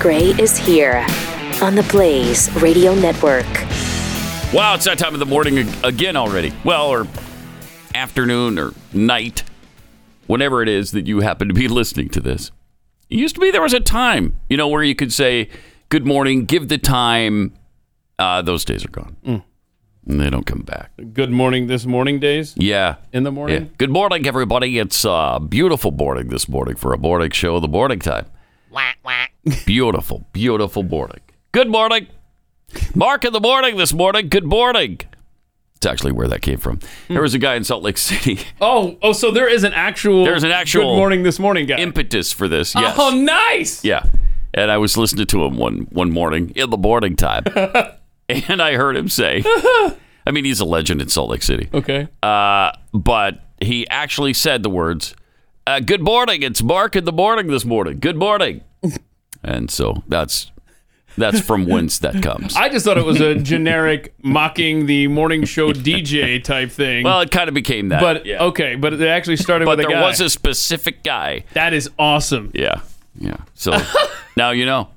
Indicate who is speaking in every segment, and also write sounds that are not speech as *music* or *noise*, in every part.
Speaker 1: Gray is here on the Blaze Radio Network.
Speaker 2: Wow, it's that time of the morning ag- again already. Well, or afternoon or night, whenever it is that you happen to be *laughs* listening to this. It used to be there was a time, you know, where you could say good morning, give the time. Uh, those days are gone.
Speaker 3: Mm.
Speaker 2: And they don't come back.
Speaker 3: Good morning this morning days
Speaker 2: Yeah.
Speaker 3: in the
Speaker 2: Yeah.
Speaker 3: morning.
Speaker 2: Good morning, everybody. It's a beautiful morning this morning for a morning show, the morning
Speaker 3: *laughs*
Speaker 2: time. beautiful, beautiful morning. Good morning. Mark in the morning this morning. Good morning. It's actually where that came from.
Speaker 3: Hmm.
Speaker 2: There was a guy in Salt Lake City.
Speaker 3: Oh, oh, so there is an actual
Speaker 2: There's an actual
Speaker 3: good morning this morning guy.
Speaker 2: Impetus for this. Yes.
Speaker 3: Oh, nice.
Speaker 2: Yeah. And I was listening to him one, one morning in the morning
Speaker 3: *laughs*
Speaker 2: time. and I heard him say, I mean, he's a legend in Salt Lake City.
Speaker 3: Okay.
Speaker 2: Uh, but he actually said the words, uh, Good morning. It's Mark in the morning this morning. Good morning. and so that's that's from
Speaker 3: *laughs*
Speaker 2: whence that comes.
Speaker 3: I just thought it was a generic *laughs* mocking the morning show DJ type thing.
Speaker 2: well, it kind of became that.
Speaker 3: but
Speaker 2: yeah.
Speaker 3: okay, but it actually started
Speaker 2: but
Speaker 3: with a
Speaker 2: there
Speaker 3: guy.
Speaker 2: was a specific guy.
Speaker 3: that is awesome.
Speaker 2: Yeah. Yeah.
Speaker 3: *laughs*
Speaker 2: So now you know.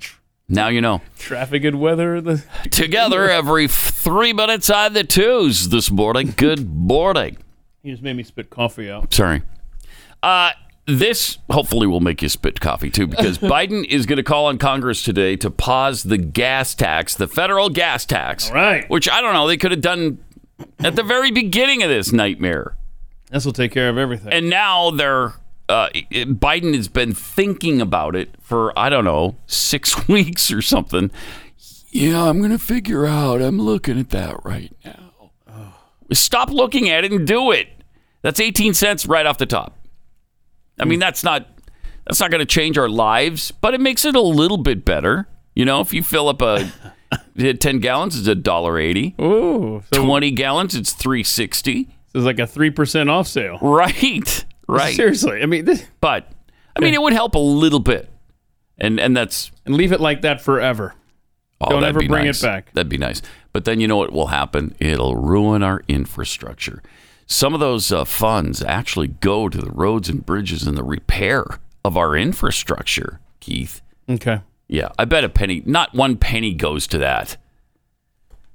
Speaker 2: Now you know.
Speaker 3: Traffic and weather. The,
Speaker 2: Together every f- three minutes on the twos this morning. Good morning.
Speaker 3: you just made me spit coffee out.
Speaker 2: Sorry. Uh, this hopefully will make you spit coffee too, because
Speaker 3: *laughs*
Speaker 2: Biden is going to call on Congress today to pause the gas tax, the federal gas tax.
Speaker 3: All right.
Speaker 2: Which I don't know. They could have done at the very beginning of this nightmare.
Speaker 3: This will take care of everything.
Speaker 2: And now they're. Uh, it- Biden has been thinking about it for, I don't know, six *laughs* weeks or something. Yeah, I'm going to figure out. I'm looking at that right now. Stop looking at it and do it. That's 18 cents right off the top. I mean, that's not that's not going to change our lives, but it makes it a little bit better. You know, if you fill up a *laughs* 10 gallons, it's a dollar eighty.
Speaker 3: Ooh, so
Speaker 2: 20 gallons, it's 360.
Speaker 3: it's like a three percent off sale.
Speaker 2: Right. Right.
Speaker 3: Seriously, I mean, this,
Speaker 2: But I mean, it would help a little bit, and and that's
Speaker 3: and leave it like that forever.
Speaker 2: oh,
Speaker 3: Don't
Speaker 2: that'd
Speaker 3: ever
Speaker 2: be
Speaker 3: bring it
Speaker 2: nice.
Speaker 3: back.
Speaker 2: That'd be nice. But then you know what will happen? It'll ruin our infrastructure. Some of those uh, funds actually go to the roads and bridges and the repair of our infrastructure, Keith.
Speaker 3: Okay.
Speaker 2: Yeah, I bet a penny, not one penny goes to that.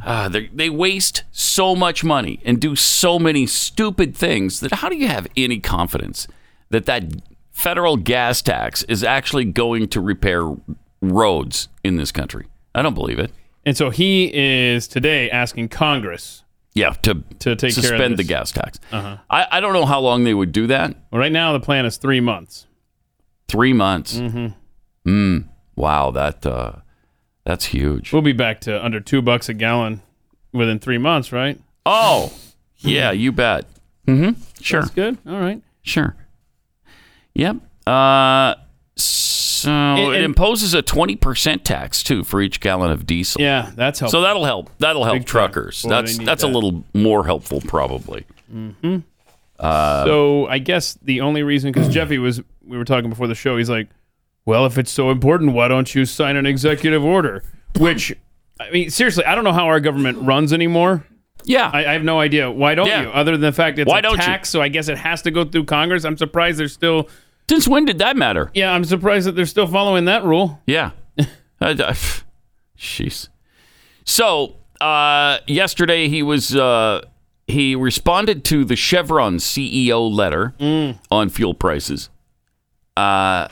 Speaker 2: Ah, they they waste so much money and do so many stupid things that how do you have any confidence that that federal gas tax is actually going to repair roads in this country? I don't believe it.
Speaker 3: And so he is today asking Congress.
Speaker 2: Yeah, to
Speaker 3: To take care of
Speaker 2: suspend the
Speaker 3: this.
Speaker 2: gas tax.
Speaker 3: Uh-huh.
Speaker 2: I, I don't know how long they would do that.
Speaker 3: Well, right now the plan is three months.
Speaker 2: Three months. Mm-hmm.
Speaker 3: Mm.
Speaker 2: wow, that uh, that's huge.
Speaker 3: We'll be back to under two bucks a gallon within three months, right?
Speaker 2: Oh, yeah, you bet. Mm-hmm. Sure.
Speaker 3: Good. All right.
Speaker 2: Sure. Yep. Uh, so it
Speaker 3: and-
Speaker 2: imposes a twenty percent tax too for each gallon of diesel.
Speaker 3: Yeah, that's helpful.
Speaker 2: So that'll help. That'll help
Speaker 3: Big time.
Speaker 2: truckers.
Speaker 3: Boy,
Speaker 2: that's
Speaker 3: they need
Speaker 2: that's a
Speaker 3: that.
Speaker 2: little more helpful probably.
Speaker 3: Mm-hmm.
Speaker 2: Uh,
Speaker 3: so I guess the only
Speaker 2: *clears throat*
Speaker 3: reason, because Jeffy was, we were talking before the show, he's like, well, if it's so important, why don't you sign an executive order? Which, I mean, seriously, I don't know how our government runs anymore.
Speaker 2: Yeah.
Speaker 3: I, I have no idea. Why don't
Speaker 2: Yeah.
Speaker 3: you? Other than the fact it's
Speaker 2: Why
Speaker 3: a
Speaker 2: don't you?
Speaker 3: tax, so I guess it has to go through Congress. I'm surprised they're still,
Speaker 2: Since when did that matter?
Speaker 3: yeah, I'm surprised that they're still following that rule.
Speaker 2: Yeah. I- I- Jeez. So uh, yesterday he was uh, he responded to the Chevron CEO letter on fuel prices. Uh,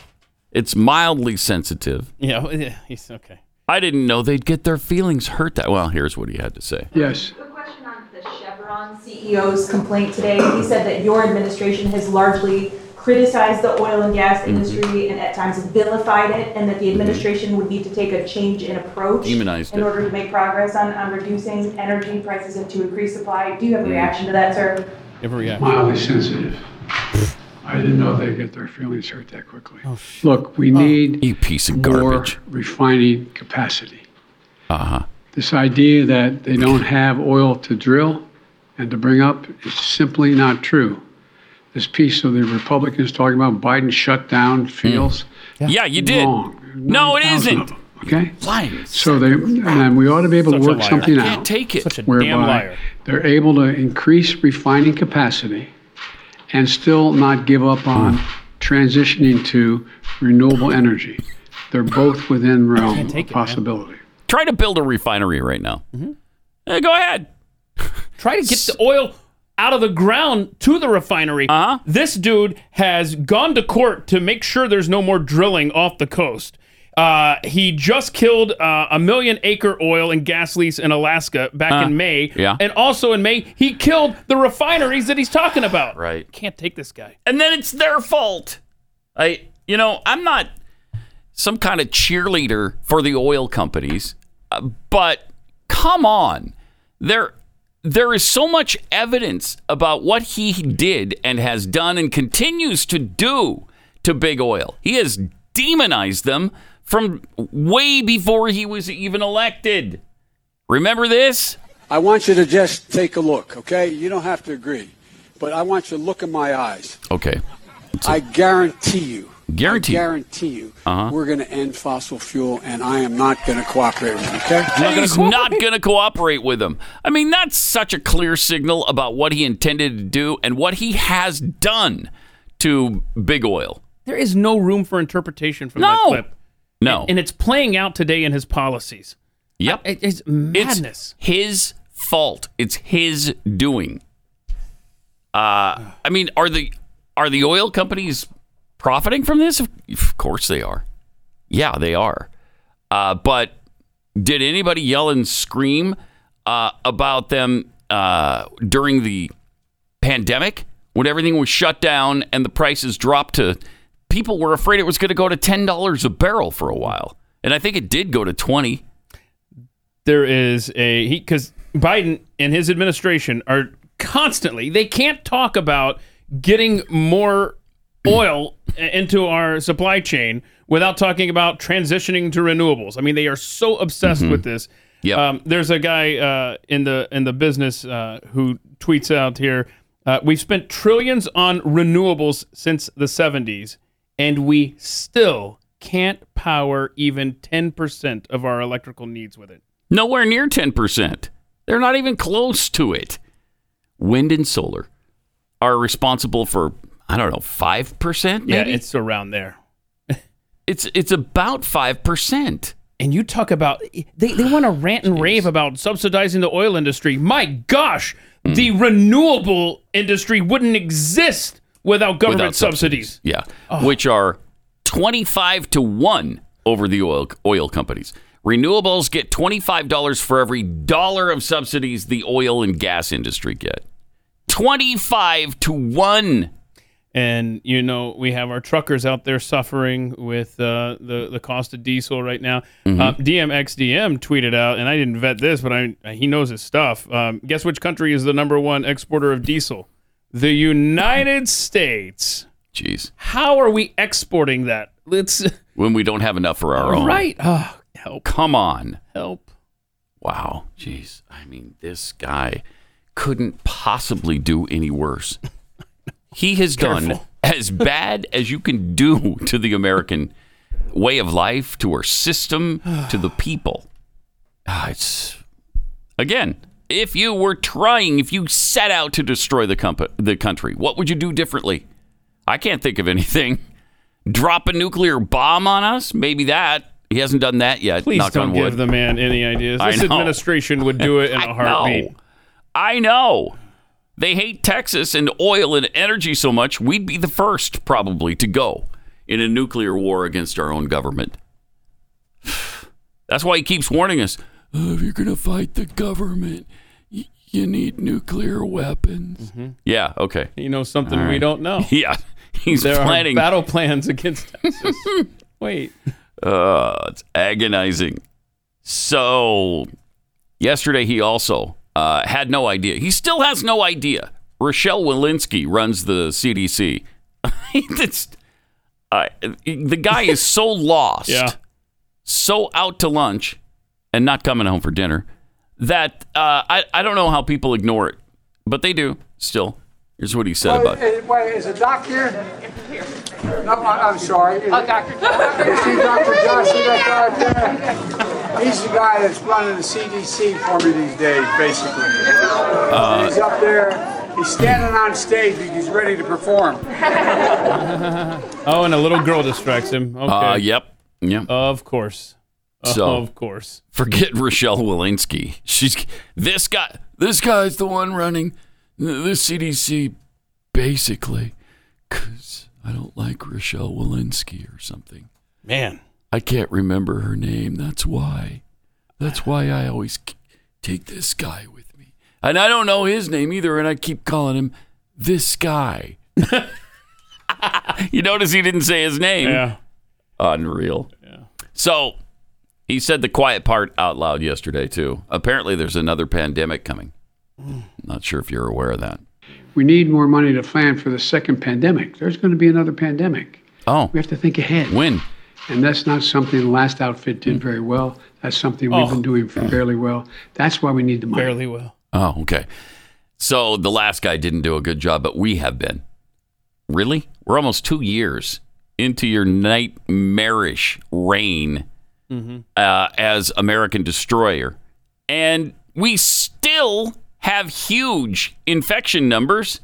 Speaker 2: it's mildly sensitive.
Speaker 3: Yeah, yeah, he's okay.
Speaker 2: I didn't know they'd get their feelings hurt that. Well, here's what he had to say.
Speaker 4: Yes.
Speaker 5: Quick question on the Chevron CEO's E complaint today. He said that your administration has largely criticized the oil
Speaker 2: Mm-hmm.
Speaker 5: and gas industry and at times vilified it, and that the administration would need to take a change in approach
Speaker 2: Demonized it.
Speaker 5: in order to make progress on, on reducing energy prices and to increase supply. Do you
Speaker 2: Mm-hmm.
Speaker 5: have a reaction to that, sir?
Speaker 3: Every reaction.
Speaker 4: Mildly sensitive. I didn't know they'd get their feelings hurt that quickly. Look, we need
Speaker 2: You piece of
Speaker 4: more
Speaker 2: garbage.
Speaker 4: refining capacity.
Speaker 2: Uh huh.
Speaker 4: This idea that they don't have oil to drill and to bring up is simply not true. This piece of the Republicans talking about Biden shut down fields,
Speaker 2: Hmm. Yeah, you did.
Speaker 4: wrong.
Speaker 2: No, it
Speaker 4: 9,000
Speaker 2: isn't.
Speaker 4: of them, Okay?
Speaker 2: Lying.
Speaker 4: So they, and we ought to be able to
Speaker 3: Such a
Speaker 4: work
Speaker 3: liar.
Speaker 4: something out.
Speaker 2: Can't take it.
Speaker 3: Such a
Speaker 4: whereby
Speaker 3: damn liar.
Speaker 4: they're able to increase refining capacity and still not give up on transitioning to renewable energy. They're both within realm
Speaker 3: Can't take
Speaker 4: of
Speaker 3: it, man.
Speaker 4: possibility.
Speaker 2: Try to build a refinery right now. Eh, go ahead.
Speaker 3: *laughs* Try to get the oil out of the ground to the refinery.
Speaker 2: Uh-huh.
Speaker 3: This dude has gone to court to make sure there's no more drilling off the coast. Uh, he just killed uh, a million acre oil and gas lease in Alaska back in May.
Speaker 2: Uh, yeah.
Speaker 3: And also in May, he killed the refineries that he's talking about.
Speaker 2: Right.
Speaker 3: Can't take this guy.
Speaker 2: and then it's their fault. I, you know, I'm not some kind of cheerleader for the oil companies, uh, but come on, there, there is so much evidence about what he did and has done and continues to do to big oil. He has demonized them from way before he was even elected. Remember this?
Speaker 6: I want you to just take a look, okay? You don't have to agree, but I want you to look in my eyes.
Speaker 2: Okay,
Speaker 6: I guarantee you.
Speaker 2: Guarantee. Uh-huh.
Speaker 6: I guarantee you. We're going to end fossil fuel, and I am not going to cooperate with you, okay?
Speaker 2: He's not going to cooperate with him. I mean, that's such a clear signal about what he intended to do and what he has done to big oil.
Speaker 3: There is no room for interpretation from that
Speaker 2: No.
Speaker 3: clip.
Speaker 2: No.
Speaker 3: And it's playing out today in his policies.
Speaker 2: yep.
Speaker 3: It- it's
Speaker 2: it's
Speaker 3: madness.
Speaker 2: his fault. It's his doing. Uh, I mean, are the are the oil companies profiting from this? Of- Of course they are. Yeah, they are. Uh, but did anybody yell and scream uh, about them uh, during the pandemic when everything was shut down and the prices dropped to people were afraid it was going to go to $10 a barrel for a while and i think it did go to 20
Speaker 3: there is a he because Biden and his administration are constantly they can't talk about getting more oil *clears throat* i- into our supply chain without talking about transitioning to renewables. I mean, they are so obsessed with this.
Speaker 2: Yep.
Speaker 3: Um, there's a guy uh, in the in the business uh, who tweets out here. Uh, we've spent trillions on renewables since the 70s, and we still can't power even 10% of our electrical needs with it.
Speaker 2: nowhere near 10%. They're not even close to it. Wind and solar are responsible for I don't know 5% maybe.
Speaker 3: Yeah, it's around there.
Speaker 2: it's it's about 5%.
Speaker 3: And you talk about they, they want to rant and rave about subsidizing the oil industry. My gosh,
Speaker 2: Mm.
Speaker 3: the renewable industry wouldn't exist without government
Speaker 2: Without
Speaker 3: subsidies.
Speaker 2: Yeah. Which are 25 to 1 over the oil oil companies. Renewables get $25 for every dollar of subsidies the oil and gas industry get. 25 to 1.
Speaker 3: And you know we have our truckers out there suffering with uh, the the cost of diesel right now.
Speaker 2: Mm-hmm.
Speaker 3: Uh, DMXDM tweeted out, and I didn't vet this, but I he knows his stuff. Um, guess which country is the number one exporter of diesel? The United States.
Speaker 2: Jeez.
Speaker 3: How are we exporting that? Let's
Speaker 2: When we don't have enough for our own.
Speaker 3: right. Oh, help,
Speaker 2: Come on.
Speaker 3: help.
Speaker 2: Wow. Jeez. I mean, this guy couldn't possibly do any worse. He has done
Speaker 3: Careful.
Speaker 2: as bad as you can do to the American way of life, to our system, to the people. Ah, It's again, if you were trying, if you set out to destroy the compa- the country, what would you do differently? I can't think of anything. Drop a nuclear bomb on us? Maybe that. He hasn't done that yet.
Speaker 3: Please
Speaker 2: knock
Speaker 3: don't
Speaker 2: on wood.
Speaker 3: give the man any
Speaker 2: *laughs*
Speaker 3: ideas.
Speaker 2: I
Speaker 3: This
Speaker 2: know.
Speaker 3: administration would do it in
Speaker 2: *laughs*
Speaker 3: a
Speaker 2: I
Speaker 3: heartbeat.
Speaker 2: know. I know. They hate Texas and oil and energy so much, we'd be the first probably to go in a nuclear war against our own government. *sighs* That's why he keeps warning us "Oh, if you're going to fight the government, y- you need nuclear weapons. Yeah, okay.
Speaker 3: Mm-hmm. You know something we don't know.
Speaker 2: *laughs* Yeah, he's
Speaker 3: There
Speaker 2: planning.
Speaker 3: are battle
Speaker 2: *laughs*
Speaker 3: plans against Texas. Wait,
Speaker 2: Uh, it's agonizing. So, yesterday he also uh, had no idea. He still has no idea. Rochelle Walensky runs the *laughs* CDC. it's, uh, the guy is so lost,
Speaker 3: yeah.
Speaker 2: so out to lunch, and not coming home for dinner that uh, I, I don't know how people ignore it, but they do still. Here's what he said about
Speaker 6: Wait,
Speaker 2: it.
Speaker 6: wait, is a doc here? No, I- I'm sorry. Oh, Dr. Johnson. You see Dr. Johnson, that guy up there? He's the guy that's running the CDC for me these days, basically.
Speaker 3: Uh,
Speaker 6: he's up there. He's standing on stage because he's
Speaker 3: *laughs*
Speaker 6: ready to perform.
Speaker 3: Oh, and a little girl distracts him. Okay.
Speaker 2: Uh, yep. Yeah.
Speaker 3: Of course.
Speaker 2: So-
Speaker 3: of course.
Speaker 2: Forget *laughs* Rochelle Walensky. She's this guy. This guy's the one running the CDC, basically, because I don't like Rochelle Walensky or something.
Speaker 3: Man.
Speaker 2: I can't remember her name. That's why. That's why I always k- take this guy with me. And I don't know his name either, and I keep calling him this guy. you notice he didn't say his name.
Speaker 3: Yeah.
Speaker 2: Unreal. So he said the quiet part out loud yesterday, too. Apparently, there's another pandemic coming. Not sure if you're aware of that.
Speaker 4: We need more money to plan for the second pandemic. There's going to be another pandemic.
Speaker 2: Oh,
Speaker 4: We have to think ahead.
Speaker 2: when?
Speaker 4: And that's not something the last outfit did very well. That's something we've
Speaker 3: Mm. Oh.
Speaker 4: been doing fairly well. That's why we need the money.
Speaker 3: Fairly well.
Speaker 2: Oh, okay. So the last guy didn't do a good job, but we have been. Really? We're almost two years into your nightmarish reign uh, as American destroyer. And we still have huge infection numbers.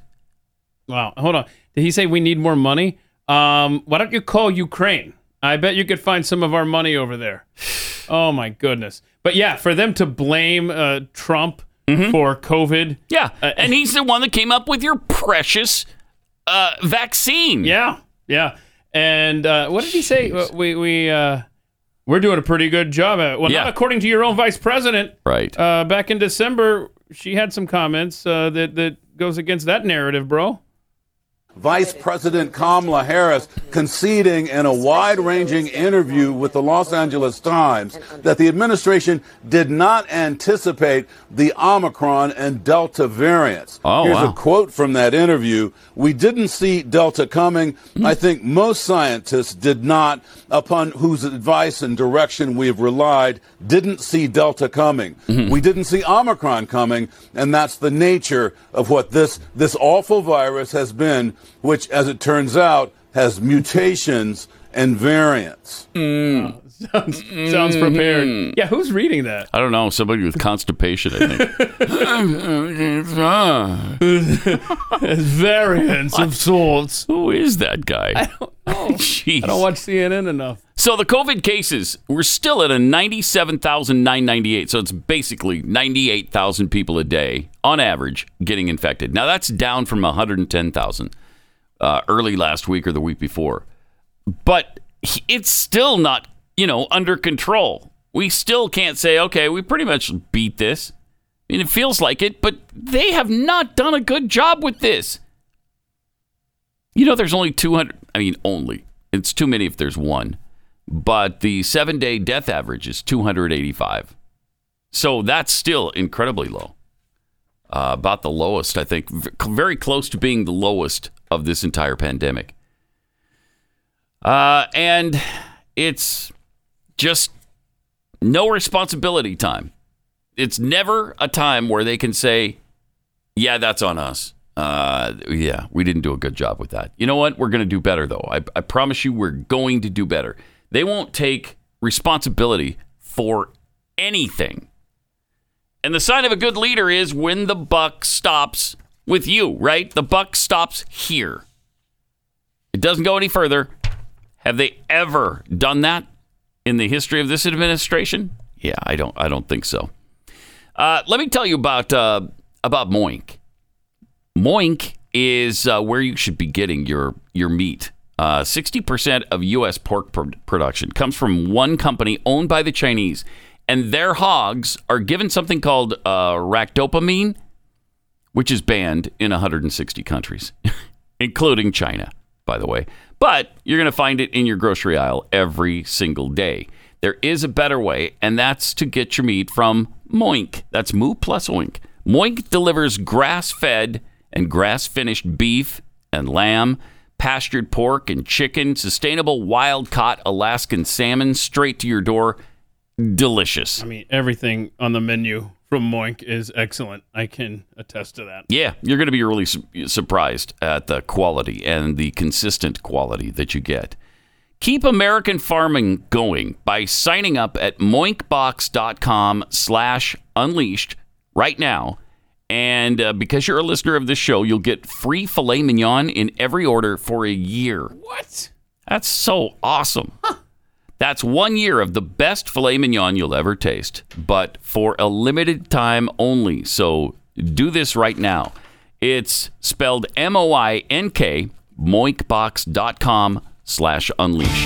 Speaker 3: Wow. Hold on. Did he say we need more money? Um, why don't you call Ukraine? I bet you could find some of our money over there. *sighs* Oh my goodness. But yeah, for them to blame uh, Trump
Speaker 2: Mm-hmm.
Speaker 3: for COVID.
Speaker 2: Yeah. and he's the one that came up with your precious uh, vaccine.
Speaker 3: Yeah. Yeah. And uh, what did he say? We we uh, we're doing a pretty good job at it. Well,
Speaker 2: Yeah.
Speaker 3: not according to your own vice president.
Speaker 2: Right.
Speaker 3: Uh, back in December, she had some comments uh, that that goes against that narrative, bro. *laughs*
Speaker 7: Vice President Kamala Harris conceding in a wide ranging interview with the Los Angeles Times that the administration did not anticipate the Omicron and Delta variants.
Speaker 2: Oh,
Speaker 7: Here's
Speaker 2: wow.
Speaker 7: a quote from that interview We didn't see Delta coming. I think most scientists did not, upon whose advice and direction we have relied, didn't see Delta coming. We didn't see Omicron coming, and that's the nature of what this, this awful virus has been, which, as it turns out, has mutations and variants.
Speaker 3: sounds, sounds
Speaker 2: Mm-hmm.
Speaker 3: prepared. Yeah, who's
Speaker 2: *laughs*
Speaker 3: reading that?
Speaker 2: I don't know. Somebody with constipation, I
Speaker 3: *laughs*
Speaker 2: Ah, think.
Speaker 3: Variants of sorts.
Speaker 2: Who is that guy? I don't know. *laughs* Jeez.
Speaker 3: I don't watch CNN enough.
Speaker 2: So the COVID cases, we're still at a 97,998. So it's basically 98,000 people a day on average getting infected. Now that's down from 110,000 uh, early last week or the week before. But it's still not, you know, under control. We still can't say, okay, we pretty much beat this. I mean, it feels like it, but they have not done a good job with this. You know, there's only 200. I mean, only. It's too many if there's one. But the seven day death average is 285. So that's still incredibly low. Uh, about the lowest, I think. V- Very close to being the lowest of this entire pandemic. Uh, and it's just no responsibility time. It's never a time where they can say, yeah, that's on us. Uh, yeah, we didn't do a good job with that. You know what? We're going to do better, though. I, I promise you, we're going to do better. They won't take responsibility for anything. And the sign of a good leader is when the buck stops with you, right? The buck stops here. It doesn't go any further. Have they ever done that in the history of this administration? Yeah, I don't. I don't think so. Uh, let me tell you about uh, about Moink. Moink is uh, where you should be getting your your meat. Uh, Sixty percent of U.S. pork pr- production comes from one company owned by the Chinese, and their hogs are given something called uh, ractopamine, which is banned in 160 countries, *laughs* including China, by the way. But you're going to find it in your grocery aisle every single day. There is a better way, and that's to get your meat from Moink. That's Moo plus Oink. Moink delivers grass fed and grass finished beef and lamb, pastured pork and chicken, sustainable wild caught Alaskan salmon straight to your door. Delicious.
Speaker 3: I mean, everything on the menu from Moink is excellent. I can attest to that.
Speaker 2: Yeah, you're going to be really su- surprised at the quality and the consistent quality that you get. Keep American farming going by signing up at moinkbox.com slash unleashed right now. And uh, because you're a listener of this show, you'll get free filet mignon in every order for a year.
Speaker 3: What?
Speaker 2: That's so awesome. That's one year of the best filet mignon you'll ever taste, but for a limited time only. So do this right now. It's spelled M O I N K, moinkbox.com slash unleash.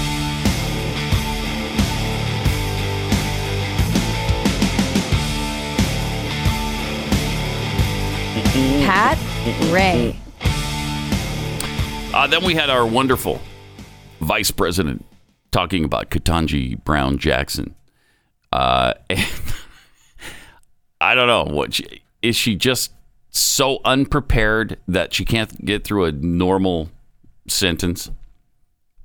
Speaker 8: Mm-hmm.
Speaker 9: Pat Ray.
Speaker 2: Uh, then we had our wonderful vice president talking about Katanji Brown Jackson. Uh, *laughs* and I don't know what she, is she just so unprepared that she can't get through a normal sentence.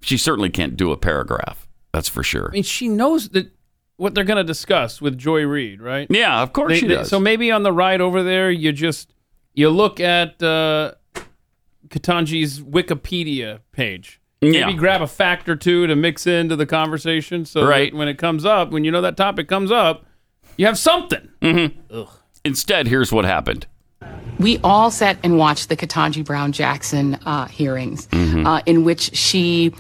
Speaker 2: She certainly can't do a paragraph. That's for sure.
Speaker 3: I mean, she knows that what they're going to discuss with Joy Reid, right?
Speaker 2: Yeah, of course
Speaker 3: They-
Speaker 2: she
Speaker 3: they-
Speaker 2: does.
Speaker 3: So maybe on the ride over there, you just you look at uh, Katanji's Wikipedia page.
Speaker 2: Yeah.
Speaker 3: Maybe grab a fact or two to mix into the conversation, so that
Speaker 2: Right.
Speaker 3: when it comes up, when you know that topic comes up, you have something.
Speaker 2: Mm-hmm. Instead, here's what happened.
Speaker 10: We all sat and watched the Katanji Brown Jackson uh, hearings, uh,
Speaker 2: Mm-hmm.
Speaker 10: in which she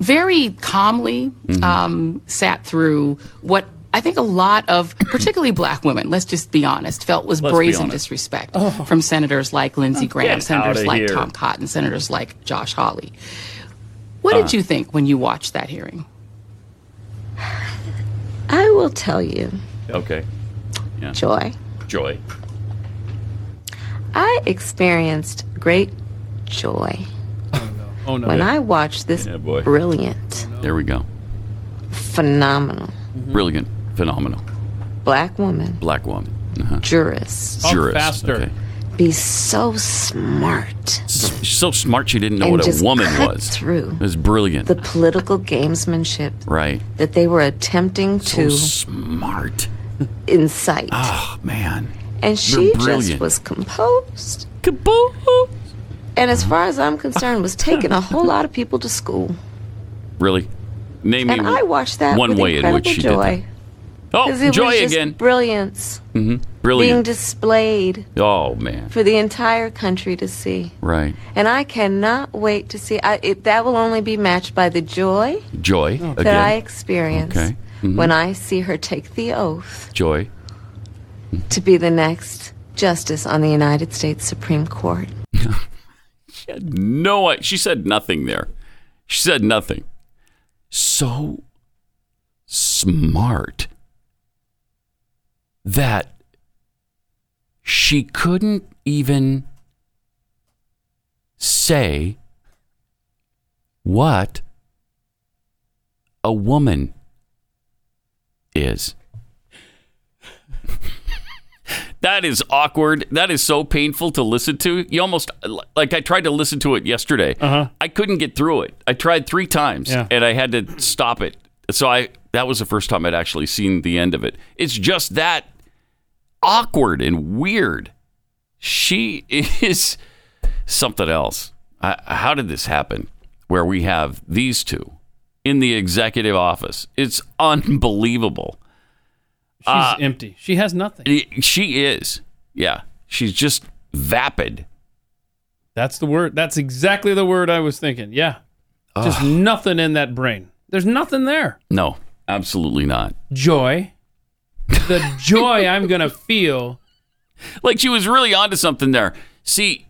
Speaker 10: very calmly
Speaker 2: Mm-hmm.
Speaker 10: um, sat through what I think a lot of, particularly black women, let's just be honest, felt was
Speaker 2: be
Speaker 10: brazen
Speaker 2: honest. Oh.
Speaker 10: disrespect from senators like Lindsey Graham,
Speaker 2: Get
Speaker 10: senators
Speaker 2: outta
Speaker 10: like
Speaker 2: here.
Speaker 10: Tom Cotton, senators like Josh Hawley. What
Speaker 2: Uh.
Speaker 10: did you think when you watched that hearing?
Speaker 9: I will tell you,
Speaker 2: Okay.
Speaker 9: Joy,
Speaker 2: Joy.
Speaker 9: I experienced great joy
Speaker 3: Oh no!
Speaker 9: when I watched this
Speaker 2: Yeah, boy.
Speaker 9: brilliant,
Speaker 2: There we go.
Speaker 9: phenomenal
Speaker 2: Brilliant. Phenomenal.
Speaker 9: black woman,
Speaker 2: Black woman. Uh-huh.
Speaker 9: jurist,
Speaker 3: Talk
Speaker 2: Jurist.
Speaker 3: faster.
Speaker 2: Okay.
Speaker 9: be so smart
Speaker 2: S- So smart she didn't know
Speaker 9: and
Speaker 2: what
Speaker 9: just
Speaker 2: a woman
Speaker 9: cut
Speaker 2: was.
Speaker 9: through
Speaker 2: It was brilliant.
Speaker 9: the political gamesmanship
Speaker 2: right.
Speaker 9: that they were attempting
Speaker 2: So
Speaker 9: to
Speaker 2: smart.
Speaker 9: incite.
Speaker 2: Oh, man.
Speaker 9: and she just
Speaker 2: brilliant.
Speaker 9: was composed.
Speaker 2: Kaboom.
Speaker 9: And as far as I'm concerned, was taking
Speaker 2: *laughs*
Speaker 9: a whole lot of people to school.
Speaker 2: Really? Name
Speaker 9: And
Speaker 2: me
Speaker 9: I watched that
Speaker 2: one
Speaker 9: with
Speaker 2: way in
Speaker 9: incredible
Speaker 2: which she
Speaker 9: joy.
Speaker 2: did. that.
Speaker 9: 'cause
Speaker 2: Oh,
Speaker 9: it was
Speaker 2: joy
Speaker 9: just
Speaker 2: again.
Speaker 9: Brilliance being
Speaker 2: Mm-hmm. Brilliant.
Speaker 9: displayed
Speaker 2: oh, man.
Speaker 9: for the entire country to see.
Speaker 2: Right.
Speaker 9: And I cannot wait to see. I, it, that will only be matched by the joy
Speaker 2: Joy
Speaker 9: that I
Speaker 2: Oh. again.
Speaker 9: experience
Speaker 2: Okay. Mm-hmm.
Speaker 9: when I see her take the oath
Speaker 2: Joy.
Speaker 9: to be the next justice on the United States
Speaker 2: *laughs*
Speaker 9: Supreme Court.
Speaker 2: no I- she said nothing there she said nothing so smart that she couldn't even say what a woman is *laughs* that is awkward. That is so painful to listen to. You almost like I tried to listen to it yesterday.
Speaker 3: Uh-huh.
Speaker 2: I couldn't get through it. I tried three times
Speaker 3: Yeah.
Speaker 2: and I had to stop it. So I that was the first time I'd actually seen the end of it. It's just that awkward and weird. She *laughs* is something else. I, how did this happen? Where we have these two in the executive office? It's unbelievable.
Speaker 3: She's
Speaker 2: Uh,
Speaker 3: empty. She has nothing.
Speaker 2: She is. Yeah. She's just vapid.
Speaker 3: That's the word. That's exactly the word I was thinking. Yeah. Just nothing in that brain. There's nothing there.
Speaker 2: No, absolutely not.
Speaker 3: Joy. The joy I'm going to feel.
Speaker 2: Like she was really onto something there. See,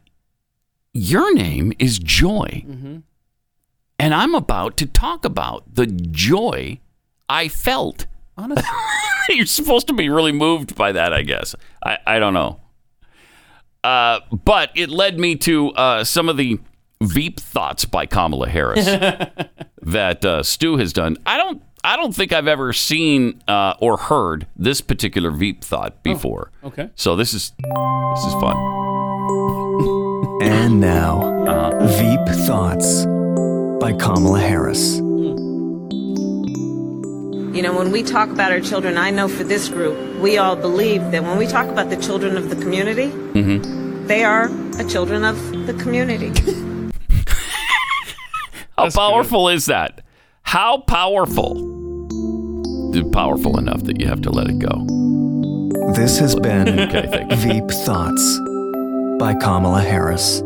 Speaker 2: your name is Joy.
Speaker 3: Mm-hmm.
Speaker 2: And I'm about to talk about the joy I felt.
Speaker 3: Honestly.
Speaker 2: *laughs* You're supposed to be really moved by that, I guess. I, I don't know. Uh, but it led me to uh, some of the Veep thoughts by Kamala
Speaker 3: *laughs*
Speaker 2: Harris that uh, Stu has done. I don't. I don't think I've ever seen uh, or heard this particular Veep thought before.
Speaker 3: Oh, Okay.
Speaker 2: So this is this is fun.
Speaker 11: And now, Uh, Veep Thoughts by Kamala Harris.
Speaker 8: You know, when we talk about our children, I know for this group, we all believe that when we talk about the children of the community,
Speaker 2: Mm-hmm.
Speaker 8: they are the children of the
Speaker 9: *laughs*
Speaker 8: community.
Speaker 2: How powerful is that? How powerful? Powerful enough that you have to let it go.
Speaker 11: This has been
Speaker 2: *laughs* Okay, thank you.
Speaker 11: Veep Thoughts by Kamala Harris.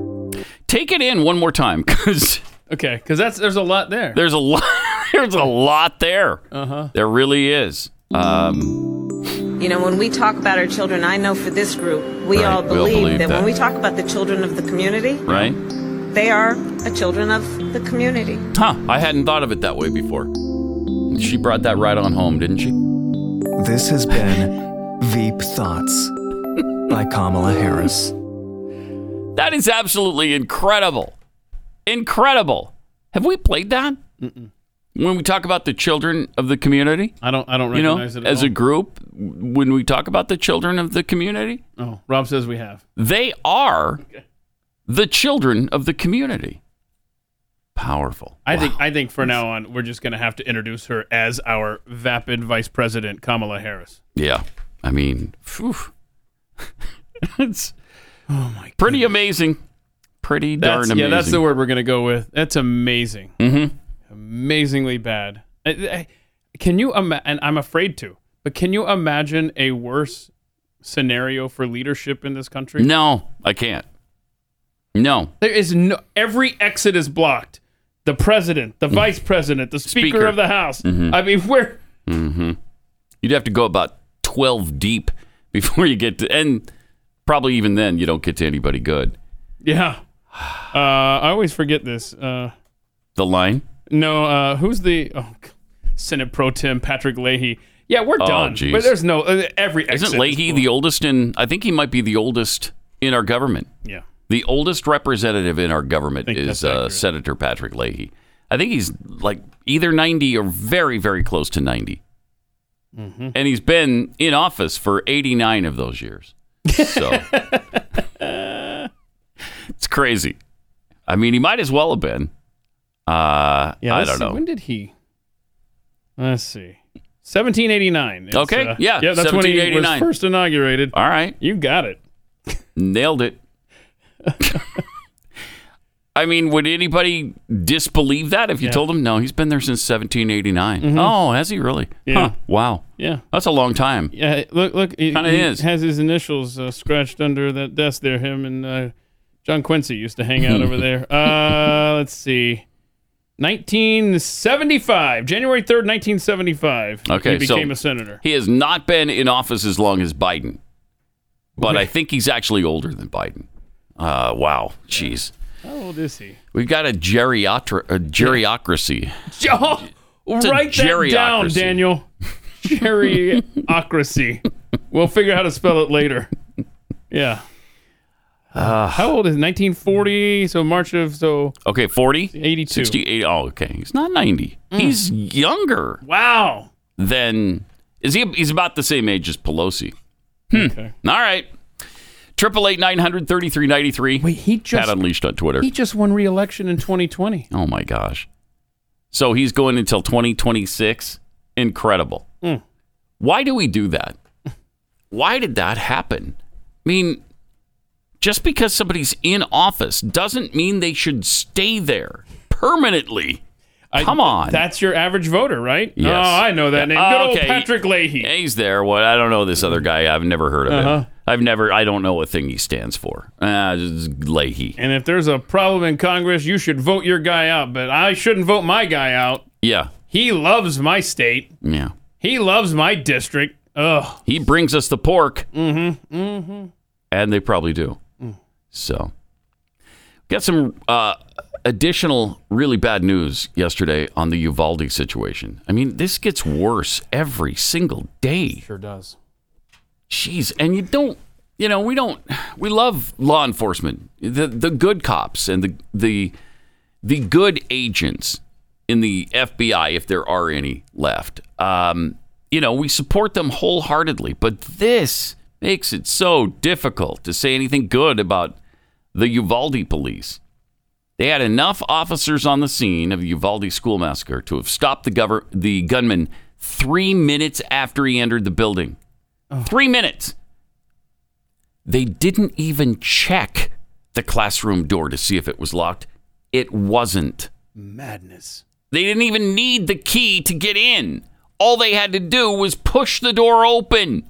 Speaker 2: Take it in one more time because
Speaker 3: Okay. Because that's there's a lot there.
Speaker 2: there's a lot. *laughs* There's a lot there. Uh-huh. There really is. Um,
Speaker 8: You know, when we talk about our children, I know for this group, we
Speaker 2: Right,
Speaker 8: all
Speaker 2: we'll
Speaker 8: believe,
Speaker 2: believe
Speaker 8: that,
Speaker 2: that.
Speaker 8: when we talk about the children of the community,
Speaker 2: right?
Speaker 8: they are a children of the community.
Speaker 2: Huh. I hadn't thought of it that way before. She brought that right on home, didn't she?
Speaker 11: This has
Speaker 2: *laughs*
Speaker 11: been Veep Thoughts by Kamala Harris.
Speaker 2: That is absolutely incredible. Incredible. Have we played that? When we talk about the children of the community?
Speaker 3: I don't I don't
Speaker 2: you know,
Speaker 3: recognize it at
Speaker 2: as a
Speaker 3: all.
Speaker 2: group, when we talk about the children of the community,
Speaker 3: Oh, Rob says we have.
Speaker 2: they are the children of the community. Powerful.
Speaker 3: I think I think for now on we're just going to have to introduce her as our vapid vice president Kamala Harris.
Speaker 2: Yeah. I mean, phew. it's pretty amazing. Pretty darn
Speaker 3: Oh That's,
Speaker 2: amazing.
Speaker 3: yeah, that's the word we're going to go with. That's amazing.
Speaker 2: Mm-hmm.
Speaker 3: Amazingly bad. I, I, can you ima- and I'm afraid to. But can you imagine a worse scenario for leadership in this country?
Speaker 2: No, I can't. No.
Speaker 3: There is no every exit is blocked. The president, the vice president, the speaker,
Speaker 2: Mm. Speaker.
Speaker 3: of the house.
Speaker 2: Mhm.
Speaker 3: I mean, we're
Speaker 2: hmm You'd have to go about 12 deep *laughs* before you get to, and probably even then you don't get to anybody good.
Speaker 3: yeah. *sighs* Uh, I always forget this. Uh,
Speaker 2: The line?
Speaker 3: no, uh, who's the oh, g- Senate Pro Tem Patrick Leahy? Yeah, we're
Speaker 2: Oh,
Speaker 3: done.
Speaker 2: geez.
Speaker 3: But there's no uh, every exit.
Speaker 2: Isn't
Speaker 3: is
Speaker 2: Leahy
Speaker 3: blocked.
Speaker 2: the oldest in, I think he might be the oldest in our government.
Speaker 3: Yeah.
Speaker 2: The oldest representative in our government
Speaker 3: think
Speaker 2: is
Speaker 3: that's
Speaker 2: uh, Senator Patrick Leahy. I think he's like either 90 or very, very close to 90.
Speaker 3: Mhm.
Speaker 2: Mm-hmm. And he's been in office for 89 of those years.
Speaker 3: *laughs*
Speaker 2: So it's crazy. I mean, he might as well have been. Uh,
Speaker 3: Yeah,
Speaker 2: I
Speaker 3: let's
Speaker 2: don't
Speaker 3: see,
Speaker 2: know.
Speaker 3: When did he? Let's see. 1789. is,
Speaker 2: Okay,
Speaker 3: uh,
Speaker 2: yeah,
Speaker 3: Yeah, that's when he was
Speaker 2: 1789.
Speaker 3: first inaugurated.
Speaker 2: All right.
Speaker 3: You got it.
Speaker 2: Nailed it. I mean, would anybody disbelieve that if you
Speaker 3: Yeah. Mm-hmm.
Speaker 2: told him? No, he's been there since 1789. Oh, has he really?
Speaker 3: Yeah.
Speaker 2: Huh. Wow.
Speaker 3: Yeah.
Speaker 2: That's a long time.
Speaker 3: Yeah, look, look. He,
Speaker 2: Kinda
Speaker 3: he
Speaker 2: is.
Speaker 3: Has his initials uh, scratched under that desk there. Him and uh, John Quincy used to hang out
Speaker 2: *laughs*
Speaker 3: over there. Uh, let's see. 1975, January 3rd, 1975.
Speaker 2: Okay,
Speaker 3: He
Speaker 2: so-
Speaker 3: became a senator.
Speaker 2: He has not been in office as long as Biden, but I think he's actually older than Biden. Uh, wow. Jeez.
Speaker 3: How old is he?
Speaker 2: We've got a, geriatra- a geriocracy.
Speaker 3: Oh,
Speaker 2: a
Speaker 3: write that down,
Speaker 2: geriocracy.
Speaker 3: Daniel. Geriocracy. we'll figure out how to spell it later. Yeah. how old is he? 1940? So March of, so
Speaker 2: Okay, 40?
Speaker 3: 82.
Speaker 2: 68. Oh, okay. He's not 90.
Speaker 3: Mm.
Speaker 2: He's younger
Speaker 3: Wow.
Speaker 2: than. Is he? He's about the same age as Pelosi. Hmm.
Speaker 3: Okay.
Speaker 2: All right. Triple eight nine hundred thirty three ninety three.
Speaker 3: Wait, he
Speaker 2: Pat
Speaker 3: just
Speaker 2: unleashed on Twitter.
Speaker 3: He just won re-election in 2020.
Speaker 2: Oh my gosh. So he's going until 2026. Incredible.
Speaker 3: Mm.
Speaker 2: Why do we do that? Why did that happen? I mean, just because somebody's in office doesn't mean they should stay there permanently.
Speaker 3: I-
Speaker 2: Come on.
Speaker 3: That's your average voter, right?
Speaker 2: Yes.
Speaker 3: Oh, I know that name.
Speaker 2: Yeah.
Speaker 3: Good old
Speaker 2: Okay.
Speaker 3: Patrick Leahy.
Speaker 2: Yeah, he's there. What? I don't know this other guy. I've never heard of
Speaker 3: Uh-huh.
Speaker 2: him. I've never. I don't know a thing he stands for. Ah, just Leahy.
Speaker 3: And if there's a problem in Congress, you should vote your guy out. But I shouldn't vote my guy out.
Speaker 2: Yeah.
Speaker 3: He loves my state.
Speaker 2: Yeah.
Speaker 3: He loves my district. Ugh.
Speaker 2: He brings us the pork. Mm-hmm. Mm-hmm. And they probably do. So, got some uh, additional really bad news yesterday on the Uvalde situation. I mean, this gets worse every single day.
Speaker 3: Sure does.
Speaker 2: Jeez, and you don't, you know, we don't, we love law enforcement, the the good cops and the the the good agents in the FBI, if there are any left. Um, you know, we support them wholeheartedly, but this makes it so difficult to say anything good about the Uvalde police. They had enough officers on the scene of the Uvalde school massacre to have stopped the, gover- the gunman three minutes after he entered the building. Three minutes. They didn't even check the classroom door to see if it was locked. It wasn't.
Speaker 3: Madness.
Speaker 2: They didn't even need the key to get in. All they had to do was push the door open.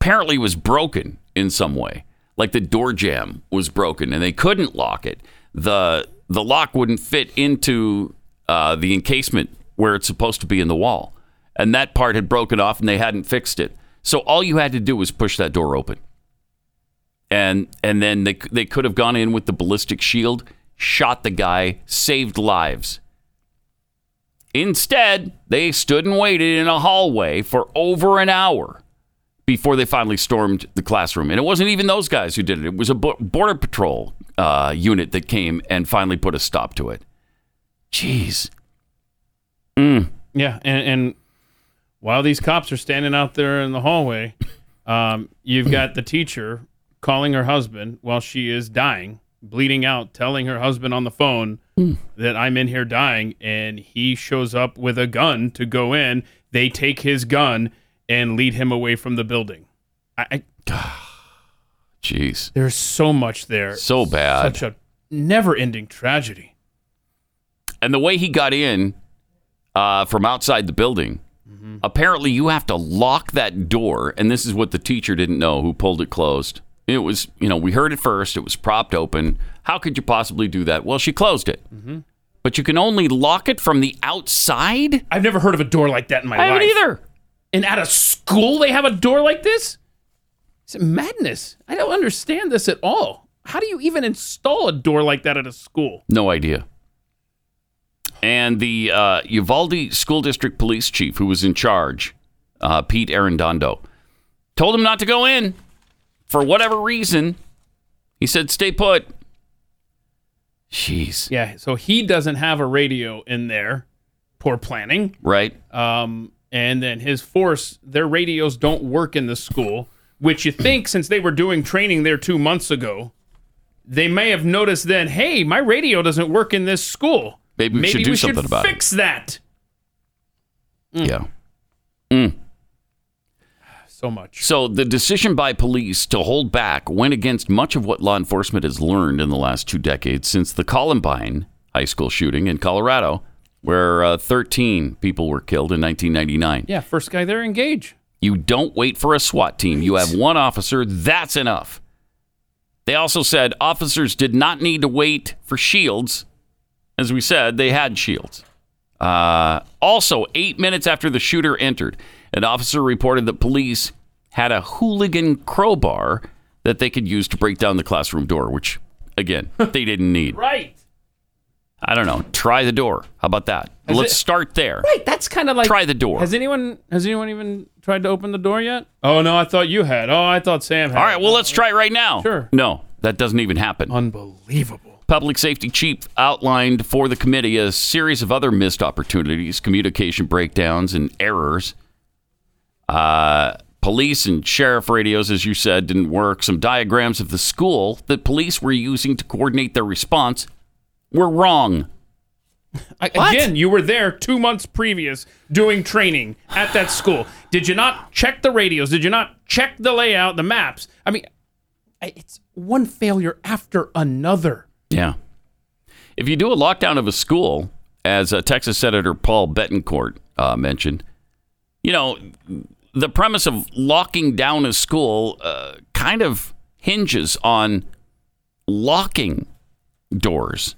Speaker 2: Apparently, it was broken in some way. Like the door jamb was broken and they couldn't lock it. The the lock wouldn't fit into uh, the encasement where it's supposed to be in the wall. And that part had broken off and they hadn't fixed it. So all you had to do was push that door open. And, and then they, c- they could have gone in with the ballistic shield, shot the guy, saved lives. Instead, they stood and waited in a hallway for over an hour before they finally stormed the classroom. And it wasn't even those guys who did it, it was a bo- Border Patrol uh, unit that came and finally put a stop to it. Jeez. Mm.
Speaker 3: Yeah, and, and while these cops are standing out there in the hallway, um, you've got the teacher calling her husband while she is dying, bleeding out, telling her husband on the phone that I'm in here dying, and he shows up with a gun to go in. They take his gun and lead him away from the building. I, I
Speaker 2: Jeez.
Speaker 3: there's so much there,
Speaker 2: So bad.
Speaker 3: such a never-ending tragedy.
Speaker 2: and the way he got in uh, from outside the building, apparently you have to lock that door. And this is what the teacher didn't know who pulled it closed. It was, you know, we heard it first, it was propped open. How could you possibly do that? Well, she closed it. But you can only lock it from the outside?
Speaker 3: I've never heard of a door like that in my
Speaker 2: I haven't
Speaker 3: life.
Speaker 2: either.
Speaker 3: And at a school, they have a door like this? It's madness. I don't understand this at all. How do you even install a door like that at a school?
Speaker 2: No idea. And the uh, Uvalde School District Police Chief, who was in charge, uh, Pete Arendondo, told him not to go in for whatever reason. He said, "Stay put." Jeez.
Speaker 3: Yeah, so he doesn't have a radio in there. Poor planning.
Speaker 2: Right.
Speaker 3: Um, and then his force, their radios don't work in the school, which you think since they were doing training there two months ago, they may have noticed then, hey, my radio doesn't work in this school.
Speaker 2: Maybe we should do something about it.
Speaker 3: fix that.
Speaker 2: Yeah. Mm.
Speaker 3: So much.
Speaker 2: So the decision by police to hold back went against much of what law enforcement has learned in the last two decades since the Columbine high school shooting in Colorado, where uh, 13 people were killed in 1999.
Speaker 3: Yeah, first guy there, engage.
Speaker 2: You don't wait for a SWAT team. You have one officer. That's enough. They also said officers did not need to wait for shields. As we said, they had shields. Uh, also, eight minutes after the shooter entered, an officer reported that police had a hooligan crowbar that they could use to break down the classroom door, which,
Speaker 3: *laughs*
Speaker 2: again, they didn't need.
Speaker 3: Right.
Speaker 2: I don't know. Try the door. How about that?
Speaker 3: Is
Speaker 2: Let's
Speaker 3: it-
Speaker 2: start there.
Speaker 3: Right, that's kind of like
Speaker 2: Try the door.
Speaker 3: Has anyone has anyone even tried to open the door yet? Oh no, I thought you had. Oh, I thought Sam had.
Speaker 2: All right, well, let's try it right now.
Speaker 3: Sure.
Speaker 2: No, that doesn't even happen.
Speaker 3: Unbelievable.
Speaker 2: Public safety chief outlined for the committee a series of other missed opportunities, communication breakdowns, and errors. Uh, police and sheriff radios, as you said, didn't work. Some diagrams of the school that police were using to coordinate their response were wrong.
Speaker 3: I, again, you were there two months previous doing training at that school. Did you not check the radios? Did you not check the layout, the maps? I mean, I- it's one failure after another.
Speaker 2: Yeah. If you do a lockdown of a school, as uh, Texas Senator Paul Betancourt uh, mentioned, you know, the premise of locking down a school uh, kind of hinges on locking doors.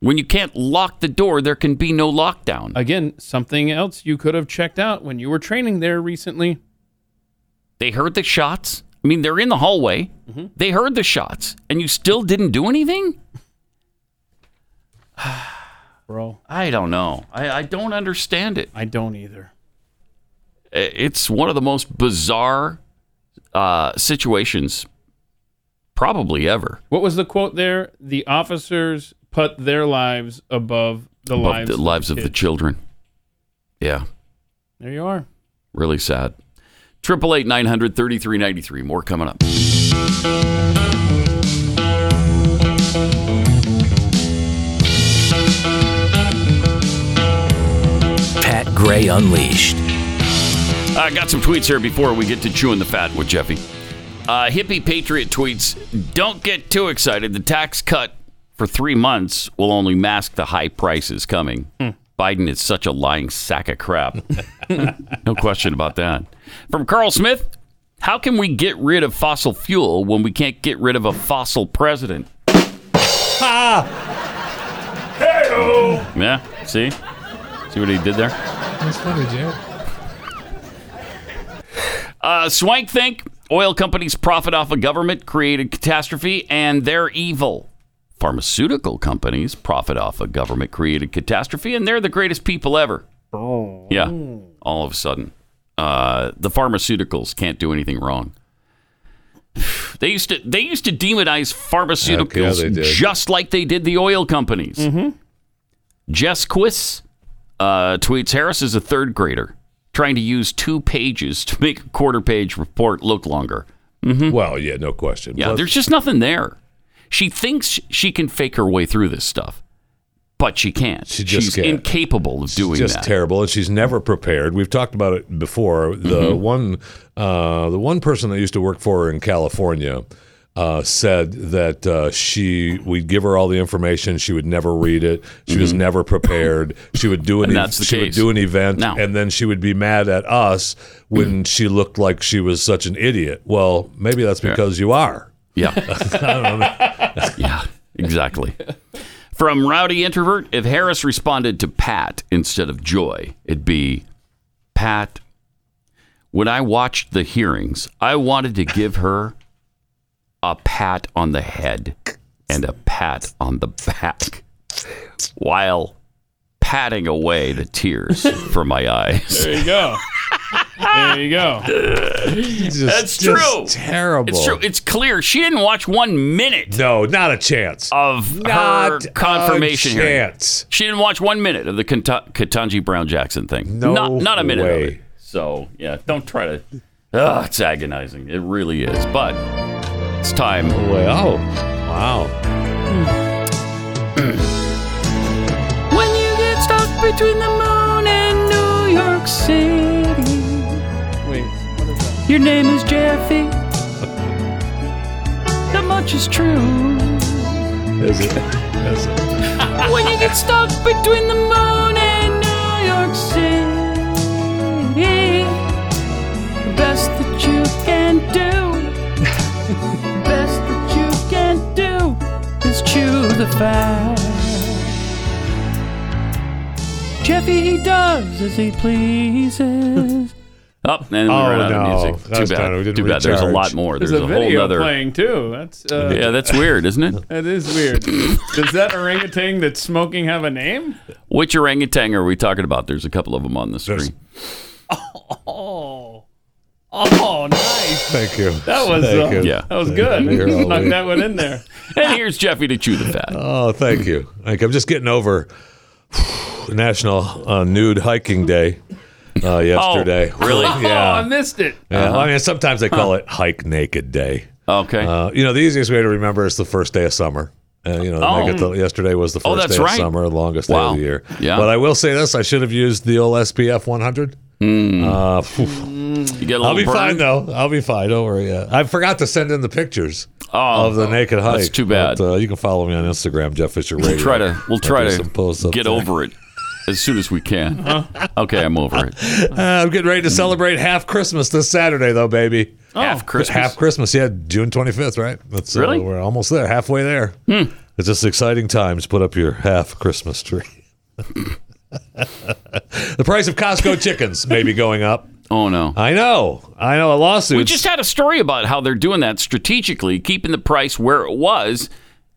Speaker 2: When you can't lock the door, there can be no lockdown.
Speaker 3: Again, something else you could have checked out when you were training there recently.
Speaker 2: They heard the shots. I mean, they're in the hallway. They heard the shots, and you still didn't do anything?
Speaker 3: Bro,
Speaker 2: I don't know. I, I don't understand it.
Speaker 3: I don't either.
Speaker 2: it's one of the most bizarre uh, situations probably ever.
Speaker 3: What was the quote there? The officers put their lives above the
Speaker 2: Above
Speaker 3: lives
Speaker 2: the lives of the
Speaker 3: kids.
Speaker 2: children. Yeah,
Speaker 3: There
Speaker 12: *laughs*
Speaker 3: you are.
Speaker 2: really sad. Triple eight nine hundred thirty three ninety three. More coming up.
Speaker 13: Pat Gray Unleashed.
Speaker 2: I got some tweets here before we get to chewing the fat with Jeffy. Uh, hippie patriot tweets: Don't get too excited. The tax cut for three months will only mask the high prices coming. Biden is such a lying sack of crap. no question about that. From Carl Smith: How can we get rid of fossil fuel when we can't get rid of a fossil president?
Speaker 3: Hey-o!
Speaker 2: Yeah, see? See what he did there?
Speaker 14: That's funny, Jim.
Speaker 2: Uh, Swank think oil companies profit off a government created catastrophe and they're evil. Pharmaceutical companies profit off a government created catastrophe and they're the greatest people ever. Yeah, all of a sudden. Uh, the pharmaceuticals can't do anything wrong. They used to they used to demonize pharmaceuticals
Speaker 12: they did.
Speaker 2: just like they did the oil companies.
Speaker 12: Mhm.
Speaker 2: Jess Quiss uh, tweets Harris is a third grader trying to use two pages to make a quarter page report look longer. Mm-hmm.
Speaker 12: Well, yeah, no question.
Speaker 2: Yeah,
Speaker 12: Plus-
Speaker 2: there's just nothing there. She thinks she can fake her way through this stuff, but she can't. She
Speaker 12: just
Speaker 2: She's
Speaker 12: can't.
Speaker 2: incapable of doing
Speaker 12: just
Speaker 2: that. Mm-hmm.
Speaker 12: terrible, and she's never prepared. We've talked about it before. The
Speaker 2: Mhm.
Speaker 12: one, uh, the one person that used to work for her in California uh, said that uh, she we'd give her all the information, she would never read it, she was never prepared. She would
Speaker 2: *laughs*
Speaker 12: do an
Speaker 2: Mm-hmm. And
Speaker 12: ev-
Speaker 2: that's the
Speaker 12: she would
Speaker 2: case.
Speaker 12: do an event, and then she would be mad at us
Speaker 2: *clears throat*
Speaker 12: when she looked like she was such an idiot. Well, maybe that's because you are.
Speaker 2: Yeah. yeah, exactly. *laughs* From Rowdy Introvert, if Harris responded to Pat instead of Joy, it'd be Pat. When I watched the hearings, I wanted to give her a pat on the head and a pat on the back *laughs* while patting away the *laughs* tears from my eyes.
Speaker 3: There you go. there you go.
Speaker 2: That's true. It's true. *laughs* It's clear she didn't watch one
Speaker 12: *laughs*
Speaker 2: minute.
Speaker 12: No, not a chance
Speaker 2: of
Speaker 12: Not
Speaker 2: her
Speaker 12: a
Speaker 2: confirmation
Speaker 12: chance.
Speaker 2: hearing. She didn't watch one minute of the Kata- Katanji Brown Jackson thing.
Speaker 12: No
Speaker 2: not, not a minute.
Speaker 12: way.
Speaker 2: Of it. So yeah, don't try to. Ugh, it's agonizing. It really is. But it's time.
Speaker 12: Well, Oh, wow.
Speaker 2: When you get stuck between the moon and New York City,
Speaker 3: Wait.
Speaker 2: your name is Jeffy. That much is true.
Speaker 12: Is it? Is it?
Speaker 2: when you get stuck between the moon and New York City, the best that you can do, *laughs* the best that you can do is chew the fat. Jeffy, he does as he pleases. Up and
Speaker 12: we Oh, ran out of no. music. Too That's bad. kind of- we didn't Too bad. There's a recharge. lot more.
Speaker 3: There's,
Speaker 2: There's
Speaker 3: a,
Speaker 2: a whole
Speaker 3: video
Speaker 2: nother-
Speaker 3: playing too. That's uh,
Speaker 2: *laughs* yeah, that's weird, isn't it?
Speaker 3: That is weird. Does that orangutan that's smoking have a name?
Speaker 2: Which orangutan are we talking about? There's a couple of them on the screen.
Speaker 3: Oh, nice.
Speaker 12: Thank you.
Speaker 3: That was uh,
Speaker 12: Thank you.
Speaker 3: that was
Speaker 12: Thank
Speaker 3: good. *laughs*
Speaker 12: you. You're all
Speaker 3: Knock
Speaker 12: weak.
Speaker 3: that one in there.
Speaker 2: And here's Jeffy to chew the fat.
Speaker 12: Oh, thank you. Like I'm just getting over *sighs* National uh, Nude Hiking Day uh, yesterday.
Speaker 3: *laughs* Oh, I
Speaker 12: *laughs* yeah.
Speaker 3: missed it.
Speaker 12: Yeah. I mean, sometimes they call it Hike Naked Day.
Speaker 2: Uh-huh. Okay.
Speaker 12: Uh, you know, the easiest way to remember is the first day of summer. Uh, you know, they
Speaker 2: Oh.
Speaker 12: make it the- yesterday was the first
Speaker 2: Oh, that's
Speaker 12: day of
Speaker 2: right.
Speaker 12: summer, longest day
Speaker 2: Wow.
Speaker 12: of the year.
Speaker 2: Yeah.
Speaker 12: But I will say this: I should have used the old SPF 100. Uh, phew.
Speaker 2: Hmm. You get a
Speaker 12: I'll
Speaker 2: little
Speaker 12: be fine
Speaker 2: burn?
Speaker 12: though. I'll be fine. Don't worry. Yeah. I forgot to send in the pictures
Speaker 2: Oh,
Speaker 12: of the naked hike.
Speaker 2: that's too bad.
Speaker 12: But, uh, you can follow me on Instagram, Jeff Fisher Radio.
Speaker 2: We'll try to we'll
Speaker 12: I'll
Speaker 2: try
Speaker 12: do
Speaker 2: to
Speaker 12: some posts up
Speaker 2: get
Speaker 12: there.
Speaker 2: over it as soon as we can. Okay, I'm over it.
Speaker 12: *laughs* Uh, I'm getting ready to celebrate half Christmas this Saturday, though, baby.
Speaker 2: Oh. Half Christmas?
Speaker 12: half Christmas. Yeah, June 25th, right? That's, uh,
Speaker 2: Really? Hmm.
Speaker 12: we're almost there, halfway there. It's just exciting times. Put up your half Christmas tree. *laughs* *laughs* the price of Costco chickens may be going up.
Speaker 2: Oh no!
Speaker 12: I know. I know. A lawsuit.
Speaker 2: We just had a story about how they're doing that strategically, keeping the price where it was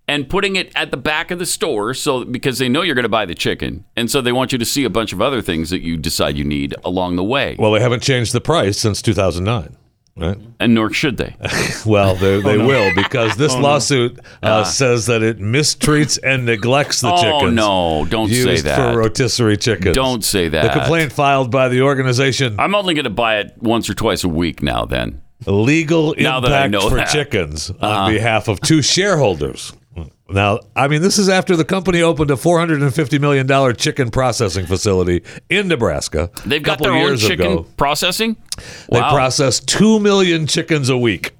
Speaker 2: and putting it at the back of the store so because they know you're going to buy the chicken and so they want you to see a bunch of other things that you decide you need along the way
Speaker 12: Well, they haven't changed the price since 2009, right?
Speaker 2: and nor should they
Speaker 12: *laughs*
Speaker 2: Oh,
Speaker 12: well,
Speaker 2: *laughs*
Speaker 12: they, they
Speaker 2: no.
Speaker 12: will because this
Speaker 2: *laughs* Oh, no.
Speaker 12: lawsuit uh,
Speaker 2: Ah.
Speaker 12: says that it mistreats and neglects the
Speaker 2: Oh,
Speaker 12: chickens.
Speaker 2: no, don't say
Speaker 12: used
Speaker 2: that.
Speaker 12: for rotisserie chickens.
Speaker 2: Don't say that.
Speaker 12: The complaint filed by the organization
Speaker 2: i'm only going to buy it once or twice a week now then
Speaker 12: Legal
Speaker 2: Now that I
Speaker 12: Impact
Speaker 2: know
Speaker 12: for
Speaker 2: that.
Speaker 12: Chickens
Speaker 2: Uh-huh.
Speaker 12: on behalf of two shareholders. Now, I mean, this is after the company opened a $450 million chicken processing facility in Nebraska.
Speaker 2: they've got
Speaker 12: couple
Speaker 2: their own
Speaker 12: years
Speaker 2: chicken
Speaker 12: ago.
Speaker 2: processing
Speaker 12: They
Speaker 2: Wow.
Speaker 12: process 2 million chickens a week,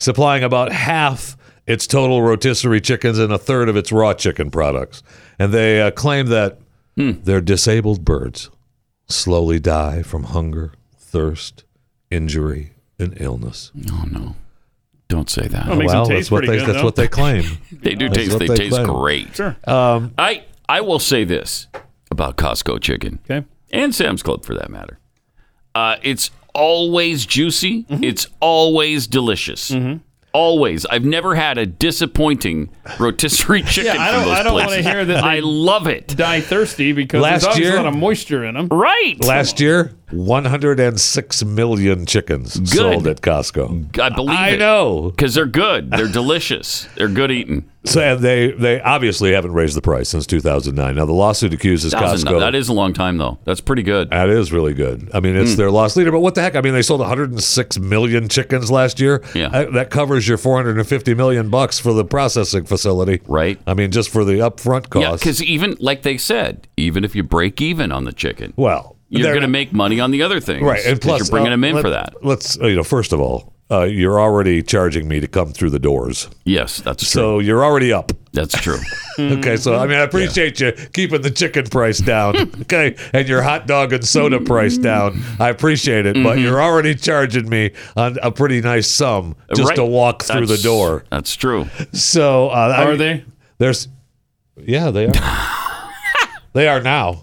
Speaker 12: supplying about half its total rotisserie chickens and a third of its raw chicken products. And they uh, claim that
Speaker 2: Hmm.
Speaker 12: their disabled birds slowly die from hunger, thirst, injury, and illness.
Speaker 2: Oh, no. Don't say that.
Speaker 3: That makes them
Speaker 12: well,
Speaker 3: taste
Speaker 12: that's what
Speaker 3: pretty
Speaker 12: they
Speaker 2: *laughs*
Speaker 3: good,
Speaker 12: that's
Speaker 3: though.
Speaker 12: what they claim.
Speaker 2: They do
Speaker 12: That's
Speaker 2: taste-
Speaker 12: what
Speaker 2: they taste great.
Speaker 3: Sure.
Speaker 12: Um,
Speaker 2: I I will say this about Costco chicken and Sam's Club for that matter. Uh, it's always juicy.
Speaker 3: Mm-hmm.
Speaker 2: It's always delicious. Always. I've never had a disappointing rotisserie *laughs* chicken
Speaker 3: I
Speaker 2: from
Speaker 3: don't,
Speaker 2: those
Speaker 3: I don't want
Speaker 2: places.
Speaker 3: to hear that.
Speaker 2: I love it.
Speaker 3: Die thirsty because
Speaker 12: Last
Speaker 3: there's always
Speaker 12: year-
Speaker 3: a lot of moisture in them.
Speaker 2: Right.
Speaker 12: Last year, 106 million chickens sold at Costco.
Speaker 2: I believe
Speaker 12: I
Speaker 2: it.
Speaker 12: know.
Speaker 2: Because they're
Speaker 12: *laughs*
Speaker 2: good. They're delicious. They're good eating.
Speaker 12: So and they they obviously haven't raised the price since 2009. Now the lawsuit accuses
Speaker 2: Thousand-
Speaker 12: Costco.
Speaker 2: That is a long time, though. That's pretty good.
Speaker 12: That is really good. I mean, it's
Speaker 2: Mm.
Speaker 12: their loss leader, but what the heck? I mean, they sold 106 million chickens last year.
Speaker 2: Yeah.
Speaker 12: Uh, that covers your 450 million bucks for the processing facility.
Speaker 2: Right.
Speaker 12: I mean, just for the upfront
Speaker 2: Yeah,
Speaker 12: cost.
Speaker 2: because even, like they said, even if you break even on the chicken,
Speaker 12: well,
Speaker 2: you're
Speaker 12: they're-
Speaker 2: going to make money on the other things.
Speaker 12: right, and
Speaker 2: 'cause
Speaker 12: plus
Speaker 2: you're bringing
Speaker 12: uh,
Speaker 2: them in
Speaker 12: let-
Speaker 2: for that.
Speaker 12: Let's uh, you know, first of all, uh, you're already charging me to come through the doors.
Speaker 2: Yes, that's
Speaker 12: true. So you're already up.
Speaker 2: That's
Speaker 12: *laughs*
Speaker 2: true.
Speaker 12: okay, so
Speaker 2: Mm-hmm.
Speaker 12: I mean, I appreciate you keeping the chicken price
Speaker 2: *laughs*
Speaker 12: down. okay, and your hot dog and soda
Speaker 2: Mm-hmm.
Speaker 12: price down. I appreciate it, but
Speaker 2: Mhm.
Speaker 12: you're already charging me on a pretty nice sum just
Speaker 2: Right.
Speaker 12: to walk through
Speaker 2: That's-
Speaker 12: the door.
Speaker 2: That's
Speaker 12: *laughs*
Speaker 2: true.
Speaker 12: So uh,
Speaker 2: Are
Speaker 3: they?
Speaker 12: There's, yeah,
Speaker 2: *laughs*
Speaker 12: they are. they are now.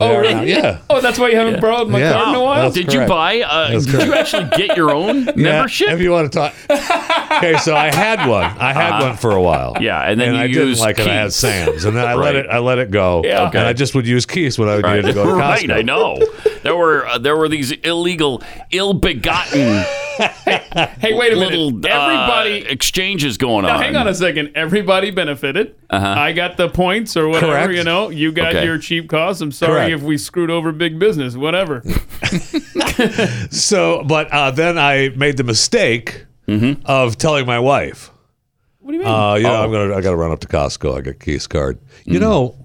Speaker 12: They
Speaker 3: Oh,
Speaker 12: are
Speaker 3: really?
Speaker 12: now, Yeah.
Speaker 3: Oh, that's why you haven't borrowed my
Speaker 12: Yeah.
Speaker 3: card in a while?
Speaker 12: That's correct.
Speaker 2: uh,
Speaker 12: That's correct.
Speaker 2: get your
Speaker 12: *laughs*
Speaker 2: own
Speaker 12: membership? If you want to talk. Okay, so I had one. I had
Speaker 2: Uh-huh.
Speaker 12: one for a while.
Speaker 2: Yeah, and then
Speaker 12: and
Speaker 2: you
Speaker 12: I didn't
Speaker 2: used
Speaker 12: like it. I had
Speaker 2: Keith's.
Speaker 12: Sam's, and then I
Speaker 2: Right.
Speaker 12: let it. I let it go.
Speaker 2: Yeah.
Speaker 12: And I
Speaker 2: Okay.
Speaker 12: just would use Keith's when I
Speaker 2: Right.
Speaker 12: needed to go to Costco.
Speaker 2: *laughs* Right, I know. There were uh, there were these illegal,
Speaker 12: *laughs*
Speaker 2: ill-begotten.
Speaker 3: *laughs* Hey, wait a minute.
Speaker 2: Little, uh,
Speaker 3: Everybody-
Speaker 2: exchanges going
Speaker 3: Now,
Speaker 2: on.
Speaker 3: hang on a second. Everybody benefited.
Speaker 2: Uh-huh.
Speaker 3: I got the points or whatever,
Speaker 2: Correct.
Speaker 3: you know. You got
Speaker 2: Okay.
Speaker 3: your cheap costs. I'm sorry
Speaker 12: Correct.
Speaker 3: if we screwed over big business,
Speaker 12: *laughs*
Speaker 3: whatever.
Speaker 12: So, but uh, then I made the mistake of telling my wife. What do you mean? Uh, you know, I'm gonna. I gotta run up to Costco. I got Keith's card. You know.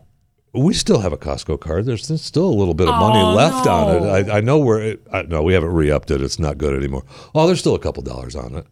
Speaker 12: We still have a Costco card. There's there's still a little bit of money
Speaker 14: Oh,
Speaker 12: left on
Speaker 14: no.
Speaker 12: it. I, I know we're I, no, we haven't re-upped it. It's not good anymore. Oh, there's still a couple dollars on it,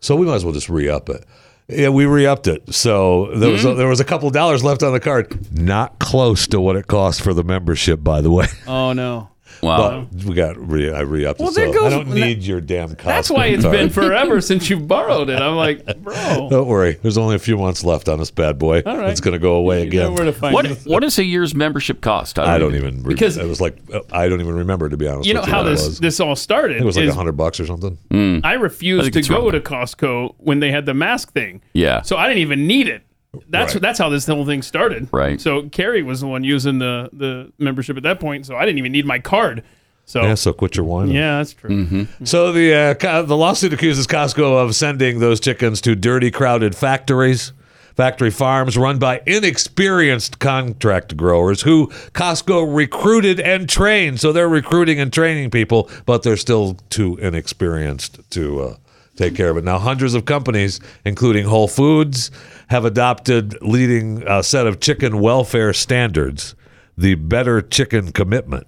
Speaker 12: so we might as well just re-up it. Yeah, we re-upped it. So there was a, there was a couple dollars left on the card. Not close to what it cost for the membership, by the way. *laughs*
Speaker 3: oh, no.
Speaker 12: But we got re I re upped
Speaker 3: Well,
Speaker 12: it.
Speaker 3: there
Speaker 12: So
Speaker 3: goes-
Speaker 12: I don't need your damn Costco.
Speaker 3: That's why
Speaker 12: it's
Speaker 3: it's been forever since you borrowed it.
Speaker 12: *laughs*
Speaker 3: I'm like, bro.
Speaker 12: Don't worry. There's only a few months left on this bad boy.
Speaker 3: All right.
Speaker 12: It's going to go away again.
Speaker 2: what what does a year's membership cost?
Speaker 12: I don't even re- because
Speaker 3: Because-
Speaker 12: it was like uh, I don't even remember to be honest.
Speaker 3: You know
Speaker 12: with you
Speaker 3: how
Speaker 12: what it
Speaker 3: this,
Speaker 12: was.
Speaker 3: this all
Speaker 12: I
Speaker 3: started.
Speaker 12: think it was like a
Speaker 3: is
Speaker 12: hundred bucks or something.
Speaker 2: Hmm.
Speaker 3: I
Speaker 12: I
Speaker 3: refused
Speaker 12: think
Speaker 3: to
Speaker 12: it's
Speaker 3: go
Speaker 12: wrong.
Speaker 3: to Costco when they had the mask thing.
Speaker 2: Yeah.
Speaker 3: So I didn't even need it. That's
Speaker 2: Right.
Speaker 3: that's how this whole thing started.
Speaker 2: Right.
Speaker 3: So Carrie was the one using the the membership at that point, so I didn't even need my card. So
Speaker 12: Yeah, so quit your whining.
Speaker 3: Yeah,
Speaker 2: *laughs*
Speaker 3: that's true.
Speaker 2: Mm-hmm.
Speaker 12: So the uh, co- the lawsuit accuses Costco of sending those chickens to dirty, crowded factories, factory farms run by inexperienced contract growers who Costco recruited and trained. So they're recruiting and training people, but they're still too inexperienced to. Uh, Take care of it. Now, hundreds of companies, including Whole Foods, have adopted leading uh, set of chicken welfare standards, the Better Chicken Commitment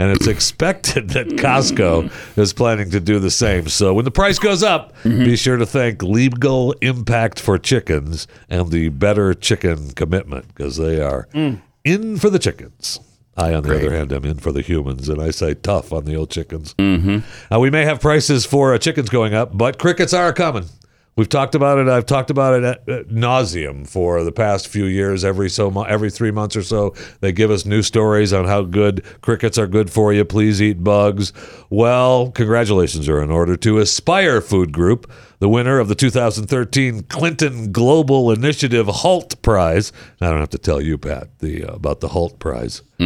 Speaker 12: and it's expected that Costco is planning to do the same. So when the price goes up, be sure to thank Legal Impact for Chickens and the Better Chicken Commitment because they are in for the chickens. I, on the other hand, am in for the humans, and I say tough on the old chickens. Mm-hmm. Uh, we may have prices for uh, chickens going up, but crickets are coming. We've talked about it. I've talked about it at, at nauseum for the past few years. Every so mo- every three months or so, they give us new stories on how good crickets are good for you. Please eat bugs. Well, congratulations are in order to Aspire Food Group, the winner of the 2013 Clinton Global Initiative Halt Prize. I don't have to tell you, Pat, the uh, about the Halt Prize. I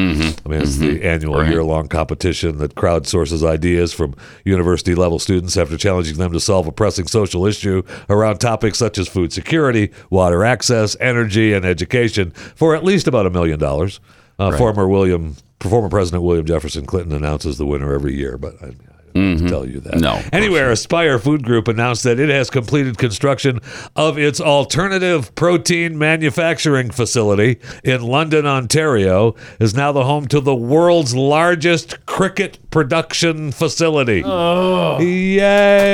Speaker 12: mean, it's the annual year long competition that crowdsources ideas from university level students after challenging them to solve a pressing social issue around topics such as food security, water access, energy, and education for at least about a million dollars. Uh,
Speaker 14: Right.
Speaker 12: Former William, former President William Jefferson Clinton announces the winner every year, but I, I don't have to tell you that. No. Anywhere, Aspire Food Group announced that it has completed construction of its alternative protein manufacturing facility in London, Ontario, is now the home to the world's largest cricket production facility.
Speaker 14: Oh.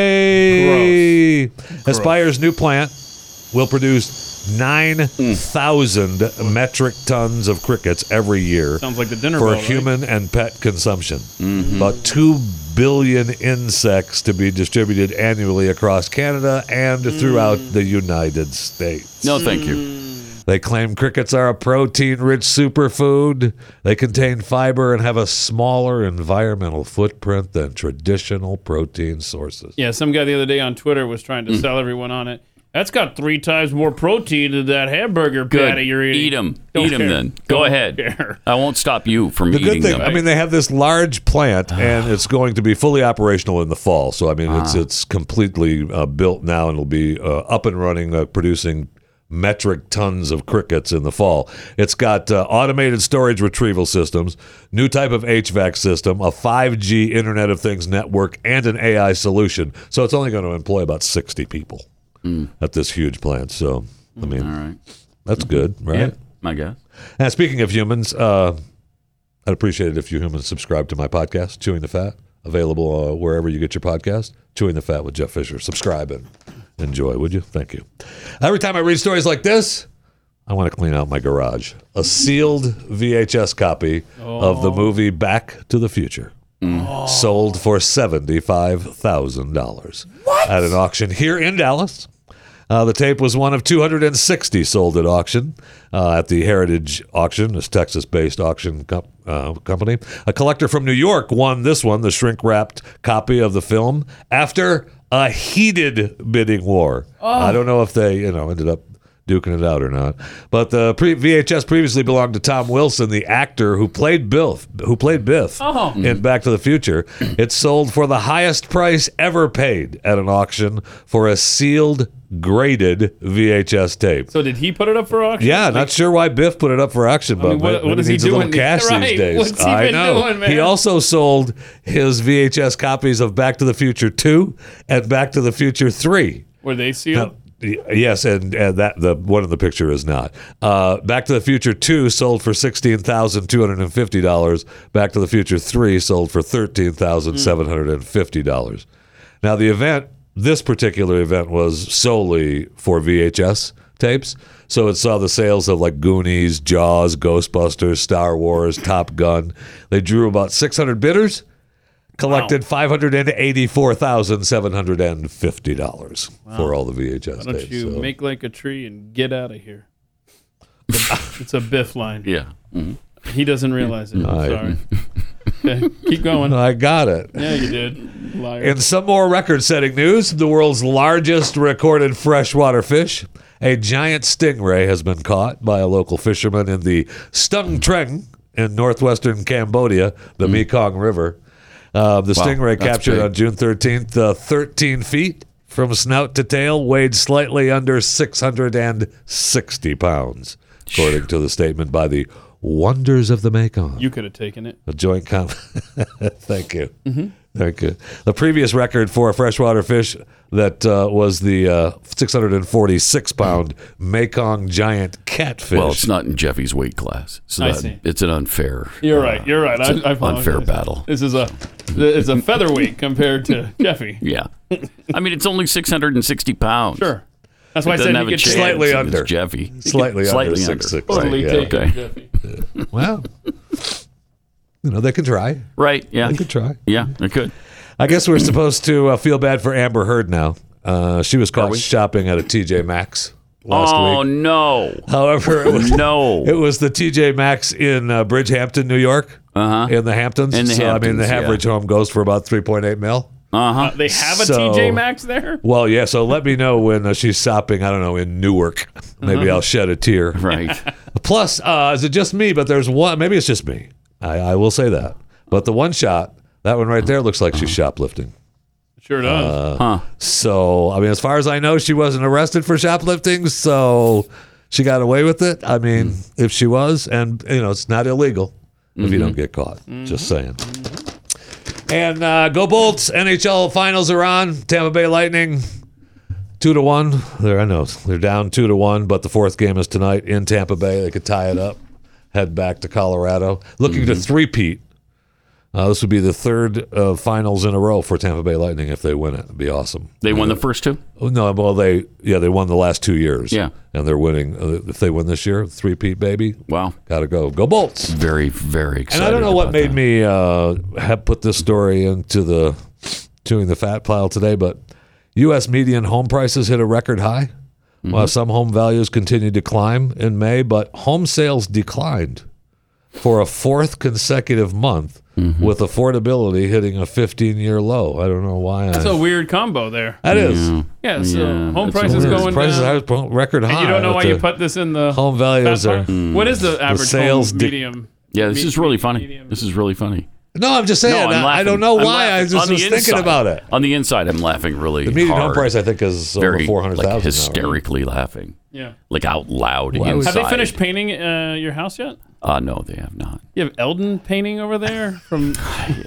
Speaker 12: Yay! Aspire's new plant will produce 9,000 metric tons of crickets every year
Speaker 3: Sounds like the dinner
Speaker 12: for
Speaker 3: bell, right?
Speaker 12: human and pet consumption. About 2 billion insects to be distributed annually across Canada and throughout the United States.
Speaker 2: No, thank you.
Speaker 12: They claim crickets are a protein rich superfood. They contain fiber and have a smaller environmental footprint than traditional protein sources.
Speaker 3: Yeah, some guy the other day on Twitter was trying
Speaker 2: Mm.
Speaker 3: to sell everyone on it. That's got three times more protein than that hamburger
Speaker 2: Good.
Speaker 3: patty you're eating.
Speaker 2: Eat them. Eat them then. Go ahead. I won't stop you from
Speaker 12: The
Speaker 2: eating
Speaker 12: good thing,
Speaker 2: them.
Speaker 12: I mean, they have this large plant, and
Speaker 2: *sighs*
Speaker 12: it's going to be fully operational in the fall. So, I mean, it's
Speaker 2: Ah.
Speaker 12: it's completely uh, built now, and it'll be uh, up and running, uh, producing metric tons of crickets in the fall. It's got uh, automated storage retrieval systems, new type of HVAC system, a 5G Internet of Things network, and an AI solution. So, it's only going to employ about 60 people
Speaker 2: Hmm.
Speaker 12: at this huge plant. So, I mean, that's good, right?
Speaker 2: Yeah, I guess.
Speaker 12: Now, speaking of humans, uh, I'd appreciate it if you humans subscribe to my podcast, Chewing the Fat, available uh, wherever you get your podcast. Chewing the Fat with Jeff Fisher. Subscribe and enjoy, would you? Thank you. Every time I read stories like this, I want to clean out my garage. A sealed VHS copy of the movie Back to the Future. Sold for $75,000 at an auction here in Dallas. Uh, the tape was one of 260 sold at auction uh, at the Heritage Auction, this Texas based auction comp- uh, company. A collector from New York won this one, the shrink wrapped copy of the film, after a heated bidding war. I don't know if they, you know, ended up duking it out or not. But the pre- VHS previously belonged to Tom Wilson, the actor who played Biff, who played Biff
Speaker 3: Oh.
Speaker 12: in Back to the Future. It sold for the highest price ever paid at an auction for a sealed, graded VHS tape.
Speaker 3: So did he put it up for auction?
Speaker 12: Yeah, not sure why Biff put it up for auction, but
Speaker 3: mean, what-
Speaker 12: maybe
Speaker 3: what is
Speaker 12: he
Speaker 3: he
Speaker 12: needs a little
Speaker 3: doing *laughs* these-
Speaker 12: cash
Speaker 3: right,
Speaker 12: these days.
Speaker 3: what's he
Speaker 12: I
Speaker 3: been
Speaker 12: know.
Speaker 3: doing, man?
Speaker 12: He also sold his VHS copies of Back to the Future 2 and Back to the Future 3.
Speaker 3: Were they sealed?
Speaker 12: Y- Yes, and, and that the one in the picture is not. Uh, Back to the Future Two sold for sixteen thousand two hundred and fifty dollars. Back to the Future Three sold for thirteen thousand seven hundred and fifty dollars. Now the event, this particular event, was solely for VHS tapes, so it saw the sales of like Goonies, Jaws, Ghostbusters, Star Wars, Top Gun. They drew about six hundred bidders. Collected five hundred and eighty-four thousand seven hundred and fifty dollars for all the VHS
Speaker 3: Why don't
Speaker 12: tapes.
Speaker 3: you
Speaker 12: so.
Speaker 3: make like a tree and get out of
Speaker 12: *laughs*
Speaker 3: here? it's a Biff line.
Speaker 2: Yeah. Mhm.
Speaker 3: He doesn't Mm-hmm. realize it. I'm
Speaker 12: *laughs* Mm-hmm. I-
Speaker 3: sorry. okay, keep going.
Speaker 12: I got it.
Speaker 3: Yeah, you did. Liar.
Speaker 12: In some more record setting news, the world's largest recorded freshwater fish, a giant stingray, has been caught by a local fisherman in the Stung Treng in northwestern Cambodia, the
Speaker 3: Hmm.
Speaker 12: Mekong River. Uh, the
Speaker 7: Wow,
Speaker 12: stingray
Speaker 7: that's
Speaker 12: captured
Speaker 7: big.
Speaker 12: on June 13th, uh, 13 feet from snout to tail, weighed slightly under 660 pounds, according to the statement by the Wonders of the Mekong.
Speaker 3: You could have taken it.
Speaker 12: A joint comp. *laughs* Thank you.
Speaker 3: Mhm.
Speaker 12: Thank you. The previous record for a freshwater fish that uh, was the uh, 646 pound Mekong giant catfish.
Speaker 2: Well, it's not in Jeffy's weight class, so
Speaker 3: I
Speaker 2: that,
Speaker 3: see.
Speaker 2: it's an unfair. uh,
Speaker 3: You're right. You're right.
Speaker 2: It's
Speaker 3: I,
Speaker 2: an
Speaker 3: I apologize.
Speaker 2: unfair battle.
Speaker 3: This is a it's a featherweight
Speaker 12: *laughs*
Speaker 3: compared to Jeffy.
Speaker 2: Yeah.
Speaker 3: *laughs*
Speaker 2: I mean, it's only 660 pounds.
Speaker 3: Sure. That's why I
Speaker 2: It
Speaker 3: said
Speaker 2: doesn't
Speaker 3: he
Speaker 2: have a
Speaker 3: could
Speaker 2: chance
Speaker 3: slightly
Speaker 2: against
Speaker 3: under.
Speaker 2: Jeffy.
Speaker 12: Slightly under
Speaker 2: slightly
Speaker 12: 660,
Speaker 3: Totally
Speaker 12: yeah.
Speaker 3: taken,
Speaker 12: Okay.
Speaker 3: Jeffy.
Speaker 12: Well, you know, they can try.
Speaker 2: Right. Yeah.
Speaker 12: They could try.
Speaker 2: Yeah, they could.
Speaker 12: I guess we're supposed to uh, feel bad for Amber Heard now. Uh, she was caught shopping at a TJ Maxx last week.
Speaker 2: oh no!
Speaker 12: However, it was,
Speaker 2: no,
Speaker 12: it was the TJ Maxx in uh, Bridgehampton, New York, uh-huh. in the Hamptons.
Speaker 2: In the
Speaker 12: so, I mean, the
Speaker 2: Hamptons, yeah.
Speaker 12: average home goes for about three point eight mil.
Speaker 2: Uh-huh.
Speaker 3: Uh, they have a
Speaker 12: So-
Speaker 3: TJ Maxx there.
Speaker 12: Well, yeah. So let me know when uh, she's shopping. I don't know in Newark. Maybe
Speaker 3: Uh-huh.
Speaker 12: I'll shed a tear.
Speaker 2: Right.
Speaker 12: Plus, uh, is it just me? But there's one. Maybe it's just me. I, I will say that. But the one shot, that one right there, looks like she's shoplifting.
Speaker 3: Sure does.
Speaker 12: Uh, So, I mean, as far as I know, she wasn't arrested for shoplifting, so she got away with it. I mean, if she was, and you know, it's not illegal if you don't get caught. Just saying. And uh, go Bolts! NHL Finals are on. Tampa Bay Lightning, two to one. There, I know they're down two to one, but the fourth game is tonight in Tampa Bay. They could tie it up, head back to Colorado, looking
Speaker 2: Mm-hmm.
Speaker 12: to three-peat. Uh, this would be the third uh, finals in a row for Tampa Bay Lightning if they win it. It'd be awesome.
Speaker 2: They won the first two.
Speaker 12: Oh, No, well they yeah they won the last two years.
Speaker 2: Yeah.
Speaker 12: and they're winning. Uh, if they win this year, three peat baby.
Speaker 2: Wow,
Speaker 12: gotta go, go Bolts!
Speaker 2: Very very
Speaker 12: And
Speaker 2: excited.
Speaker 12: I don't know what
Speaker 2: about
Speaker 12: made me uh, have put this story into the chewing the fat pile today, but U.S. median home prices hit a record high.
Speaker 2: Mm-hmm.
Speaker 12: Well, some home values continued to climb in May, but home sales declined for a fourth consecutive month,
Speaker 2: Mm-hmm.
Speaker 12: with affordability hitting a 15-year low. I don't know why.
Speaker 3: That's
Speaker 12: I,
Speaker 3: a weird combo there.
Speaker 12: That is.
Speaker 3: Yeah, so home
Speaker 12: That's
Speaker 3: prices
Speaker 12: weird.
Speaker 3: going
Speaker 12: prices
Speaker 3: down.
Speaker 12: are record high.
Speaker 3: And you don't know
Speaker 12: with
Speaker 3: why
Speaker 12: the
Speaker 3: you put this in the
Speaker 12: home values
Speaker 3: fat
Speaker 12: are.
Speaker 3: part. What is the average
Speaker 12: sales
Speaker 3: home
Speaker 12: de-
Speaker 3: medium?
Speaker 2: Yeah, this is really funny. This is really funny.
Speaker 12: No, I'm just saying.
Speaker 2: No, I'm
Speaker 12: I- I,
Speaker 2: laughing.
Speaker 12: don't know
Speaker 2: I'm
Speaker 12: why. I
Speaker 2: laughing.
Speaker 12: just
Speaker 2: On the
Speaker 12: was thinking
Speaker 2: inside.
Speaker 12: about it.
Speaker 2: On the inside, I'm laughing really.
Speaker 12: The median home
Speaker 2: hard.
Speaker 12: price, I think, is over
Speaker 2: Very,
Speaker 12: 400,000 now,
Speaker 2: Like
Speaker 12: right?
Speaker 2: hysterically laughing.
Speaker 3: Yeah.
Speaker 2: Like out loud.
Speaker 3: Have
Speaker 2: inside.
Speaker 3: they finished painting uh, your house yet?
Speaker 2: Uh, no, they have not.
Speaker 3: You have Eldon painting over there *sighs* from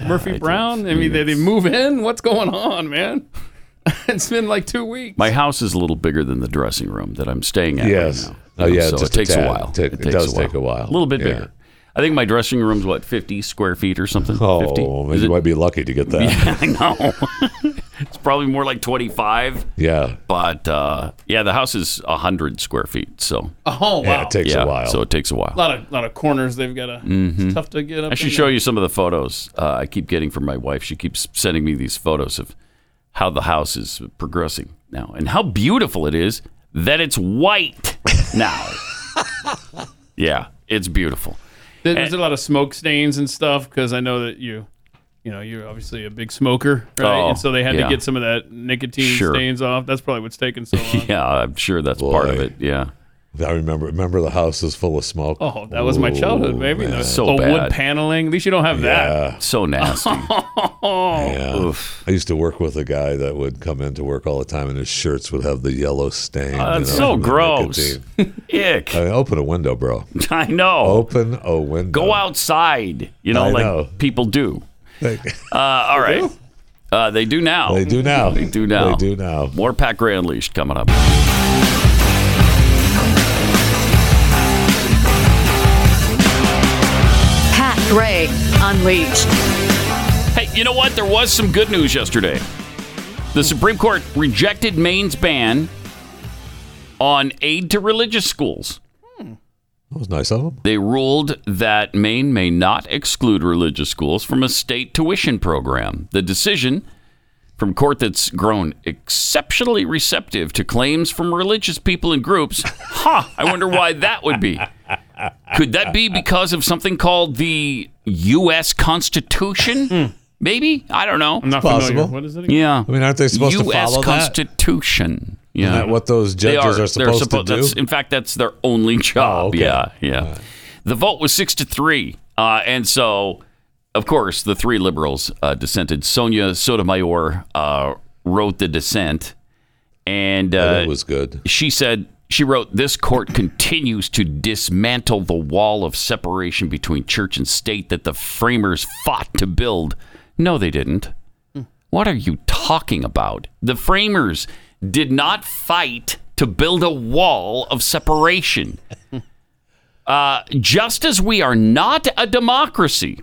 Speaker 3: Murphy Brown. I mean, they, they move in. What's going on, man? *laughs* it's been like two weeks.
Speaker 2: My house is a little bigger than the dressing room that I'm staying at.
Speaker 12: Yes.
Speaker 2: Right now.
Speaker 12: Oh, yeah,
Speaker 2: So
Speaker 12: just
Speaker 2: it takes
Speaker 12: a
Speaker 2: a,
Speaker 12: tad.
Speaker 2: while.
Speaker 12: It take- it does take a while.
Speaker 2: A little bit
Speaker 12: Yeah.
Speaker 2: bigger. I think my dressing room's what 50 square feet or something.
Speaker 12: Oh,
Speaker 2: 50?
Speaker 12: man, you might be lucky to get that.
Speaker 2: *laughs* Yeah, I know. it's probably more like 25.
Speaker 12: Yeah.
Speaker 2: But uh, yeah, the house is 100 square feet. So
Speaker 3: Oh, wow. Yeah, it takes a
Speaker 12: while.
Speaker 2: So it takes a
Speaker 3: a
Speaker 2: while.
Speaker 3: lot of lot of corners they've got to.
Speaker 2: Mhm.
Speaker 3: It's tough to get up.
Speaker 2: I should
Speaker 3: in
Speaker 2: show
Speaker 3: there.
Speaker 2: you some of the photos uh, I keep getting from my wife. She keeps sending me these photos of how the house is progressing now and how beautiful it is that
Speaker 12: *laughs*
Speaker 2: it's white now. yeah, it's beautiful.
Speaker 3: There- There's a lot of smoke stains and stuff because I know that you, you know, you're obviously a big smoker, right?
Speaker 2: Oh,
Speaker 3: and so they had
Speaker 2: yeah.
Speaker 3: to get some of that nicotine
Speaker 2: Sure.
Speaker 3: stains off. That's probably what's taking so long.
Speaker 2: *laughs* Yeah, I'm sure that's part of it. Yeah.
Speaker 12: I remember remember the house is full of smoke.
Speaker 3: Oh, that was my childhood, baby. The,
Speaker 2: So
Speaker 3: the
Speaker 2: bad.
Speaker 3: wood paneling. At least you don't have that. Oh,
Speaker 12: Yeah.
Speaker 2: So nasty.
Speaker 12: *laughs* Yeah. I used to work with a guy that would come into work all the time and his shirts would have the yellow stain.
Speaker 2: Oh, that's so
Speaker 12: from the
Speaker 2: gross.
Speaker 12: nicotine.
Speaker 2: *laughs* Ick.
Speaker 12: I mean, open a window, bro.
Speaker 2: *laughs* I know.
Speaker 12: Open a window.
Speaker 2: Go outside, you know,
Speaker 12: I
Speaker 2: like
Speaker 12: know.
Speaker 2: people do. Uh, all right. Uh, they do now.
Speaker 12: They do now.
Speaker 2: They do now.
Speaker 12: They do now.
Speaker 2: More Pat Gray Unleashed coming up.
Speaker 14: Pat Gray Unleashed.
Speaker 2: Hey, you know what? There was some good news yesterday. The Supreme Court rejected Maine's ban on aid to religious schools.
Speaker 12: That was nice of him.
Speaker 2: They ruled that Maine may not exclude religious schools from a state tuition program. The decision from a court that's grown exceptionally receptive to claims from religious people and groups. Huh, I wonder why that would be. Could that be because of something called the U.S. Constitution? Maybe? I don't know. I'm
Speaker 3: not
Speaker 12: familiar. Possible. What
Speaker 3: is it
Speaker 2: Yeah.
Speaker 12: I mean, aren't they supposed to
Speaker 2: US
Speaker 12: follow that?
Speaker 2: Constitution. Yeah.
Speaker 12: Isn't that what those
Speaker 2: They
Speaker 12: judges are,
Speaker 2: they're
Speaker 12: supposed
Speaker 2: suppo-
Speaker 12: to do? Oh,
Speaker 2: that's- in fact, that's their only job. Yeah, yeah. The vote was six to three, uh, and so, of course, the three liberals uh, dissented. Sonia Sotomayor uh, wrote the dissent, and uh,
Speaker 12: it Oh, was good.
Speaker 2: She said she wrote, "This court continues to dismantle the wall of separation between church and state that the framers fought to build." No, they didn't. What are you talking about? The framers did not fight to build a wall of separation. *laughs* Uh, just as we are not a democracy,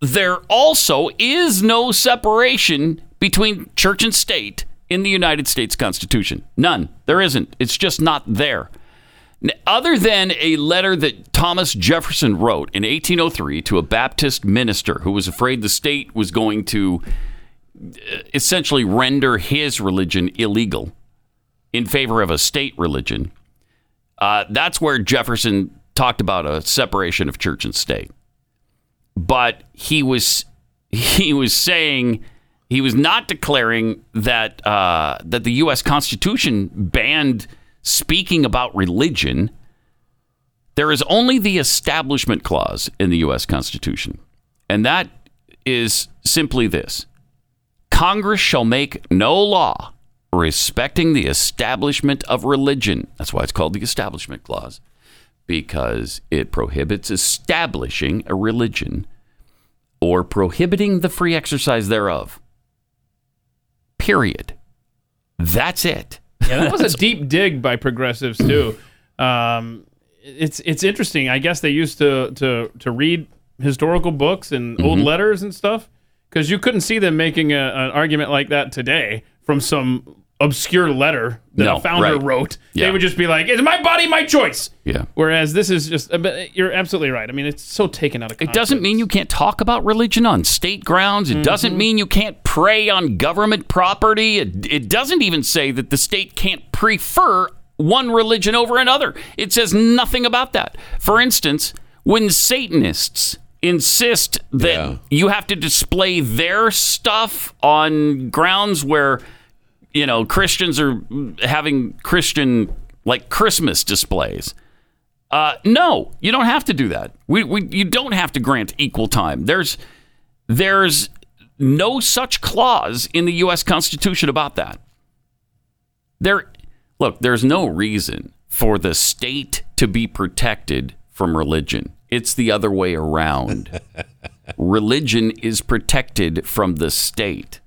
Speaker 2: there also is no separation between church and state in the United States Constitution. None. There isn't. It's just not there. N- Other than a letter that Thomas Jefferson wrote in 1803 to a Baptist minister who was afraid the state was going to uh, essentially render his religion illegal in favor of a state religion, uh, that's where Jefferson talked about a separation of church and state but he was he was saying he was not declaring that uh, that the U.S. Constitution banned speaking about religion. There is only the Establishment Clause in the U.S. Constitution, and that is simply this: Congress shall make no law respecting the establishment of religion. That's why it's called the Establishment Clause because it prohibits establishing a religion or prohibiting the free exercise thereof. Period. That's it.
Speaker 3: Yeah,
Speaker 2: *laughs*
Speaker 3: that was a deep dig by progressives too. Um, it's it's interesting. I guess they used to to to read historical books and old
Speaker 2: Mhm.
Speaker 3: letters and stuff because you couldn't see them making a, an argument like that today from some obscure letter that
Speaker 2: No,
Speaker 3: a founder
Speaker 2: right.
Speaker 3: wrote.
Speaker 2: Yeah.
Speaker 3: They would just be like, "It's my body, my choice."
Speaker 2: Yeah.
Speaker 3: Whereas this is just, but you're absolutely right. I mean, it's so taken out of
Speaker 2: It doesn't mean you can't talk about religion on state grounds. It doesn't mean you can't prey on government property. It, it doesn't even say that the state can't prefer one religion over another. It says nothing about that. For instance, when Satanists insist that you have to display their stuff on grounds where you know Christians are having Christian like Christmas displays. Uh, no, you don't have to do that. We, we you don't have to grant equal time. There's there's no such clause in the U.S. Constitution about that. There, look, there's no reason for the state to be protected from religion. It's the other way around. religion is protected from the state.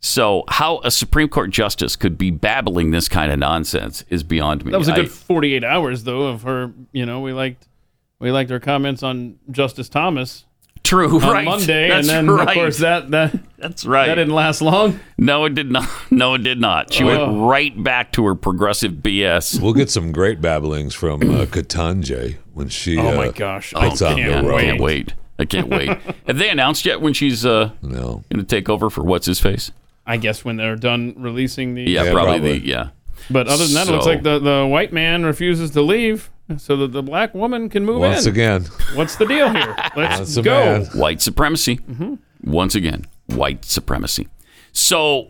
Speaker 2: So, how a Supreme Court justice could be babbling this kind of nonsense is beyond me.
Speaker 3: That was a
Speaker 2: I-
Speaker 3: good 48 hours, though, of her. You know, we liked we liked her comments on Justice Thomas.
Speaker 2: True,
Speaker 3: on
Speaker 2: right. *laughs*
Speaker 3: Monday,
Speaker 2: That's
Speaker 3: and then
Speaker 2: right.
Speaker 3: of course that that
Speaker 2: *laughs* that's right.
Speaker 3: That didn't last long.
Speaker 2: No, it did not. No, it did not. She
Speaker 3: Oh.
Speaker 2: went right back to her progressive BS.
Speaker 12: We'll get some great babblings from
Speaker 2: *clears throat*
Speaker 12: uh, Katanje when she.
Speaker 2: Oh,
Speaker 12: uh,
Speaker 2: my gosh. I
Speaker 12: gets on the
Speaker 2: Oh, can't
Speaker 12: road.
Speaker 2: wait. I can't wait. I can't
Speaker 3: *laughs*
Speaker 2: wait. Have they announced yet when she's uh
Speaker 12: no.
Speaker 2: going to take over for what's his face?
Speaker 3: I guess when they're done releasing the
Speaker 2: Yeah, probably, the yeah.
Speaker 3: But other than that, it looks
Speaker 2: So-
Speaker 3: like the, the white man refuses to leave so that the black woman can move
Speaker 2: Once
Speaker 3: in.
Speaker 2: again.
Speaker 3: What's the deal
Speaker 2: *laughs*
Speaker 3: here? Let's go. Mm-hmm.
Speaker 2: White supremacy. Once again, white supremacy. So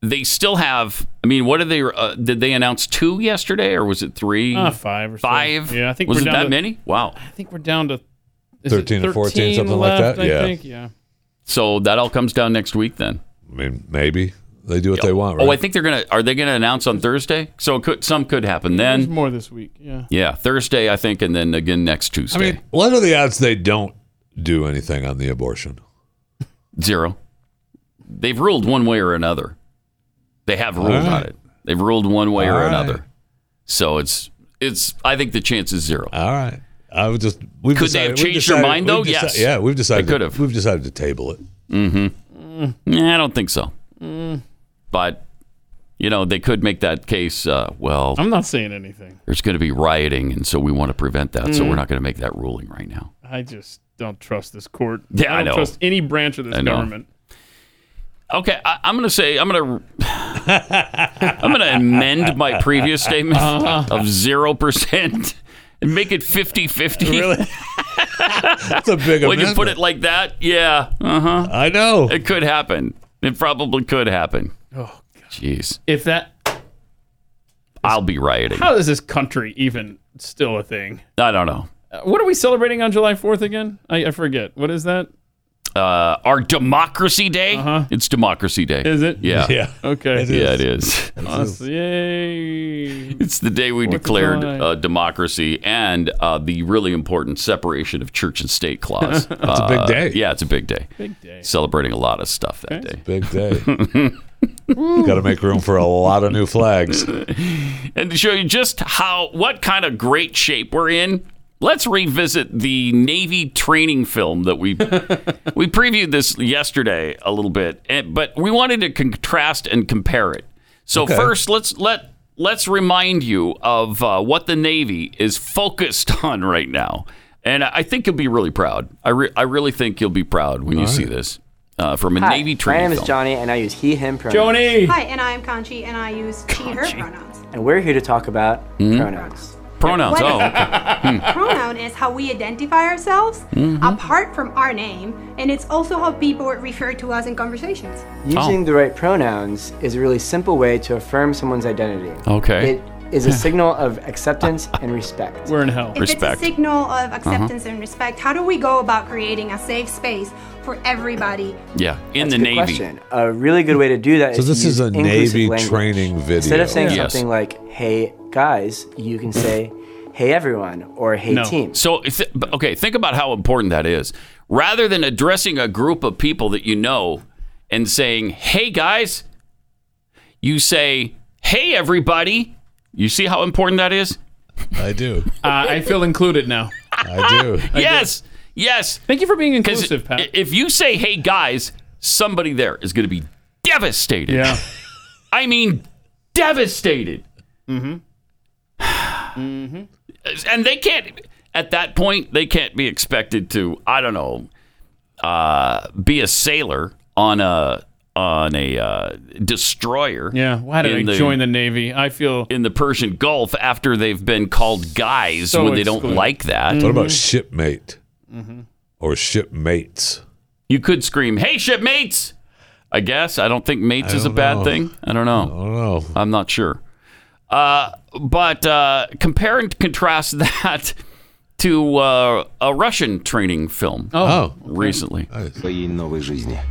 Speaker 2: they still have. I mean, what did they? Uh, did they announce two yesterday, or was it three?
Speaker 3: Uh, five or so.
Speaker 2: Five.
Speaker 3: Yeah, I think
Speaker 2: was
Speaker 3: we're
Speaker 2: it
Speaker 3: down
Speaker 2: that
Speaker 3: to-
Speaker 2: many? Wow.
Speaker 3: I think we're down to is it
Speaker 12: 13 or 14, something like
Speaker 3: left,
Speaker 12: that.
Speaker 3: I
Speaker 12: yeah.
Speaker 3: think? yeah.
Speaker 2: So that all comes down next week, then.
Speaker 12: I mean, maybe *laughs* they do what they want, right?
Speaker 2: Oh, I think they're gonna. Are they gonna announce on Thursday? So it could, some could happen
Speaker 3: There's
Speaker 2: then.
Speaker 3: more this week. Yeah.
Speaker 2: Yeah, Thursday, I think, and then again next Tuesday.
Speaker 12: I mean, what are the odds they don't do anything on the abortion?
Speaker 2: Zero. They've ruled one way or another. They have
Speaker 12: All
Speaker 2: ruled on
Speaker 12: right.
Speaker 2: it. They've ruled one way
Speaker 12: All
Speaker 2: or
Speaker 12: right.
Speaker 2: another. So it's it's. I think the chance is zero.
Speaker 12: All right. I would just. We've
Speaker 2: Could they
Speaker 12: decided-
Speaker 2: have
Speaker 12: we've
Speaker 2: changed their
Speaker 12: decided-
Speaker 2: mind,
Speaker 12: we've
Speaker 2: though?
Speaker 12: deci-
Speaker 2: Yes.
Speaker 12: Yeah, we've decided.
Speaker 2: They could
Speaker 12: have. We've decided to table it.
Speaker 2: Mm-hmm. Nah, I don't think so.
Speaker 3: Mm.
Speaker 2: But you know, they could make that case. Uh, well,
Speaker 3: I'm not saying anything.
Speaker 2: there's going to be rioting, and so we want to prevent that. So
Speaker 3: Mhm.
Speaker 2: we're not going to make that ruling right now.
Speaker 3: I just don't trust this court.
Speaker 2: Yeah, I
Speaker 3: don't
Speaker 2: know.
Speaker 3: trust any branch of this
Speaker 2: I know. *laughs*
Speaker 3: government.
Speaker 2: Okay, I, I'm going to say I'm going to *laughs* I'm going to amend my previous statement
Speaker 3: Uh-huh.
Speaker 2: of zero percent and make it 50-50. *laughs* Really?
Speaker 12: That's a big
Speaker 2: When you put
Speaker 12: amendment.
Speaker 2: it like that, yeah, uh huh.
Speaker 12: I know
Speaker 2: it could happen. It probably could happen.
Speaker 3: Oh,
Speaker 2: jeez,
Speaker 3: If that,
Speaker 2: I'll be rioting.
Speaker 3: how is this country even still a thing?
Speaker 2: I don't know.
Speaker 3: Uh, What are we celebrating on July 4th again? I, I forget. What is that?
Speaker 2: Uh, our Democracy Day. Uh-huh. It's Democracy Day.
Speaker 3: Is it?
Speaker 2: Yeah.
Speaker 3: Yeah. *laughs* Okay. It
Speaker 2: yeah, it
Speaker 3: is.
Speaker 2: is.
Speaker 3: Us- Yay.
Speaker 2: It's the day we
Speaker 3: Fourth of
Speaker 2: declared
Speaker 3: July.
Speaker 2: uh, democracy and uh, the really important separation of church and state clause.
Speaker 12: That's a big
Speaker 2: Uh,
Speaker 12: day.
Speaker 2: Yeah, it's a big day.
Speaker 3: Big day.
Speaker 2: Celebrating a lot of stuff that day.
Speaker 12: Big day. Got to make room for a lot of new flags.
Speaker 2: and to show you just how what kind of great shape we're in let's revisit the navy training film that we *laughs* we previewed this yesterday a little bit and, but we wanted to contrast and compare it so
Speaker 15: Okay.
Speaker 2: first let's let let's remind you of uh, what the navy is focused *laughs* on right now and i I think you'll be really proud i, re- I really think you'll be proud when you
Speaker 16: All
Speaker 2: see
Speaker 16: right.
Speaker 2: this uh, from a
Speaker 16: Hi,
Speaker 2: navy training
Speaker 16: My name
Speaker 2: film
Speaker 16: is Johnny, and I use he, him pronouns.
Speaker 2: Johnny!
Speaker 17: Hi, and I am Conchi, and I use she, her pronouns.
Speaker 16: And we're here to talk about
Speaker 2: Mhm.
Speaker 16: pronouns.
Speaker 2: pronouns
Speaker 17: What-
Speaker 2: oh okay.
Speaker 17: Pronoun is how we identify ourselves
Speaker 2: Mhm.
Speaker 17: apart from our name, and it's also how people refer to us in conversations.
Speaker 16: *laughs*
Speaker 2: Oh.
Speaker 16: Using the right pronouns is a really simple way to affirm someone's identity.
Speaker 2: Okay.
Speaker 16: It is
Speaker 2: *laughs*
Speaker 16: a signal of acceptance and respect.
Speaker 3: We're in hell.
Speaker 17: If it's a signal of acceptance and respect, how do we go about creating a safe space for everybody?
Speaker 2: yeah in
Speaker 16: That's
Speaker 2: the
Speaker 16: a good
Speaker 2: navy
Speaker 16: question. A really good way to do that is
Speaker 12: So this
Speaker 16: to
Speaker 12: is
Speaker 16: use
Speaker 12: a
Speaker 16: inclusive
Speaker 12: Navy
Speaker 16: language.
Speaker 12: training video.
Speaker 16: Instead of saying
Speaker 2: Yes. Hmm.
Speaker 16: something like, hey, guys, you can say, hey, everyone, or hey, team.
Speaker 2: So, th- okay, think about how important that is. Rather than addressing a group of people that you know and saying, hey guys, you say, hey everybody. You see how important that is?
Speaker 12: I do.
Speaker 3: *laughs* Uh, I feel included now.
Speaker 12: I
Speaker 3: *laughs*
Speaker 12: do.
Speaker 2: yes, yes.
Speaker 3: Thank you for being
Speaker 2: inclusive, Pat. If you say, hey guys, somebody there is going to be devastated.
Speaker 3: Yeah.
Speaker 2: I mean, devastated.
Speaker 3: Mm-hmm. *sighs* mm-hmm.
Speaker 2: and they can't at that point they can't be expected to i don't know uh, be a sailor on a on a uh, destroyer
Speaker 3: yeah why did
Speaker 2: in
Speaker 3: I join the Navy? I feel
Speaker 2: in the Persian Gulf after they've been called guys
Speaker 3: So Mm-hmm.
Speaker 2: when they don't
Speaker 3: excluded.
Speaker 2: like that
Speaker 12: What about shipmate
Speaker 3: Mhm.
Speaker 12: or shipmates?
Speaker 2: you could scream Mm-hmm. hey shipmates i guess i don't think mates
Speaker 12: I
Speaker 2: is a
Speaker 12: don't
Speaker 2: bad
Speaker 12: know.
Speaker 2: thing i don't know i
Speaker 12: don't know
Speaker 2: i'm not sure uh, but uh, compare and contrast *laughs* that to uh, a russian training film
Speaker 15: Oh.
Speaker 2: recently
Speaker 15: своей новой жизни. *laughs*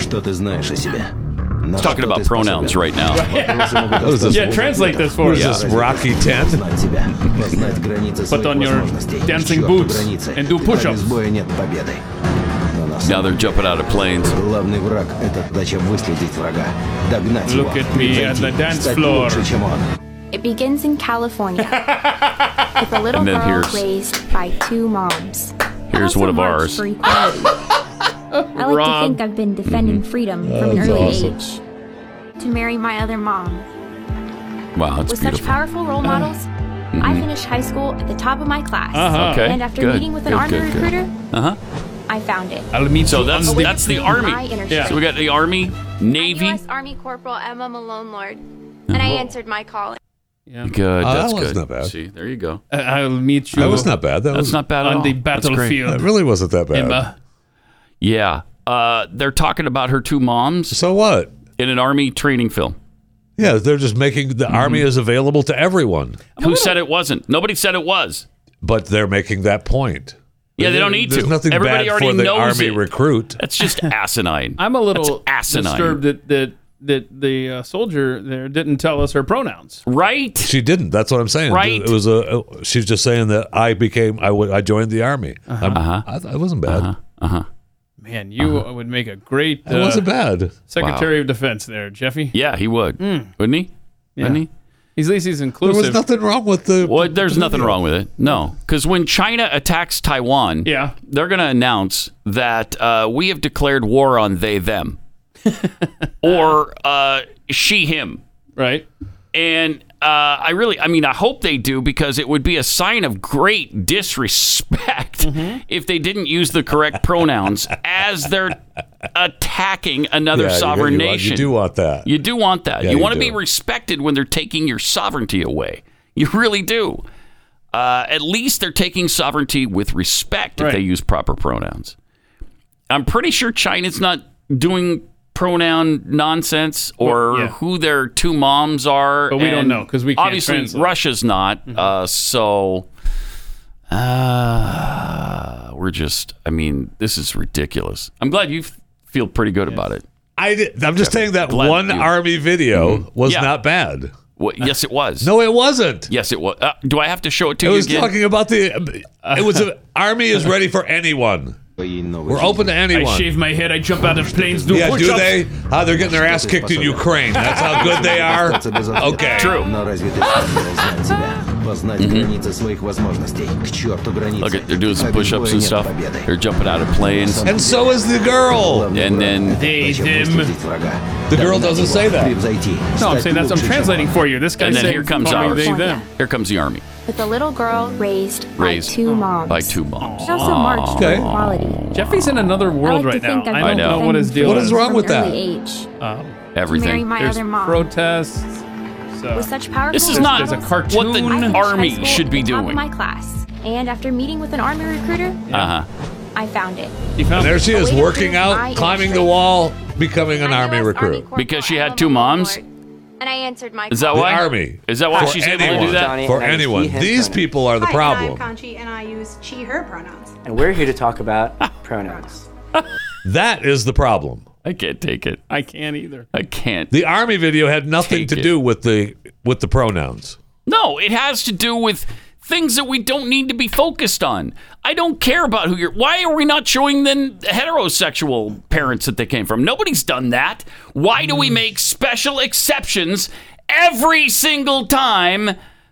Speaker 15: Что ты знаешь о себе?
Speaker 2: He's talking about pronouns right now.
Speaker 3: *laughs* Yeah, translate this for us.
Speaker 12: Rocky 10?
Speaker 3: Put on your dancing boots and do push-ups.
Speaker 2: Now they're jumping out of planes.
Speaker 15: Главный враг — это задача выследить врага, догнать
Speaker 3: Look
Speaker 15: его,
Speaker 3: at me at the
Speaker 15: превзойти,
Speaker 3: dance
Speaker 15: стать
Speaker 3: floor.
Speaker 15: лучше, чем он.
Speaker 18: It begins in
Speaker 2: *laughs*
Speaker 18: California with a little
Speaker 2: And then
Speaker 18: girl
Speaker 2: here's-
Speaker 18: raised by
Speaker 2: *laughs*
Speaker 18: two moms.
Speaker 2: Here's one of ours.
Speaker 18: For equality. I like
Speaker 2: Rob.
Speaker 18: to think I've been defending freedom from an
Speaker 2: Mm-hmm. That's
Speaker 18: early
Speaker 2: awesome.
Speaker 18: age. To marry my other mom.
Speaker 2: Wow, that's
Speaker 18: With
Speaker 2: beautiful.
Speaker 18: such powerful role models, I
Speaker 2: Mhm.
Speaker 18: finished high school at the top of my class.
Speaker 2: Uh-huh. Okay,
Speaker 18: And after
Speaker 2: good,
Speaker 18: meeting with an
Speaker 2: good,
Speaker 18: army
Speaker 2: good, good.
Speaker 18: recruiter,
Speaker 2: Uh huh.
Speaker 18: I found it.
Speaker 2: So that's the,
Speaker 18: on the
Speaker 2: that's the
Speaker 18: way. My
Speaker 2: army.
Speaker 18: inner Yeah. strength.
Speaker 2: So we got the army, navy.
Speaker 18: U.S. Army Corporal Emma Malone Lord, and I
Speaker 2: Uh-huh.
Speaker 18: answered my call.
Speaker 2: Good.
Speaker 12: Oh, that
Speaker 2: That's
Speaker 12: was
Speaker 2: good.
Speaker 12: not bad.
Speaker 2: See, there you go.
Speaker 3: I- I'll meet you.
Speaker 12: That was not bad. That
Speaker 2: That's
Speaker 12: was
Speaker 2: not bad at
Speaker 3: on
Speaker 2: all.
Speaker 3: the
Speaker 2: That's great.
Speaker 3: battlefield.
Speaker 12: That really wasn't that bad.
Speaker 3: Emma.
Speaker 2: Yeah. Uh, they're talking about her two moms.
Speaker 12: So what?
Speaker 2: In an army training film.
Speaker 12: Yeah, they're just making
Speaker 2: Mm-hmm.
Speaker 12: the army is available to everyone,
Speaker 2: Who said it wasn't? Nobody said it
Speaker 3: *laughs*
Speaker 2: was.
Speaker 12: but they're making that point.
Speaker 2: Yeah, they don't need
Speaker 12: There's
Speaker 2: to.
Speaker 12: Nothing
Speaker 2: Everybody
Speaker 12: bad
Speaker 2: already
Speaker 12: for the
Speaker 2: knows
Speaker 12: army
Speaker 2: it.
Speaker 12: recruit.
Speaker 2: That's just asinine.
Speaker 3: I'm a little
Speaker 2: That's asinine.
Speaker 3: disturbed that that that the uh, soldier there didn't tell us her pronouns.
Speaker 2: Right?
Speaker 12: She didn't. That's what I'm saying.
Speaker 3: Right.
Speaker 12: It was a. She's just saying that I became. I would. I joined the army.
Speaker 2: Uh-huh.
Speaker 12: I'm- I, th- it wasn't bad. Uh
Speaker 2: huh.
Speaker 3: Man, you would make a great.
Speaker 12: Uh-huh.
Speaker 3: uh,
Speaker 12: That wasn't bad.
Speaker 3: Secretary
Speaker 2: Wow.
Speaker 3: of Defense there, Jeffy.
Speaker 2: Yeah, he would.
Speaker 3: Mm.
Speaker 2: Wouldn't he? Wouldn't
Speaker 3: Yeah.
Speaker 2: he?
Speaker 3: He's at least he's
Speaker 12: There
Speaker 3: inclusive.
Speaker 12: was nothing wrong with the.
Speaker 2: Well, there's nothing wrong with it. No, because when China attacks Taiwan,
Speaker 3: yeah,
Speaker 2: they're going to announce that uh, we have declared war on they them or uh, she him,
Speaker 3: right?
Speaker 2: And uh, I really, I mean, I hope they do because it would be a sign of great disrespect
Speaker 12: Mm-hmm.
Speaker 2: *laughs* if they didn't use the correct pronouns as they're attacking another
Speaker 12: Yeah, you-
Speaker 2: sovereign
Speaker 12: you want-
Speaker 2: nation.
Speaker 12: You do uh, want that.
Speaker 2: You do want that.
Speaker 12: Yeah,
Speaker 2: you
Speaker 12: you
Speaker 2: want to be
Speaker 12: do.
Speaker 2: respected when they're taking your sovereignty away. You really do. Uh, at least they're taking sovereignty with respect if they use proper pronouns. I'm pretty sure China's not doing pronoun nonsense or
Speaker 3: Well, yeah.
Speaker 2: who their two moms are.
Speaker 3: But we don't
Speaker 2: and
Speaker 3: know 'cause we can't
Speaker 2: obviously
Speaker 3: translate. Mm-hmm.
Speaker 2: Russia's not. Uh, so uh, we're just. I mean, this is ridiculous. I'm glad you f- feel pretty good about it.
Speaker 12: I did, I'm just saying that
Speaker 2: Glad
Speaker 12: one
Speaker 2: you-
Speaker 12: army video was
Speaker 2: Yeah.
Speaker 12: not bad.
Speaker 2: Wha- yes, it was.
Speaker 12: No, it wasn't.
Speaker 2: Yes, it was. Uh, do I have to show it to
Speaker 12: It
Speaker 2: you
Speaker 12: was
Speaker 2: again? Uh-huh.
Speaker 12: talking about the. It was an army is ready for anyone. We're open to anyone.
Speaker 3: I shave my head. I jump out of planes. Do
Speaker 12: yeah, do
Speaker 3: push-ups.
Speaker 12: they? How they're getting their ass kicked in Ukraine. That's how
Speaker 15: *laughs*
Speaker 12: good they are. Okay.
Speaker 2: True.
Speaker 15: Но разве ты сам не
Speaker 2: *laughs*
Speaker 15: разгнал себя? Познать границы своих возможностей. К черту границы.
Speaker 2: Look, at, they're doing some
Speaker 15: Побед
Speaker 2: push-ups
Speaker 15: боя
Speaker 2: and
Speaker 15: нет
Speaker 2: stuff.
Speaker 15: победы.
Speaker 2: They're jumping out of planes.
Speaker 12: And so is the girl.
Speaker 2: And then
Speaker 3: They, them.
Speaker 12: The girl doesn't say that.
Speaker 3: No, I'm saying that's. I'm translating for you. This guy's
Speaker 2: and then
Speaker 3: saying
Speaker 2: here comes
Speaker 3: army,
Speaker 2: ours. Oh,
Speaker 3: They, them.
Speaker 2: Here comes the army,
Speaker 18: With a little girl raised,
Speaker 2: raised
Speaker 18: by two moms.
Speaker 2: by two moms.
Speaker 18: She also marched for
Speaker 12: Okay.
Speaker 18: equality.
Speaker 3: Jeffy's in another world
Speaker 18: I
Speaker 3: right
Speaker 18: like to
Speaker 3: now.
Speaker 18: think I've
Speaker 3: I
Speaker 2: I
Speaker 3: don't
Speaker 2: know.
Speaker 3: know what his
Speaker 18: defended
Speaker 3: deal
Speaker 12: What
Speaker 3: is.
Speaker 12: is wrong
Speaker 18: from
Speaker 12: with that?
Speaker 18: early age.
Speaker 3: Um,
Speaker 18: Marry
Speaker 2: Everything.
Speaker 18: my
Speaker 3: there's
Speaker 18: other mom.
Speaker 3: protests.
Speaker 18: With
Speaker 3: So.
Speaker 18: such powerful
Speaker 2: This is
Speaker 18: role
Speaker 2: not
Speaker 18: models,
Speaker 2: what the
Speaker 18: I finished high
Speaker 2: army
Speaker 18: school
Speaker 2: should be
Speaker 18: at the top of
Speaker 2: doing.
Speaker 18: my class, and after meeting with an army recruiter,
Speaker 2: Uh huh.
Speaker 18: I found it.
Speaker 3: He
Speaker 12: And
Speaker 3: found
Speaker 12: there she is,
Speaker 18: Way to
Speaker 12: working
Speaker 18: prove my
Speaker 12: out, climbing the
Speaker 18: illustration.
Speaker 12: wall, becoming an army
Speaker 18: Army
Speaker 12: recruit.
Speaker 18: Corporal
Speaker 2: Because she
Speaker 18: Emma
Speaker 2: had two
Speaker 18: Malone
Speaker 2: moms.
Speaker 18: Lord, And I answered my
Speaker 2: Is that
Speaker 18: call.
Speaker 2: why?
Speaker 12: army.
Speaker 2: Is that why
Speaker 12: For
Speaker 2: she's able to
Speaker 12: anyone.
Speaker 2: do that?
Speaker 12: For anyone. These people are the
Speaker 17: Hi, I'm
Speaker 12: problem.
Speaker 17: Conchi, and I use she, her pronouns.
Speaker 16: And we're here to talk about pronouns.
Speaker 12: *laughs* That is the problem.
Speaker 2: I can't take it.
Speaker 3: I can't either.
Speaker 2: I can't.
Speaker 12: The army video had nothing
Speaker 2: Take
Speaker 12: to
Speaker 2: it.
Speaker 12: do with the with the pronouns.
Speaker 2: No, it has to do with things that we don't need to be focused on. I don't care about who you're. Why are we not showing then heterosexual parents that they came from? Nobody's done that. Why do
Speaker 17: Mm.
Speaker 2: we make special exceptions every single time?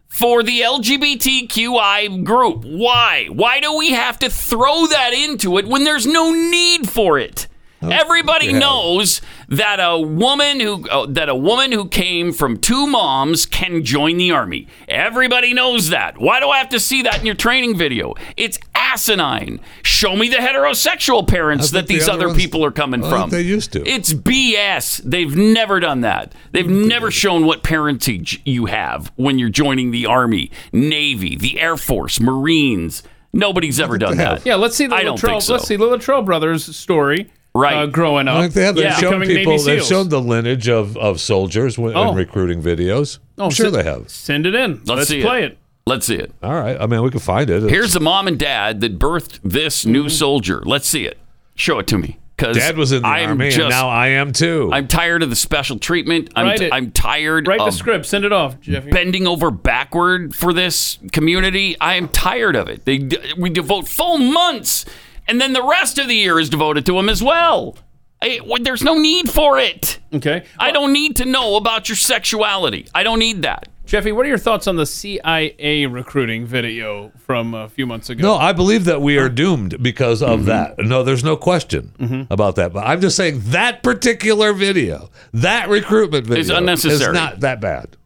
Speaker 2: For the LGBTQI group. Why? Why do we have to throw that into it when there's no need for it? Everybody
Speaker 19: Yeah.
Speaker 2: knows that a woman who uh, that a woman who came from two moms can join the army. Everybody knows that. Why do I have to see that in your training video? It's asinine. Show me the heterosexual parents that
Speaker 12: think the
Speaker 2: these
Speaker 12: other
Speaker 2: other
Speaker 12: ones-
Speaker 2: people are coming
Speaker 12: I think
Speaker 2: from.
Speaker 12: they used to.
Speaker 2: It's BS. They've never done that. They've never shown what parentage you have when you're joining the army, navy, the air force, marines. Nobody's ever done that.
Speaker 3: Yeah, let's see the
Speaker 2: I don't
Speaker 3: Latrell,
Speaker 2: think so.
Speaker 3: let's see the Latrell brothers' story. Right, uh, growing up,
Speaker 12: Like they have, they've
Speaker 3: yeah,
Speaker 12: shown
Speaker 3: becoming Navy
Speaker 12: people, they've
Speaker 3: SEALs.
Speaker 12: shown the lineage of, of soldiers when,
Speaker 3: Oh.
Speaker 12: in recruiting videos.
Speaker 3: Oh,
Speaker 12: I'm sure
Speaker 3: so-
Speaker 12: they have.
Speaker 3: Send it in. Let's,
Speaker 2: see
Speaker 3: play it.
Speaker 2: Let's see it.
Speaker 12: All right. I mean, we can find it.
Speaker 2: Here's the mom and dad that birthed this new soldier. Let's see it. Show it to me. Because
Speaker 12: Mm-hmm. Dad was in the
Speaker 2: I'm
Speaker 12: army,
Speaker 2: just,
Speaker 12: and now I am too.
Speaker 2: I'm tired of the special treatment. I'm,
Speaker 3: Write it.
Speaker 2: I'm tired
Speaker 3: Write the
Speaker 2: of
Speaker 3: script. Send it off,
Speaker 2: Um,
Speaker 3: Jeffy.
Speaker 2: bending over backward for this community. I am tired of it. They d- we devote full months, and then the rest of the year is devoted to them as well. I, well, there's no need for it.
Speaker 3: Okay.
Speaker 2: I don't need to know about your sexuality. I don't need that.
Speaker 3: Jeffy, what are your thoughts on the CIA recruiting video from a few months ago?
Speaker 12: No, I believe that we are doomed because of
Speaker 2: Mm-hmm.
Speaker 12: that. No, there's no question about that. But I'm just saying that particular video, that recruitment video,
Speaker 2: It's unnecessary.
Speaker 12: Is not that bad.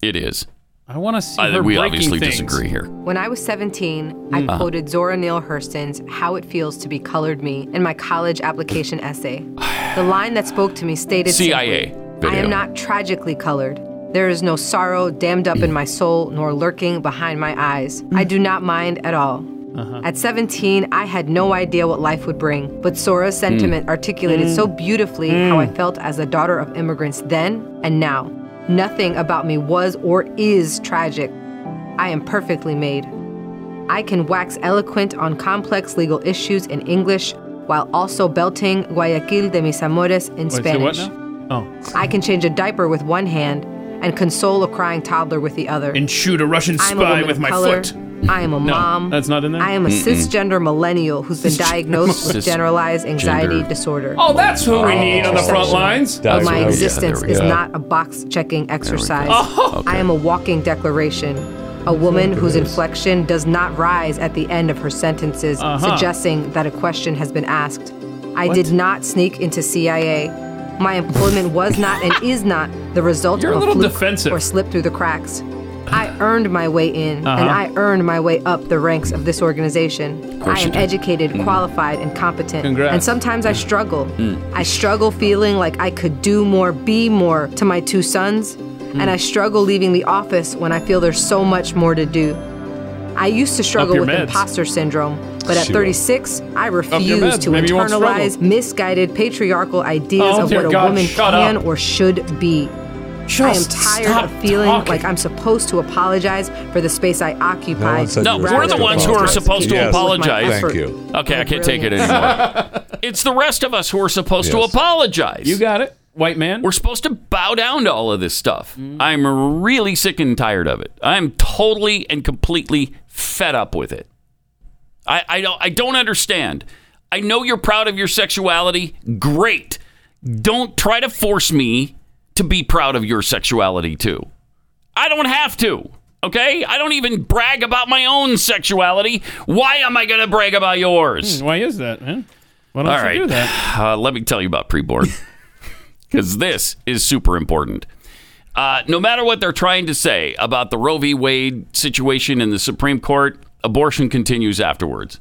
Speaker 2: It is.
Speaker 3: I want to see
Speaker 2: I,
Speaker 3: her
Speaker 2: we
Speaker 3: breaking
Speaker 2: obviously
Speaker 3: things.
Speaker 2: disagree here.
Speaker 20: When I was 17,
Speaker 2: Uh-huh.
Speaker 20: I quoted Zora Neale Hurston's How It Feels to Be Colored Me in my college application essay. The line that spoke to me stated
Speaker 2: CIA
Speaker 20: simply, I
Speaker 2: video.
Speaker 20: am not tragically colored. There is no sorrow dammed up in my soul nor lurking behind my eyes. I do not mind at all. At 17, I had no idea what life would bring, but Sora's
Speaker 3: Hmm.
Speaker 20: sentiment articulated
Speaker 21: Mm.
Speaker 20: so beautifully
Speaker 21: Mm.
Speaker 20: how I felt as a daughter of immigrants then and now. Nothing about me was or is tragic. I am perfectly made. I can wax eloquent on complex legal issues in English while also belting Guayaquil de mis amores in
Speaker 3: Wait, say what
Speaker 20: Spanish.
Speaker 3: now? Oh.
Speaker 20: I can change a diaper with one hand and console a crying toddler with the other.
Speaker 3: And shoot a Russian
Speaker 20: I'm a
Speaker 3: spy
Speaker 20: woman
Speaker 3: with
Speaker 20: of
Speaker 3: my
Speaker 20: color.
Speaker 3: foot.
Speaker 20: I am a
Speaker 3: No,
Speaker 20: mom.
Speaker 3: that's not in there?
Speaker 20: I am a
Speaker 3: Mm-mm.
Speaker 20: cisgender millennial who's been diagnosed
Speaker 3: Cisgender.
Speaker 20: with generalized anxiety disorder.
Speaker 3: Oh, that's who we need on the front
Speaker 20: Perception
Speaker 3: lines.
Speaker 20: of
Speaker 3: That's
Speaker 20: my
Speaker 3: who- yeah,
Speaker 20: existence
Speaker 3: there we
Speaker 20: is
Speaker 3: go.
Speaker 20: not a box checking exercise.
Speaker 3: Oh.
Speaker 20: I am a walking declaration. A woman whose inflection does not rise at the end of her sentences,
Speaker 21: Uh-huh.
Speaker 20: suggesting that a question has been asked. I
Speaker 21: What?
Speaker 20: did not sneak into CIA. My employment was not
Speaker 3: *laughs*
Speaker 20: and is not the result
Speaker 3: You're a
Speaker 20: of
Speaker 3: little
Speaker 20: fluke
Speaker 3: defensive.
Speaker 20: or slip through the cracks. I earned my way in,
Speaker 3: Uh-huh.
Speaker 20: and I earned my way up the ranks of this organization.
Speaker 3: Of
Speaker 20: I
Speaker 3: course you
Speaker 20: am
Speaker 3: did. Mm-hmm.
Speaker 20: educated,
Speaker 3: Mhm.
Speaker 20: qualified, and competent.
Speaker 3: Congrats.
Speaker 20: And sometimes I struggle.
Speaker 21: Hmm.
Speaker 20: I struggle feeling like I could do more, be more to my two sons, and I struggle leaving the office when I feel there's so much more to do. I used to struggle
Speaker 21: your
Speaker 20: with
Speaker 21: meds.
Speaker 20: imposter syndrome, but at
Speaker 21: Shoot.
Speaker 20: 36, I refuse
Speaker 21: meds.
Speaker 20: to
Speaker 21: Maybe you won't struggle.
Speaker 20: internalize misguided patriarchal ideas
Speaker 21: Oh,
Speaker 20: of
Speaker 21: dear
Speaker 20: what a
Speaker 21: God,
Speaker 20: woman
Speaker 21: shut
Speaker 20: can
Speaker 21: up.
Speaker 20: or should be.
Speaker 21: Just
Speaker 20: I am
Speaker 21: stop
Speaker 20: tired of feeling
Speaker 21: talking.
Speaker 20: like I'm supposed to apologize for the space I occupy.
Speaker 2: No,
Speaker 20: rather
Speaker 2: we're the
Speaker 20: than
Speaker 2: ones who are
Speaker 20: responsibility.
Speaker 2: supposed to
Speaker 20: Yes.
Speaker 2: apologize.
Speaker 20: With my effort.
Speaker 2: Okay, I can't take it anymore. it's the rest of us who are supposed to
Speaker 3: Yes.
Speaker 2: apologize. You
Speaker 3: got it, white man.
Speaker 2: We're supposed to bow down to all of this stuff. I'm really sick and tired of it. I'm totally and completely fed up with it. I, I don't I don't understand. I know you're proud of your sexuality. Great. Don't try to force me to be proud of your sexuality too. I don't have to. Okay? I don't even brag about my own sexuality. Why am I going to brag about yours?
Speaker 3: Hmm, Why is that, man? Why don't
Speaker 2: All
Speaker 3: you
Speaker 2: right.
Speaker 3: do that?
Speaker 2: *sighs* Uh, let me tell you about
Speaker 3: *laughs*
Speaker 2: preborn because this is super important. Uh, no matter what they're trying to say about the Roe v. Wade situation in the Supreme Court, abortion continues afterwards.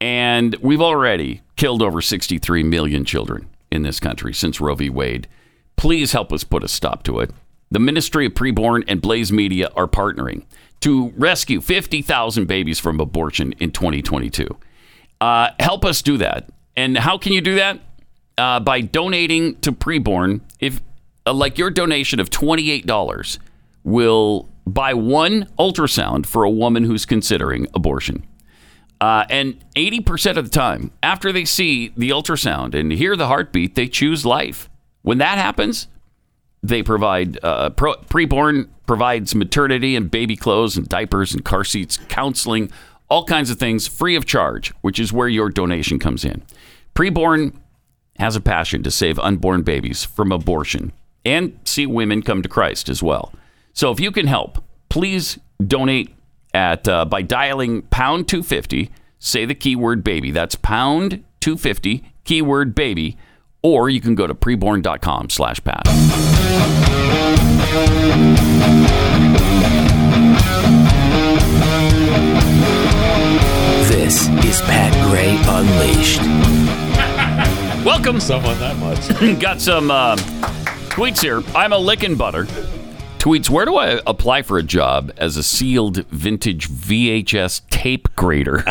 Speaker 2: And we've already killed over 63 million children in this country since Roe v. Wade. Please help us put a stop to it. The Ministry of Preborn and Blaze Media are partnering to rescue 50,000 babies from abortion in 2022. Uh, help us do that. And how can you do that? Uh, by donating to Preborn. If uh, like your donation of twenty eight dollars will buy one ultrasound for a woman who's considering abortion. Uh, and 80% of the time, after they see the ultrasound and hear the heartbeat, they choose life. When that happens, they provide uh, pro- preborn provides maternity and baby clothes and diapers and car seats, counseling, all kinds of things free of charge, which is where your donation comes in. Preborn has a passion to save unborn babies from abortion and see women come to Christ as well. So if you can help, please donate at uh, by dialing pound 250, say the keyword baby. That's pound 250 keyword baby or you can go to preborn.com slash pat.
Speaker 13: This is Pat Gray Unleashed.
Speaker 2: Welcome.
Speaker 12: Someone that much.
Speaker 2: *laughs* Got some uh, tweets here. I'm a lick and butter. Tweets, where do I apply for a job as a sealed vintage VHS tape grader?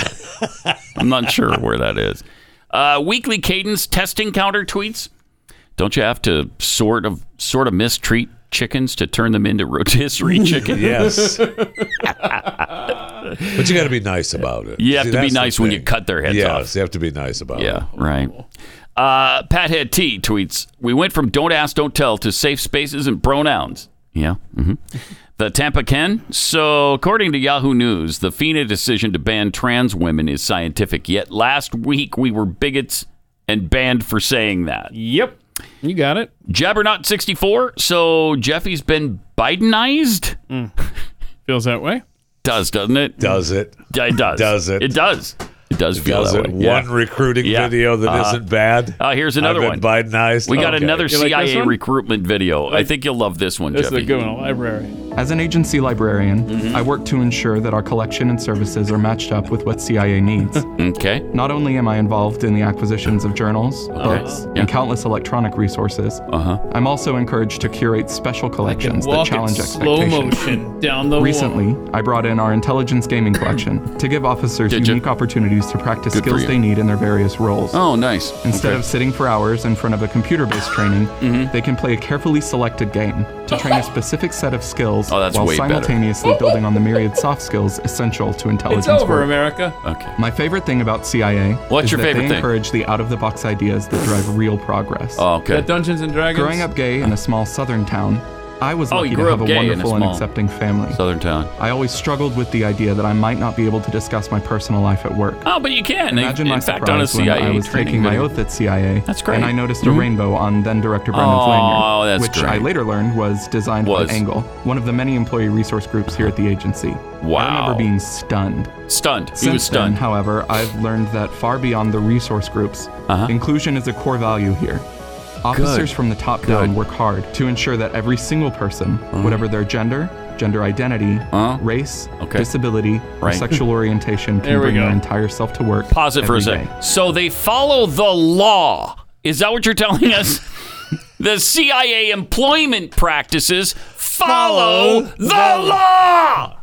Speaker 2: *laughs* I'm not sure where that is. Uh, weekly cadence testing counter tweets. Don't you have to sort of sort of mistreat chickens to turn them into rotisserie chicken?
Speaker 12: Yes. but you got to be nice about it.
Speaker 2: You have to be
Speaker 12: that's the
Speaker 2: nice when you
Speaker 12: thing.
Speaker 2: cut their heads
Speaker 12: yes,
Speaker 2: off.
Speaker 12: you have to be nice about it.
Speaker 2: Yeah, right. Uh, Pathead T tweets: We went from "Don't ask, don't tell" to safe spaces and pronouns. Yeah. hmm The Tampa Ken. So, according to Yahoo News, the FINA decision to ban trans women is scientific. Yet last week we were bigots and banned for saying that.
Speaker 3: Yep. You got it.
Speaker 2: Jabberknot64. So Jeffy's been Bidenized?
Speaker 3: Mm. Feels that way.
Speaker 2: Does, doesn't it?
Speaker 12: Does it?
Speaker 2: It does.
Speaker 12: Does it?
Speaker 2: It does. It does feel
Speaker 12: Does
Speaker 2: that
Speaker 12: it?
Speaker 2: way. Yeah.
Speaker 12: One recruiting
Speaker 2: Yeah.
Speaker 12: video that
Speaker 2: Uh,
Speaker 12: not bad.
Speaker 2: uh, here's another
Speaker 12: I've been
Speaker 2: one.
Speaker 12: Bidenized.
Speaker 2: We got
Speaker 12: Okay.
Speaker 2: another
Speaker 3: You like this
Speaker 2: CIA
Speaker 3: one?
Speaker 2: recruitment video. I think you'll love this one,
Speaker 3: This
Speaker 2: Jeffy.
Speaker 3: is a good one. Library.
Speaker 19: As an agency librarian,
Speaker 2: Mm-hmm.
Speaker 19: I work to ensure that our collection and services are matched up with what CIA needs.
Speaker 2: *laughs* okay.
Speaker 19: Not only am I involved in the acquisitions of journals,
Speaker 2: Okay.
Speaker 19: books,
Speaker 2: Yeah. Uh-huh.
Speaker 19: and countless electronic resources, I'm also encouraged to curate special collections that
Speaker 3: Walk in
Speaker 19: challenge
Speaker 3: slow
Speaker 19: expectations.
Speaker 3: motion down the
Speaker 19: Recently, I brought in our intelligence gaming collection to give officers unique opportunities to practice
Speaker 2: Good for
Speaker 19: skills
Speaker 2: you.
Speaker 19: they need in their various roles.
Speaker 2: Oh, nice.
Speaker 19: Instead
Speaker 2: Okay. Mm-hmm.
Speaker 19: of sitting for hours in front of a computer based training, they can play a carefully selected game to
Speaker 2: *laughs*
Speaker 19: train a specific set of skills
Speaker 2: Oh, that's
Speaker 19: while
Speaker 2: way better.
Speaker 19: simultaneously building on the myriad soft skills essential to
Speaker 3: wall.
Speaker 19: intelligence
Speaker 3: It's over,
Speaker 19: work.
Speaker 3: America.
Speaker 2: Okay.
Speaker 19: My favorite thing about CIA
Speaker 2: What's
Speaker 19: is
Speaker 2: your
Speaker 19: that
Speaker 2: favorite
Speaker 19: they
Speaker 2: thing?
Speaker 19: encourage the out of the box ideas that drive real progress.
Speaker 2: Oh, okay.
Speaker 3: That Dungeons and Dragons.
Speaker 19: Growing up gay in a small southern town, I was
Speaker 2: Oh, you
Speaker 19: lucky to
Speaker 2: grew
Speaker 19: have
Speaker 2: up
Speaker 19: a
Speaker 2: gay in a
Speaker 19: wonderful and
Speaker 2: small-
Speaker 19: accepting family.
Speaker 2: Southern town.
Speaker 19: I always struggled with the idea that I might not be able to discuss my personal life at work.
Speaker 2: Oh, but you can.
Speaker 19: Imagine
Speaker 2: in
Speaker 19: my
Speaker 2: fact, on a
Speaker 19: surprise when
Speaker 2: CIA
Speaker 19: I was
Speaker 2: training
Speaker 19: taking my
Speaker 2: video.
Speaker 19: oath at CIA. That's
Speaker 2: great.
Speaker 19: And I noticed
Speaker 2: Mhm.
Speaker 19: a rainbow on then director Brendan
Speaker 2: Oh,
Speaker 19: Flanier,
Speaker 2: that's
Speaker 19: which I
Speaker 2: great.
Speaker 19: later learned was designed
Speaker 2: Was.
Speaker 19: by Angle, one of the many employee resource groups here at the agency. I
Speaker 2: Wow.
Speaker 19: remember being stunned.
Speaker 2: Stunned.
Speaker 19: Since
Speaker 2: he was
Speaker 19: then,
Speaker 2: stunned.
Speaker 19: however, I've learned that far beyond the resource groups,
Speaker 2: Uh-huh.
Speaker 19: inclusion is a core value here. Officers from the top down work hard to ensure that every single person,
Speaker 2: Mm-hmm.
Speaker 19: whatever their gender, gender identity, race, disability, or
Speaker 2: Uh-huh. Right. *laughs*
Speaker 19: sexual orientation,
Speaker 2: There
Speaker 19: can
Speaker 2: we
Speaker 19: bring their
Speaker 2: go.
Speaker 19: entire self to work.
Speaker 2: Pause it for a
Speaker 19: every
Speaker 2: second.
Speaker 19: day.
Speaker 2: So they follow the law. Is that what you're telling
Speaker 3: *laughs*
Speaker 2: us? the CIA employment practices follow,
Speaker 3: Follow
Speaker 2: the, law.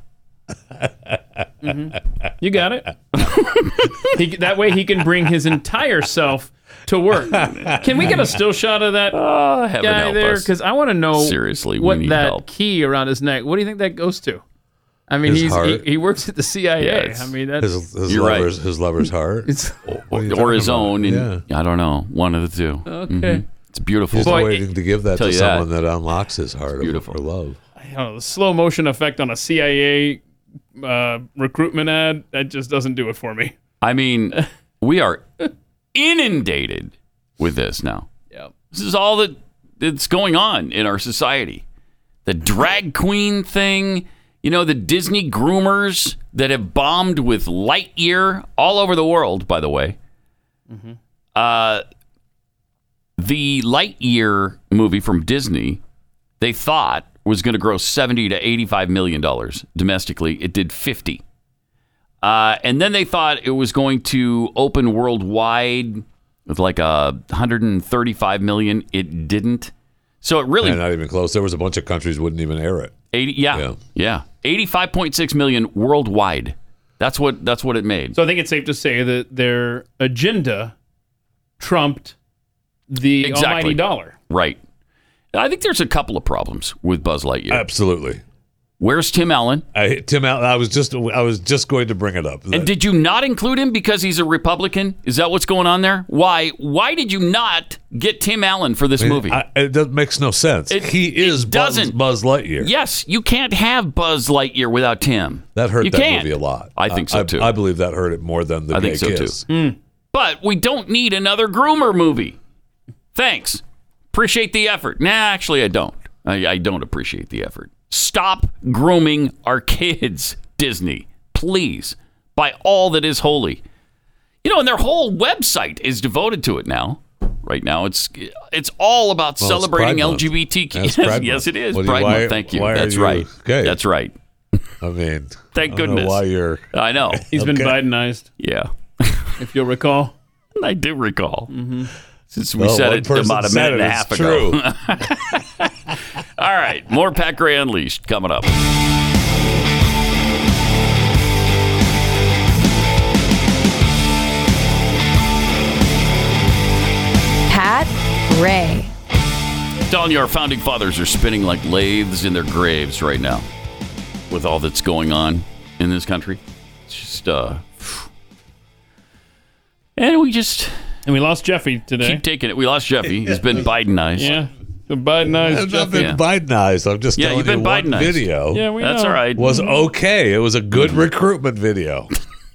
Speaker 3: You got it. *laughs* he, that way he can bring his entire self to work. Can we get a still shot of that
Speaker 2: Ah, heaven
Speaker 3: guy
Speaker 2: help
Speaker 3: there?
Speaker 2: us.
Speaker 3: Because I want to know
Speaker 2: Seriously, we
Speaker 3: what
Speaker 2: need
Speaker 3: that
Speaker 2: help.
Speaker 3: key around his neck. What do you think that goes to? I mean,
Speaker 12: His
Speaker 3: he's he,
Speaker 12: heart.
Speaker 3: he works at the CIA.
Speaker 2: Yeah, it's-
Speaker 3: I mean, that's
Speaker 12: His, his
Speaker 2: You're right.
Speaker 12: lover's his lover's heart.
Speaker 3: It's-
Speaker 12: What are you
Speaker 2: Or his
Speaker 12: talking
Speaker 2: own.
Speaker 12: about?
Speaker 2: And, I don't know. One of the two.
Speaker 3: Okay.
Speaker 2: Mhm. It's beautiful.
Speaker 12: He's waiting to give that
Speaker 2: tell
Speaker 12: to
Speaker 2: you that.
Speaker 12: someone that. unlocks his heart beautiful. for love.
Speaker 3: I don't know, the slow motion effect on a CIA uh, recruitment ad that just doesn't do it for me.
Speaker 2: I mean, we are inundated with this now.
Speaker 3: Yeah.
Speaker 2: This is all that that's going on in our society. The drag queen thing, you know, the Disney groomers that have bombed with Lightyear all over the world, by the way. Uh, the Lightyear movie from Disney, they thought was going to gross 70 to 85 million dollars domestically. It did 50. Uh, and then they thought it was going to open worldwide with like a 135 million. It didn't. So it really
Speaker 12: Yeah, not even close. There was a bunch of countries wouldn't even air it.
Speaker 2: 80 yeah. Yeah. 85.6 million worldwide. That's what that's what it made.
Speaker 3: So I think it's safe to say that their agenda trumped the
Speaker 2: Exactly.
Speaker 3: almighty dollar.
Speaker 2: Right. I think there's a couple of problems with Buzz Lightyear.
Speaker 12: Absolutely.
Speaker 2: Where's Tim Allen?
Speaker 12: I, Tim Allen. I was just I was just going to bring it up.
Speaker 2: And did you not include him because he's a Republican? Is that what's going on there? Why why did you not get Tim Allen for this movie?
Speaker 12: I, it does, makes no sense.
Speaker 2: It-
Speaker 12: he is
Speaker 2: doesn't.
Speaker 12: Buzz, Buzz Lightyear.
Speaker 2: yes, you can't have Buzz Lightyear without Tim.
Speaker 12: That hurt
Speaker 2: You
Speaker 12: that
Speaker 2: can't.
Speaker 12: movie a lot.
Speaker 2: I think so,
Speaker 12: I,
Speaker 2: too.
Speaker 12: I believe that hurt it more than the
Speaker 2: I
Speaker 12: gay
Speaker 2: think so too.
Speaker 12: kiss.
Speaker 2: But we don't need another groomer movie. Thanks. Appreciate the effort. Nah, actually, I don't. I, I don't appreciate the effort. Stop grooming our kids, Disney, please, by all that is holy. You know, and their whole website is devoted to it now. right now. It's it's all about
Speaker 12: Well, it's
Speaker 2: celebrating
Speaker 12: Pride Month.
Speaker 2: LGBTQ.
Speaker 12: That's
Speaker 2: Yes,
Speaker 12: Pride Month.
Speaker 2: *laughs* yes, it is.
Speaker 12: What do you-
Speaker 2: Pride
Speaker 12: why-
Speaker 2: Month. Thank you.
Speaker 12: why are
Speaker 2: That's
Speaker 12: you
Speaker 2: right.
Speaker 12: gay?
Speaker 2: That's right.
Speaker 12: I mean,
Speaker 2: Thank
Speaker 12: I don't know
Speaker 2: goodness.
Speaker 12: why you're-
Speaker 2: I
Speaker 12: *laughs*
Speaker 2: know.
Speaker 3: He's been Bidenized,
Speaker 2: Yeah. *laughs*
Speaker 3: if you'll recall.
Speaker 2: I do recall. Mm-hmm. Since we
Speaker 12: Well,
Speaker 2: said
Speaker 12: one
Speaker 2: it
Speaker 12: person
Speaker 2: about a
Speaker 12: said
Speaker 2: minute and a
Speaker 12: it,
Speaker 2: half
Speaker 12: it's
Speaker 2: ago.
Speaker 12: true.
Speaker 2: *laughs*
Speaker 12: *laughs*
Speaker 2: All right, more Pat Gray Unleashed coming up.
Speaker 14: Pat Gray.
Speaker 2: Telling you, our founding fathers are spinning like lathes in their graves right now with all that's going on in this country. It's just, uh, *laughs* and we just.
Speaker 3: And we lost Jeffy today.
Speaker 2: keep taking it. We lost Jeffy.
Speaker 12: *laughs*
Speaker 2: He's been Bidenized.
Speaker 3: Yeah. The Bidenized
Speaker 12: *laughs* I've not
Speaker 3: Jeffy.
Speaker 12: been Bidenized. I'm just
Speaker 2: Yeah,
Speaker 12: telling
Speaker 2: you've been
Speaker 12: you one
Speaker 2: Bidenized.
Speaker 12: video.
Speaker 3: Yeah, we That's know. all right.
Speaker 12: Was
Speaker 2: Mm-hmm.
Speaker 12: okay. It was a good recruitment video.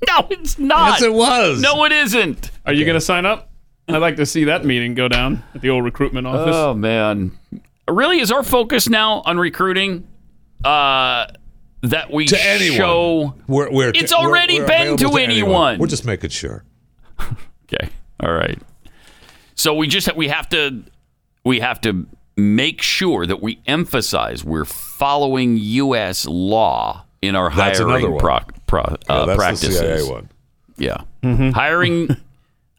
Speaker 2: No, it's not.
Speaker 12: Yes, it was.
Speaker 2: No, it isn't.
Speaker 3: Are you going to sign up? I'd like to see that meeting go down at the old recruitment office.
Speaker 2: Oh man, really? Is our focus now on recruiting? Uh, that we
Speaker 12: to anyone.
Speaker 2: show
Speaker 12: we're, we're,
Speaker 2: it's
Speaker 12: we're-
Speaker 2: already
Speaker 12: we're
Speaker 2: been to,
Speaker 12: available
Speaker 2: anyone.
Speaker 12: We're just making sure.
Speaker 2: *laughs* Okay. All right. So we just we have to we have to make sure that we emphasize we're following U.S. law in our
Speaker 12: That's another
Speaker 2: hiring
Speaker 12: one.
Speaker 2: pro, pro, uh,
Speaker 12: Yeah, that's the
Speaker 2: practices.
Speaker 12: CIA one.
Speaker 2: Yeah, Mm-hmm.
Speaker 12: *laughs*
Speaker 2: hiring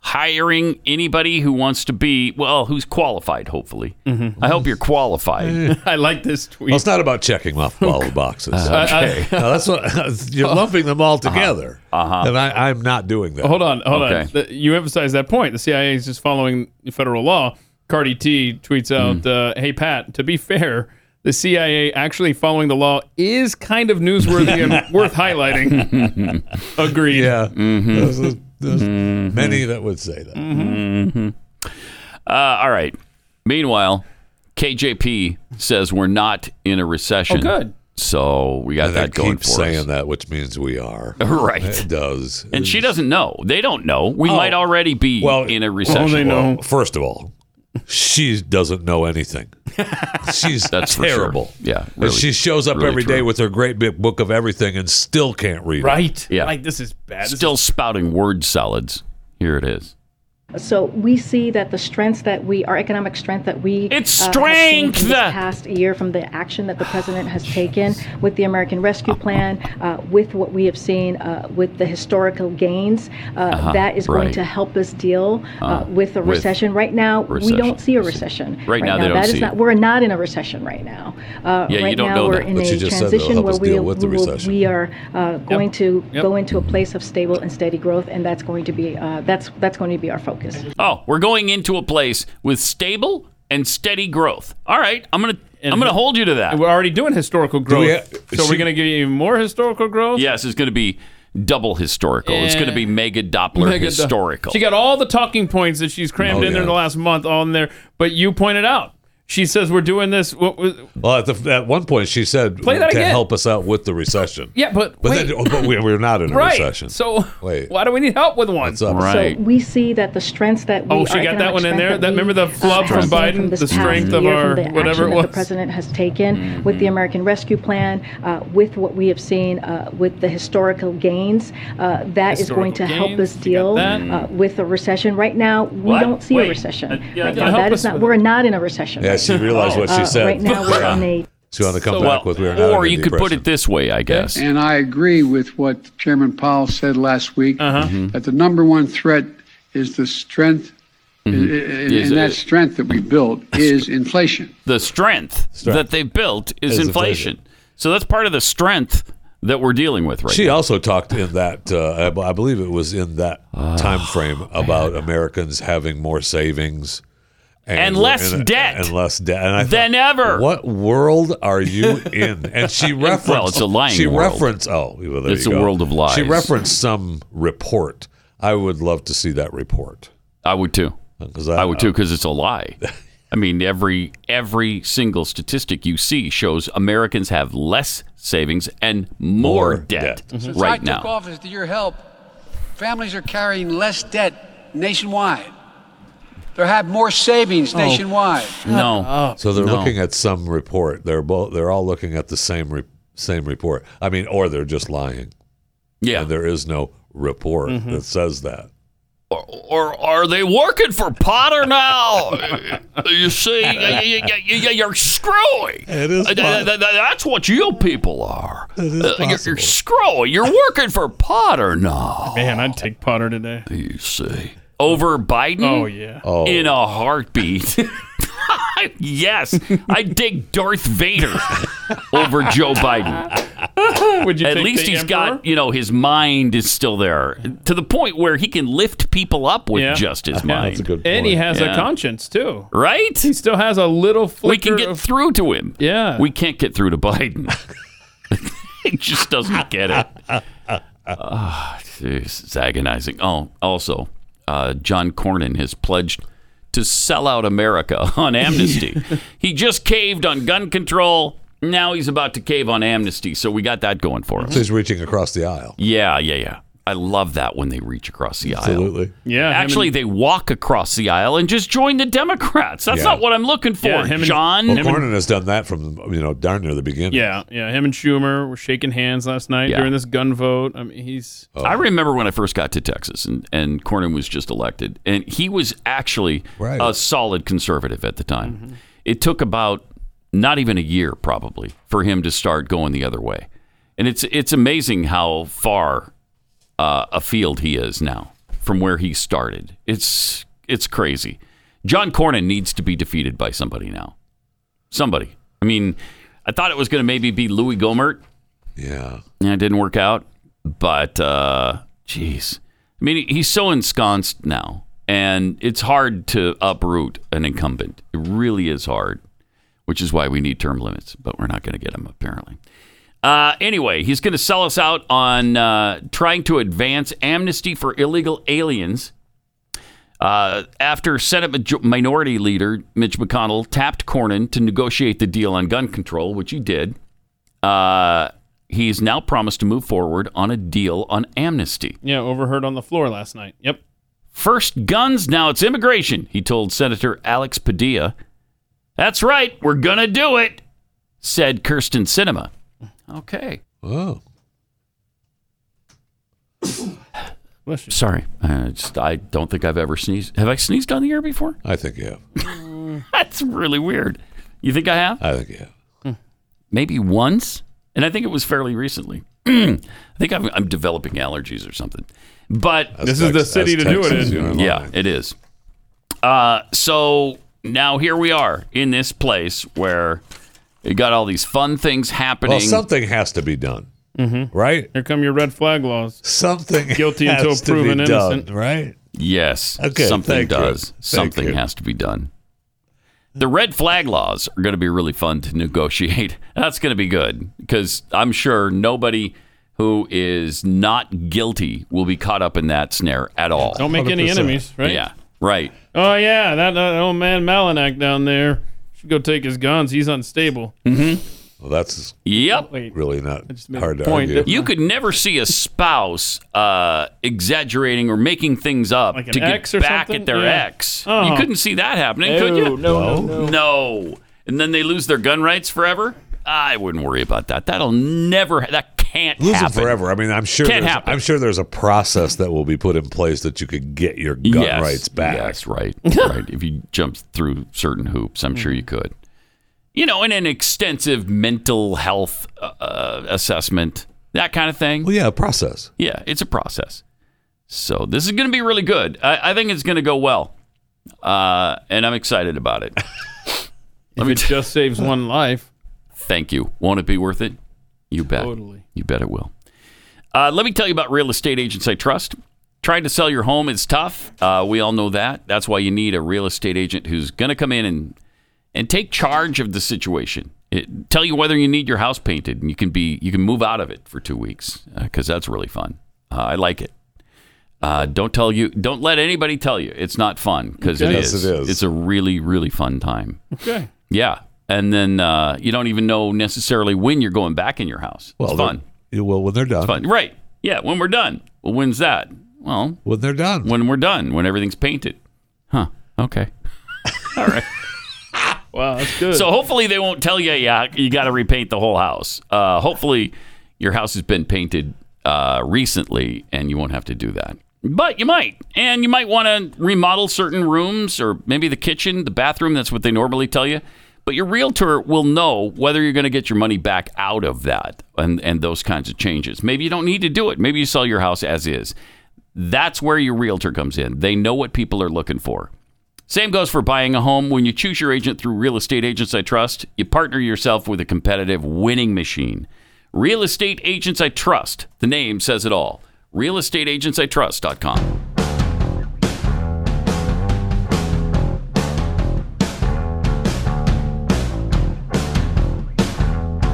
Speaker 2: hiring anybody who wants to be well, who's qualified. Hopefully,
Speaker 12: Mm-hmm.
Speaker 2: I hope you're qualified.
Speaker 3: *laughs* I
Speaker 2: *laughs*
Speaker 3: like this tweet.
Speaker 12: Well, it's not about checking off all the boxes.
Speaker 2: Uh, okay. *laughs*
Speaker 12: No, that's what
Speaker 2: Oh.
Speaker 12: you're lumping them all together, uh-huh. and I, I'm not doing that.
Speaker 3: Hold on, hold on. The- you emphasize that point. The CIA is just following federal law. Cardi T tweets out, uh,
Speaker 2: Mm-hmm.
Speaker 3: "Hey Pat, to be fair, the CIA actually following the law is kind of
Speaker 2: *laughs*
Speaker 3: newsworthy and worth highlighting."
Speaker 2: Hmm.
Speaker 3: Agreed.
Speaker 12: Yeah,
Speaker 2: Mhm.
Speaker 12: There's- there's
Speaker 2: Mm-hmm.
Speaker 12: many that would say that.
Speaker 3: Mm-hmm.
Speaker 2: Mhm. Uh, all right. Meanwhile, KJP says we're not in a recession.
Speaker 3: Oh, good.
Speaker 2: So we got
Speaker 12: And I
Speaker 2: that going
Speaker 12: keep
Speaker 2: for
Speaker 12: saying
Speaker 2: us.
Speaker 12: that, which means we are
Speaker 2: *laughs* Right.
Speaker 12: It does.
Speaker 2: And she doesn't know. They don't know. We
Speaker 12: Oh.
Speaker 2: might already be
Speaker 12: Well,
Speaker 2: in a recession.
Speaker 12: Well, first of all, she doesn't know anything. *laughs* She's
Speaker 2: That's *laughs* for sure.
Speaker 12: terrible.
Speaker 2: Yeah,
Speaker 12: And
Speaker 2: really-
Speaker 12: she shows up
Speaker 2: really
Speaker 12: every day
Speaker 2: true.
Speaker 12: with her great big book of everything and still can't read. it.
Speaker 3: Right?
Speaker 2: Yeah.
Speaker 3: Like this is bad. This
Speaker 2: Still spouting word salads. Here it is.
Speaker 21: So we see that the strengths that we, our economic strength that we, uh,
Speaker 2: it's
Speaker 21: from
Speaker 2: strength!
Speaker 21: this past year from the action that the president has taken with the American Rescue Plan, uh, with what we have seen uh, with the historical gains, uh,
Speaker 22: Uh-huh,
Speaker 21: that is going
Speaker 22: right.
Speaker 21: to help us deal uh,
Speaker 22: Uh,
Speaker 21: with a
Speaker 22: with
Speaker 21: recession. Right now,
Speaker 22: recession.
Speaker 21: we don't see a recession.
Speaker 22: Right now, they don't
Speaker 21: that is
Speaker 22: see it.
Speaker 21: not. We're not in a recession right now. Uh,
Speaker 22: Yeah, you
Speaker 21: right
Speaker 22: don't
Speaker 21: now
Speaker 22: know
Speaker 21: we're
Speaker 22: that,
Speaker 21: in
Speaker 22: but you
Speaker 21: a
Speaker 22: just said they'll
Speaker 21: transition
Speaker 22: help
Speaker 21: where
Speaker 22: us
Speaker 21: we,
Speaker 22: deal with the
Speaker 21: we will-
Speaker 22: recession.
Speaker 21: we are uh, going to
Speaker 2: Yep.
Speaker 21: go into a place of stable and steady growth, and that's going to be uh, that's that's going to be our focus.
Speaker 2: Oh, we're going into a place with stable and steady growth. All right. I'm going to I'm going to hold you to that.
Speaker 3: We're already doing historical
Speaker 2: Do we
Speaker 3: growth.
Speaker 2: ha-
Speaker 3: so
Speaker 2: she-
Speaker 3: we're going to give you even more historical growth.
Speaker 2: Yes, it's going to be double historical. It's
Speaker 3: Yeah.
Speaker 2: going to be mega Doppler
Speaker 3: Mega-
Speaker 2: historical.
Speaker 3: She got all the talking points that she's crammed
Speaker 2: Oh,
Speaker 3: in there
Speaker 2: yeah.
Speaker 3: the last month all in there. But you pointed out, she says we're doing this. What was?
Speaker 12: Well, at, the, at one point she said
Speaker 3: Play that
Speaker 12: to
Speaker 3: again.
Speaker 12: help us out with the recession.
Speaker 3: Yeah, but
Speaker 12: But, then, oh, but we, we're not in a
Speaker 21: Right.
Speaker 12: recession.
Speaker 3: So
Speaker 12: wait,
Speaker 3: why do we need help with one?
Speaker 12: what's up?
Speaker 21: So we see that the strengths that we
Speaker 3: Oh, she
Speaker 21: our
Speaker 3: got that one
Speaker 21: economic
Speaker 3: in
Speaker 21: strength
Speaker 3: there? That- remember the
Speaker 21: we, uh,
Speaker 3: flub
Speaker 21: have
Speaker 3: from
Speaker 21: seen
Speaker 3: Biden?
Speaker 21: this
Speaker 3: The
Speaker 21: past
Speaker 3: strength of
Speaker 21: year,
Speaker 2: *laughs*
Speaker 21: from
Speaker 3: our-
Speaker 21: the
Speaker 3: whatever
Speaker 21: action
Speaker 3: it
Speaker 21: that
Speaker 3: was. Mm-hmm.
Speaker 21: the president has taken with the American Rescue Plan, uh, with what we have seen uh, with the historical gains. Uh, that is going to Historical help us deal that. uh, with a recession. Right now, we
Speaker 12: What?
Speaker 21: don't see
Speaker 12: Wait.
Speaker 21: a recession.
Speaker 12: Uh, yeah,
Speaker 21: right
Speaker 12: yeah,
Speaker 21: now,
Speaker 12: help
Speaker 21: that
Speaker 12: us
Speaker 21: is not.
Speaker 12: with
Speaker 21: We're not in a recession.
Speaker 12: Yeah,
Speaker 21: right
Speaker 12: she
Speaker 21: now.
Speaker 12: realized what she
Speaker 21: Uh,
Speaker 12: said.
Speaker 21: Right now,
Speaker 12: *laughs*
Speaker 21: we're
Speaker 12: Yeah.
Speaker 21: in a
Speaker 12: She wanted to come
Speaker 21: So-
Speaker 12: back with we are not
Speaker 2: or
Speaker 12: in a
Speaker 2: you could put
Speaker 12: depression.
Speaker 2: it this way, I guess.
Speaker 4: And I agree with what Chairman Powell said last week
Speaker 23: Uh-huh.
Speaker 2: Mm-hmm.
Speaker 4: that the number one threat is the strength, and- and,
Speaker 2: Mm-hmm. Is
Speaker 4: and
Speaker 2: it-
Speaker 4: that strength that we built is inflation.
Speaker 2: The strength, that they've built is,
Speaker 12: Is
Speaker 2: inflation. So that's part of the strength that we're dealing with right
Speaker 12: she also talked in that uh, I b- I believe it was in that
Speaker 2: Ah,
Speaker 12: time frame about Americans having more savings
Speaker 2: And
Speaker 12: we're
Speaker 2: less
Speaker 12: in a-
Speaker 2: debt.
Speaker 12: and less debt and I
Speaker 2: now. Than ever.
Speaker 12: What world are you
Speaker 2: *laughs*
Speaker 12: in? And she referenced.
Speaker 2: Well, it's a lying
Speaker 12: She
Speaker 2: world.
Speaker 12: referenced. Oh, well, there
Speaker 2: It's
Speaker 12: you
Speaker 2: a
Speaker 12: go.
Speaker 2: world of lies.
Speaker 12: She referenced some report. I would love to see that report.
Speaker 2: I would too.
Speaker 12: I,
Speaker 2: would too, because it's a lie. I mean, every every single statistic you see shows Americans have less savings and more,
Speaker 12: More
Speaker 2: debt,
Speaker 3: Mm-hmm.
Speaker 12: debt.
Speaker 23: Since I
Speaker 2: right
Speaker 23: took
Speaker 2: now.
Speaker 23: office to your help, families are carrying less debt nationwide. They have more savings nationwide.
Speaker 12: So they're
Speaker 2: No.
Speaker 12: looking at some report. They're both. They're all looking at the same re, same report. I mean, or they're just lying.
Speaker 2: Yeah.
Speaker 12: And there is no report
Speaker 2: Mhm.
Speaker 12: that says that.
Speaker 2: Or, or, or are they working for Potter
Speaker 3: *laughs*
Speaker 2: now? you see, y- y- y- you're screwy.
Speaker 12: It is
Speaker 2: Uh, th- th- th- that's what you people are. Uh, you're, you're screwy. You're working for Potter now.
Speaker 3: Man, I'd take Potter today.
Speaker 2: You see. Over Biden?
Speaker 3: Oh, yeah.
Speaker 12: Oh.
Speaker 2: In a heartbeat. *laughs* yes. I dig Darth
Speaker 3: *laughs*
Speaker 2: Vader over Joe Biden.
Speaker 3: Would you
Speaker 2: At
Speaker 3: take
Speaker 2: least
Speaker 3: the
Speaker 2: he's got, you know, his mind is still there to the point where he can lift people up with
Speaker 3: Yeah.
Speaker 2: just his
Speaker 3: *laughs* Yeah,
Speaker 2: mind.
Speaker 3: that's a good And he point. has a conscience, too.
Speaker 2: Right? He
Speaker 3: still has a little flicker
Speaker 2: We can get
Speaker 3: of-
Speaker 2: through to him.
Speaker 3: Yeah.
Speaker 2: We can't get through to Biden. *laughs* he just doesn't get it. Ah, jeez, it's agonizing. Oh, also, uh, John Cornyn has pledged to sell out America *laughs* on
Speaker 3: *laughs*
Speaker 2: amnesty. he just caved on gun control. Now he's about to cave on amnesty. So we got that going for us.
Speaker 12: So he's reaching across the aisle.
Speaker 2: Yeah, yeah, yeah. I love that when they reach across the aisle.
Speaker 12: Absolutely.
Speaker 3: Yeah, him
Speaker 2: Actually,
Speaker 3: and-
Speaker 2: they walk across the aisle and just join the Democrats. That's
Speaker 12: Yeah.
Speaker 2: not what I'm looking for,
Speaker 3: Yeah, him and-
Speaker 2: John.
Speaker 12: Well, Cornyn has done that from you know darn near the beginning.
Speaker 3: Yeah, yeah. Him and Schumer were shaking hands last night
Speaker 2: Yeah.
Speaker 3: during this gun vote. I mean, he's.
Speaker 2: I remember when I first got to Texas and, and Cornyn was just elected, and he was actually
Speaker 12: Right.
Speaker 2: a solid conservative at the time. It took about not even a year, probably, for him to start going the other way. And it's, it's amazing how far uh, afield he is now from where he started. It's, it's crazy. John Cornyn needs to be defeated by somebody now. Somebody. I mean, I thought it was going to maybe be Louis Gohmert.
Speaker 12: Yeah.
Speaker 2: Yeah, it didn't work out. But uh jeez. I mean, he's so ensconced now, and it's hard to uproot an incumbent. It really is hard, which is why we need term limits, but we're not going to get them apparently. Uh, anyway, he's going to sell us out on uh, trying to advance amnesty for illegal aliens uh, after Senate Maj- Minority Leader Mitch McConnell tapped Cornyn to negotiate the deal on gun control, which he did, uh, he's now promised to move forward on a deal on amnesty.
Speaker 3: Yeah, overheard on the floor last night. Yep.
Speaker 2: First guns, now it's immigration, he told Senator Alex Padilla. That's right, we're going to do it, said Kirsten Cinema. Okay.
Speaker 12: Oh.
Speaker 2: Sorry. I, just, I don't think I've ever sneezed. Have I sneezed on the air before?
Speaker 12: I think you have.
Speaker 3: Mm.
Speaker 2: *laughs* That's really weird. You think I have?
Speaker 12: I think you have.
Speaker 2: Maybe once, and I think it was fairly recently. *clears throat* I think I'm, I'm developing allergies or something. But
Speaker 3: That's This is the Tex- city that's to do it Texas, in. you know,
Speaker 2: Yeah, it is. Uh, so now here we are in this place where you got all these fun things happening.
Speaker 12: Well, something has to be done, mm-hmm. right?
Speaker 3: Here come your red flag laws.
Speaker 12: Something *laughs*
Speaker 3: guilty until
Speaker 12: has to be
Speaker 3: proven
Speaker 12: done,
Speaker 3: innocent.
Speaker 12: right?
Speaker 2: Yes.
Speaker 12: Okay,
Speaker 2: Something
Speaker 12: thank you.
Speaker 2: does.
Speaker 12: Thank
Speaker 2: Something
Speaker 12: you.
Speaker 2: has to be done. The red flag laws are going to be really fun to negotiate. *laughs* That's going to be good because I'm sure nobody who is not guilty will be caught up in that snare at all.
Speaker 3: Don't make any 100%. enemies, right?
Speaker 2: Yeah. Right.
Speaker 3: Oh yeah, that, that old man Malinak down there should go take his guns. He's unstable.
Speaker 2: Mm-hmm.
Speaker 12: Well, that's
Speaker 2: Yep.
Speaker 12: really not
Speaker 3: made
Speaker 12: hard
Speaker 3: a
Speaker 12: to
Speaker 3: point,
Speaker 12: argue.
Speaker 3: didn't
Speaker 2: You could never see a spouse uh, exaggerating or making things up
Speaker 3: Like an
Speaker 2: to get
Speaker 3: ex or
Speaker 2: back
Speaker 3: something?
Speaker 2: at their
Speaker 3: Yeah.
Speaker 2: ex.
Speaker 3: Uh-huh.
Speaker 2: You couldn't see that happening,
Speaker 3: No,
Speaker 2: could you?
Speaker 3: no, no, No.
Speaker 2: No. And then they lose their gun rights forever. I wouldn't worry about that. That'll never. That can't
Speaker 12: Lose
Speaker 2: happen
Speaker 12: it forever. I mean, I'm sure.
Speaker 2: Can't
Speaker 12: there's-
Speaker 2: happen.
Speaker 12: I'm sure there's a process that will be put in place that you could get your gun
Speaker 2: Yes,
Speaker 12: rights back. *laughs*
Speaker 2: Yes, right, right. If you jumped through certain hoops, I'm sure you
Speaker 3: Mm-hmm.
Speaker 2: could. You know, in an extensive mental health uh, uh, assessment, that kind of thing.
Speaker 12: Well, yeah, a process.
Speaker 2: Yeah, it's a process. So this is going to be really good. I, I think it's going to go well, uh, and I'm excited about
Speaker 3: *laughs*
Speaker 2: it. Let me
Speaker 3: It just saves one life.
Speaker 2: Thank you. Won't it be worth it? You bet.
Speaker 3: Totally.
Speaker 2: You bet it will. Uh, let me tell you about real estate agents I trust. Trying to sell your home is tough. Uh, we all know that. That's why you need a real estate agent who's going to come in and and take charge of the situation. It, tell you whether you need your house painted, and you can be you can move out of it for two weeks because that's really fun. Uh, I like it. Uh, don't tell you. Don't let anybody tell you it's not fun because
Speaker 12: Okay.
Speaker 2: it,
Speaker 12: Yes,
Speaker 2: is.
Speaker 12: it is.
Speaker 2: It's a really really fun time.
Speaker 3: Okay.
Speaker 2: Yeah. And then uh, you don't even know necessarily when you're going back in your house.
Speaker 12: Well,
Speaker 2: it's
Speaker 12: they're-
Speaker 2: fun.
Speaker 12: yeah, Well, when they're done.
Speaker 2: Fun. Right. Yeah. When we're done. Well, when's that? Well,
Speaker 12: when they're done.
Speaker 2: When we're done. When everything's painted. Huh. Okay. All right.
Speaker 3: Wow, that's good.
Speaker 2: So hopefully they won't tell you, yeah, you got to repaint the whole house. Uh, hopefully your house has been painted uh, recently and you won't have to do that. But you might, and you might want to remodel certain rooms or maybe the kitchen, the bathroom. That's what they normally tell you. But your realtor will know whether you're going to get your money back out of that and, and those kinds of changes. Maybe you don't need to do it. Maybe you sell your house as is. That's where your realtor comes in. They know what people are looking for. Same goes for buying a home. When you choose your agent through Real Estate Agents I Trust, you partner yourself with a competitive winning machine. Real Estate Agents I Trust, the name says it all. RealEstateAgentsITrust.com.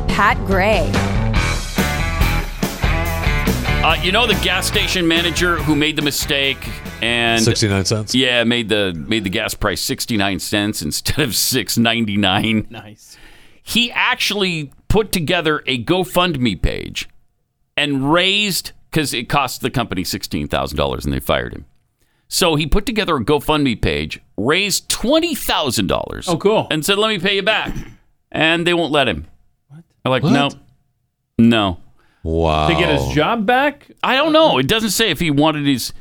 Speaker 14: Pat Gray.
Speaker 2: Uh, you know the gas station manager who made the mistake and
Speaker 12: 69 cents?
Speaker 2: Yeah, made the made the gas price 69 cents instead of *laughs* 6.99. Nice. He actually put together a GoFundMe page and raised cuz it cost the company $16,000 and they fired him. So he put together a GoFundMe page, raised $20,000.
Speaker 3: Oh, cool.
Speaker 2: And said, "Let me pay you back." And they won't let him. What? I'm like, "No. No."
Speaker 12: Wow.
Speaker 3: To get his job back?
Speaker 2: I don't know. It doesn't say if he wanted his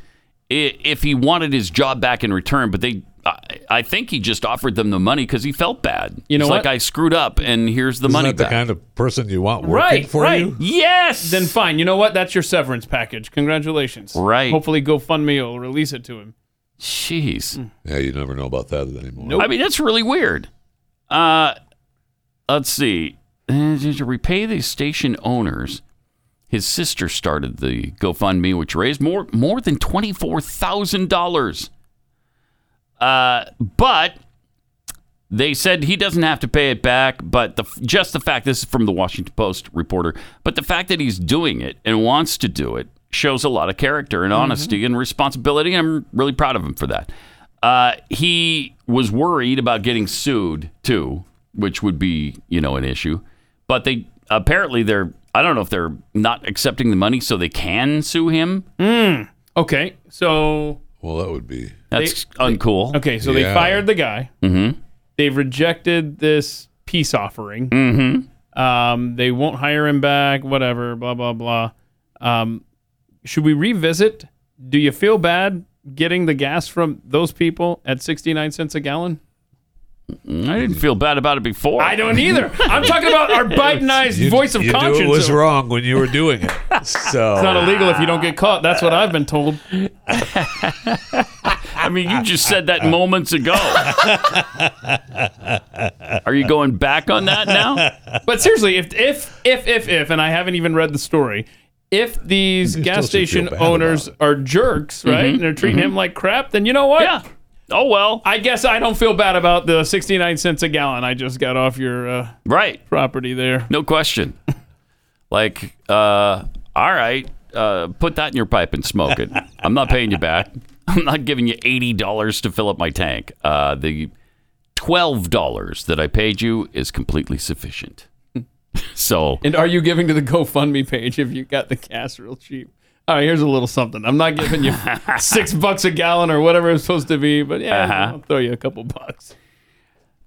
Speaker 2: i- if he wanted his job back in return, but they, I, I think he just offered them the money because he felt bad.
Speaker 3: You know
Speaker 2: it's
Speaker 3: what?
Speaker 2: like I screwed up, and here's the
Speaker 12: Isn't
Speaker 2: money
Speaker 12: that the
Speaker 2: back.
Speaker 12: kind of person you want working
Speaker 3: Right,
Speaker 12: for
Speaker 3: right.
Speaker 12: you?
Speaker 2: Yes.
Speaker 3: Then fine. You know what? That's your severance package. Congratulations.
Speaker 2: Right.
Speaker 3: Hopefully, GoFundMe will release it to him. Hmm.
Speaker 2: Jeez.
Speaker 12: Yeah, you never know about that anymore.
Speaker 2: I mean, that's really weird. Uh, let's see. Uh, To repay the station owners, his sister started the GoFundMe, which raised more more than twenty four thousand dollars. Uh, but they said he doesn't have to pay it back. But the, just the fact this is from the Washington Post reporter, but the fact that he's doing it and wants to do it shows a lot of character
Speaker 3: Mm-hmm.
Speaker 2: and honesty and responsibility. I'm really proud of him for that. Uh, he was worried about getting sued too, which would be you know an issue. But they apparently they're I don't know if they're not accepting the money so they can sue him.
Speaker 3: Mm. Okay. So
Speaker 12: Well, that would be.
Speaker 2: That's uncool.
Speaker 3: okay. So they fired the guy.
Speaker 2: Mm-hmm.
Speaker 3: They've rejected this peace offering.
Speaker 2: Mm-hmm.
Speaker 3: Um, they won't hire him back. Whatever. Blah blah blah. Um, should we revisit? Do you feel bad getting the gas from those people at sixty nine cents a gallon?
Speaker 2: I didn't feel bad about it before.
Speaker 3: I don't either. I'm talking
Speaker 2: *laughs*
Speaker 3: about our Bidenized
Speaker 12: You-
Speaker 3: voice of
Speaker 12: you
Speaker 3: conscience.
Speaker 12: knew it was
Speaker 3: over-
Speaker 12: wrong when you were doing
Speaker 3: *laughs*
Speaker 12: it. So
Speaker 3: It's not illegal if you don't get caught. That's what I've been told.
Speaker 2: *laughs* I mean, you just said that moments ago.
Speaker 12: *laughs*
Speaker 2: Are you going back on that
Speaker 3: *laughs*
Speaker 2: now?
Speaker 3: But seriously, if if if if if, and I haven't even read the story, if these
Speaker 12: still
Speaker 3: gas
Speaker 12: should feel
Speaker 3: station
Speaker 12: bad
Speaker 3: owners are jerks, right,
Speaker 2: Mhm,
Speaker 3: and they're treating him like crap, then you know what? Yeah.
Speaker 2: Oh well.
Speaker 3: I guess I don't feel bad about the sixty-nine cents a gallon I just got off your uh,
Speaker 2: Right.
Speaker 3: property there.
Speaker 2: No question. Like, uh, all right, uh, put that in your pipe and smoke
Speaker 3: *laughs*
Speaker 2: it. I'm not paying you back. I'm not giving you $80 to fill up my tank. Uh, the $12 that I paid you is completely
Speaker 3: *laughs*
Speaker 2: sufficient. So,
Speaker 3: And are you giving to the *laughs* GoFundMe page if you got the gas real cheap? All right, here's a little something. I'm not giving
Speaker 2: *laughs*
Speaker 3: you six bucks a gallon or whatever it's supposed to be, but yeah,
Speaker 2: Uh-huh.
Speaker 3: I'll throw you a couple bucks.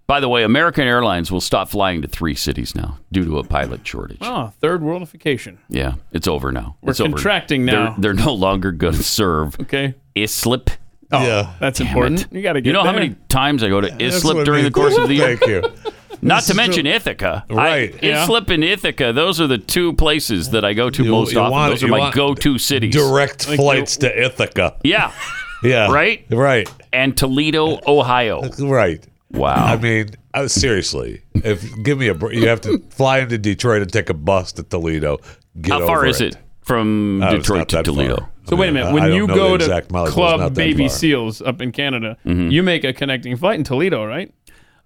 Speaker 2: by the way, American Airlines will stop flying to three cities now due to a pilot shortage.
Speaker 3: Oh, third worldification.
Speaker 2: Yeah, it's over now.
Speaker 3: We're
Speaker 2: It's over.
Speaker 3: contracting now.
Speaker 2: They're, they're no longer going to *laughs* serve
Speaker 3: Okay.
Speaker 2: Islip.
Speaker 3: Oh, that's important. You got to get
Speaker 2: You know how
Speaker 3: there.
Speaker 2: many times I go to
Speaker 12: That's
Speaker 2: Islip
Speaker 12: what
Speaker 2: during the
Speaker 12: made-
Speaker 2: course of the year?
Speaker 12: Thank you.
Speaker 2: *laughs* Not
Speaker 12: This
Speaker 2: to
Speaker 12: is
Speaker 2: mention
Speaker 12: a-
Speaker 2: Ithaca.
Speaker 12: Right.
Speaker 2: I, Islip and Ithaca, those are the two places that I go to
Speaker 12: You-
Speaker 2: most
Speaker 12: you
Speaker 2: often.
Speaker 12: want-
Speaker 2: those are
Speaker 12: you
Speaker 2: my
Speaker 12: want
Speaker 2: go to cities.
Speaker 12: Direct flights to Ithaca.
Speaker 2: Yeah.
Speaker 12: Yeah.
Speaker 2: Right?
Speaker 12: Right.
Speaker 2: And Toledo,
Speaker 12: *laughs*
Speaker 2: Ohio.
Speaker 12: Right.
Speaker 2: Wow.
Speaker 12: I mean, uh, seriously, if give me a br- you have to fly into Detroit and take a bus to Toledo. Get
Speaker 2: How far
Speaker 12: over
Speaker 2: is it from
Speaker 12: Oh, it's
Speaker 2: Detroit
Speaker 12: not
Speaker 2: to
Speaker 12: that far.
Speaker 2: Toledo?
Speaker 3: So wait a minute.
Speaker 12: I-
Speaker 3: When
Speaker 12: I don't
Speaker 3: you
Speaker 12: know
Speaker 3: go
Speaker 12: the
Speaker 3: to
Speaker 12: exact mileage, but it's
Speaker 3: Club
Speaker 12: not that
Speaker 3: Baby
Speaker 12: far.
Speaker 3: Seals up in Canada, you make a connecting flight in Toledo, right?
Speaker 2: Mm-hmm.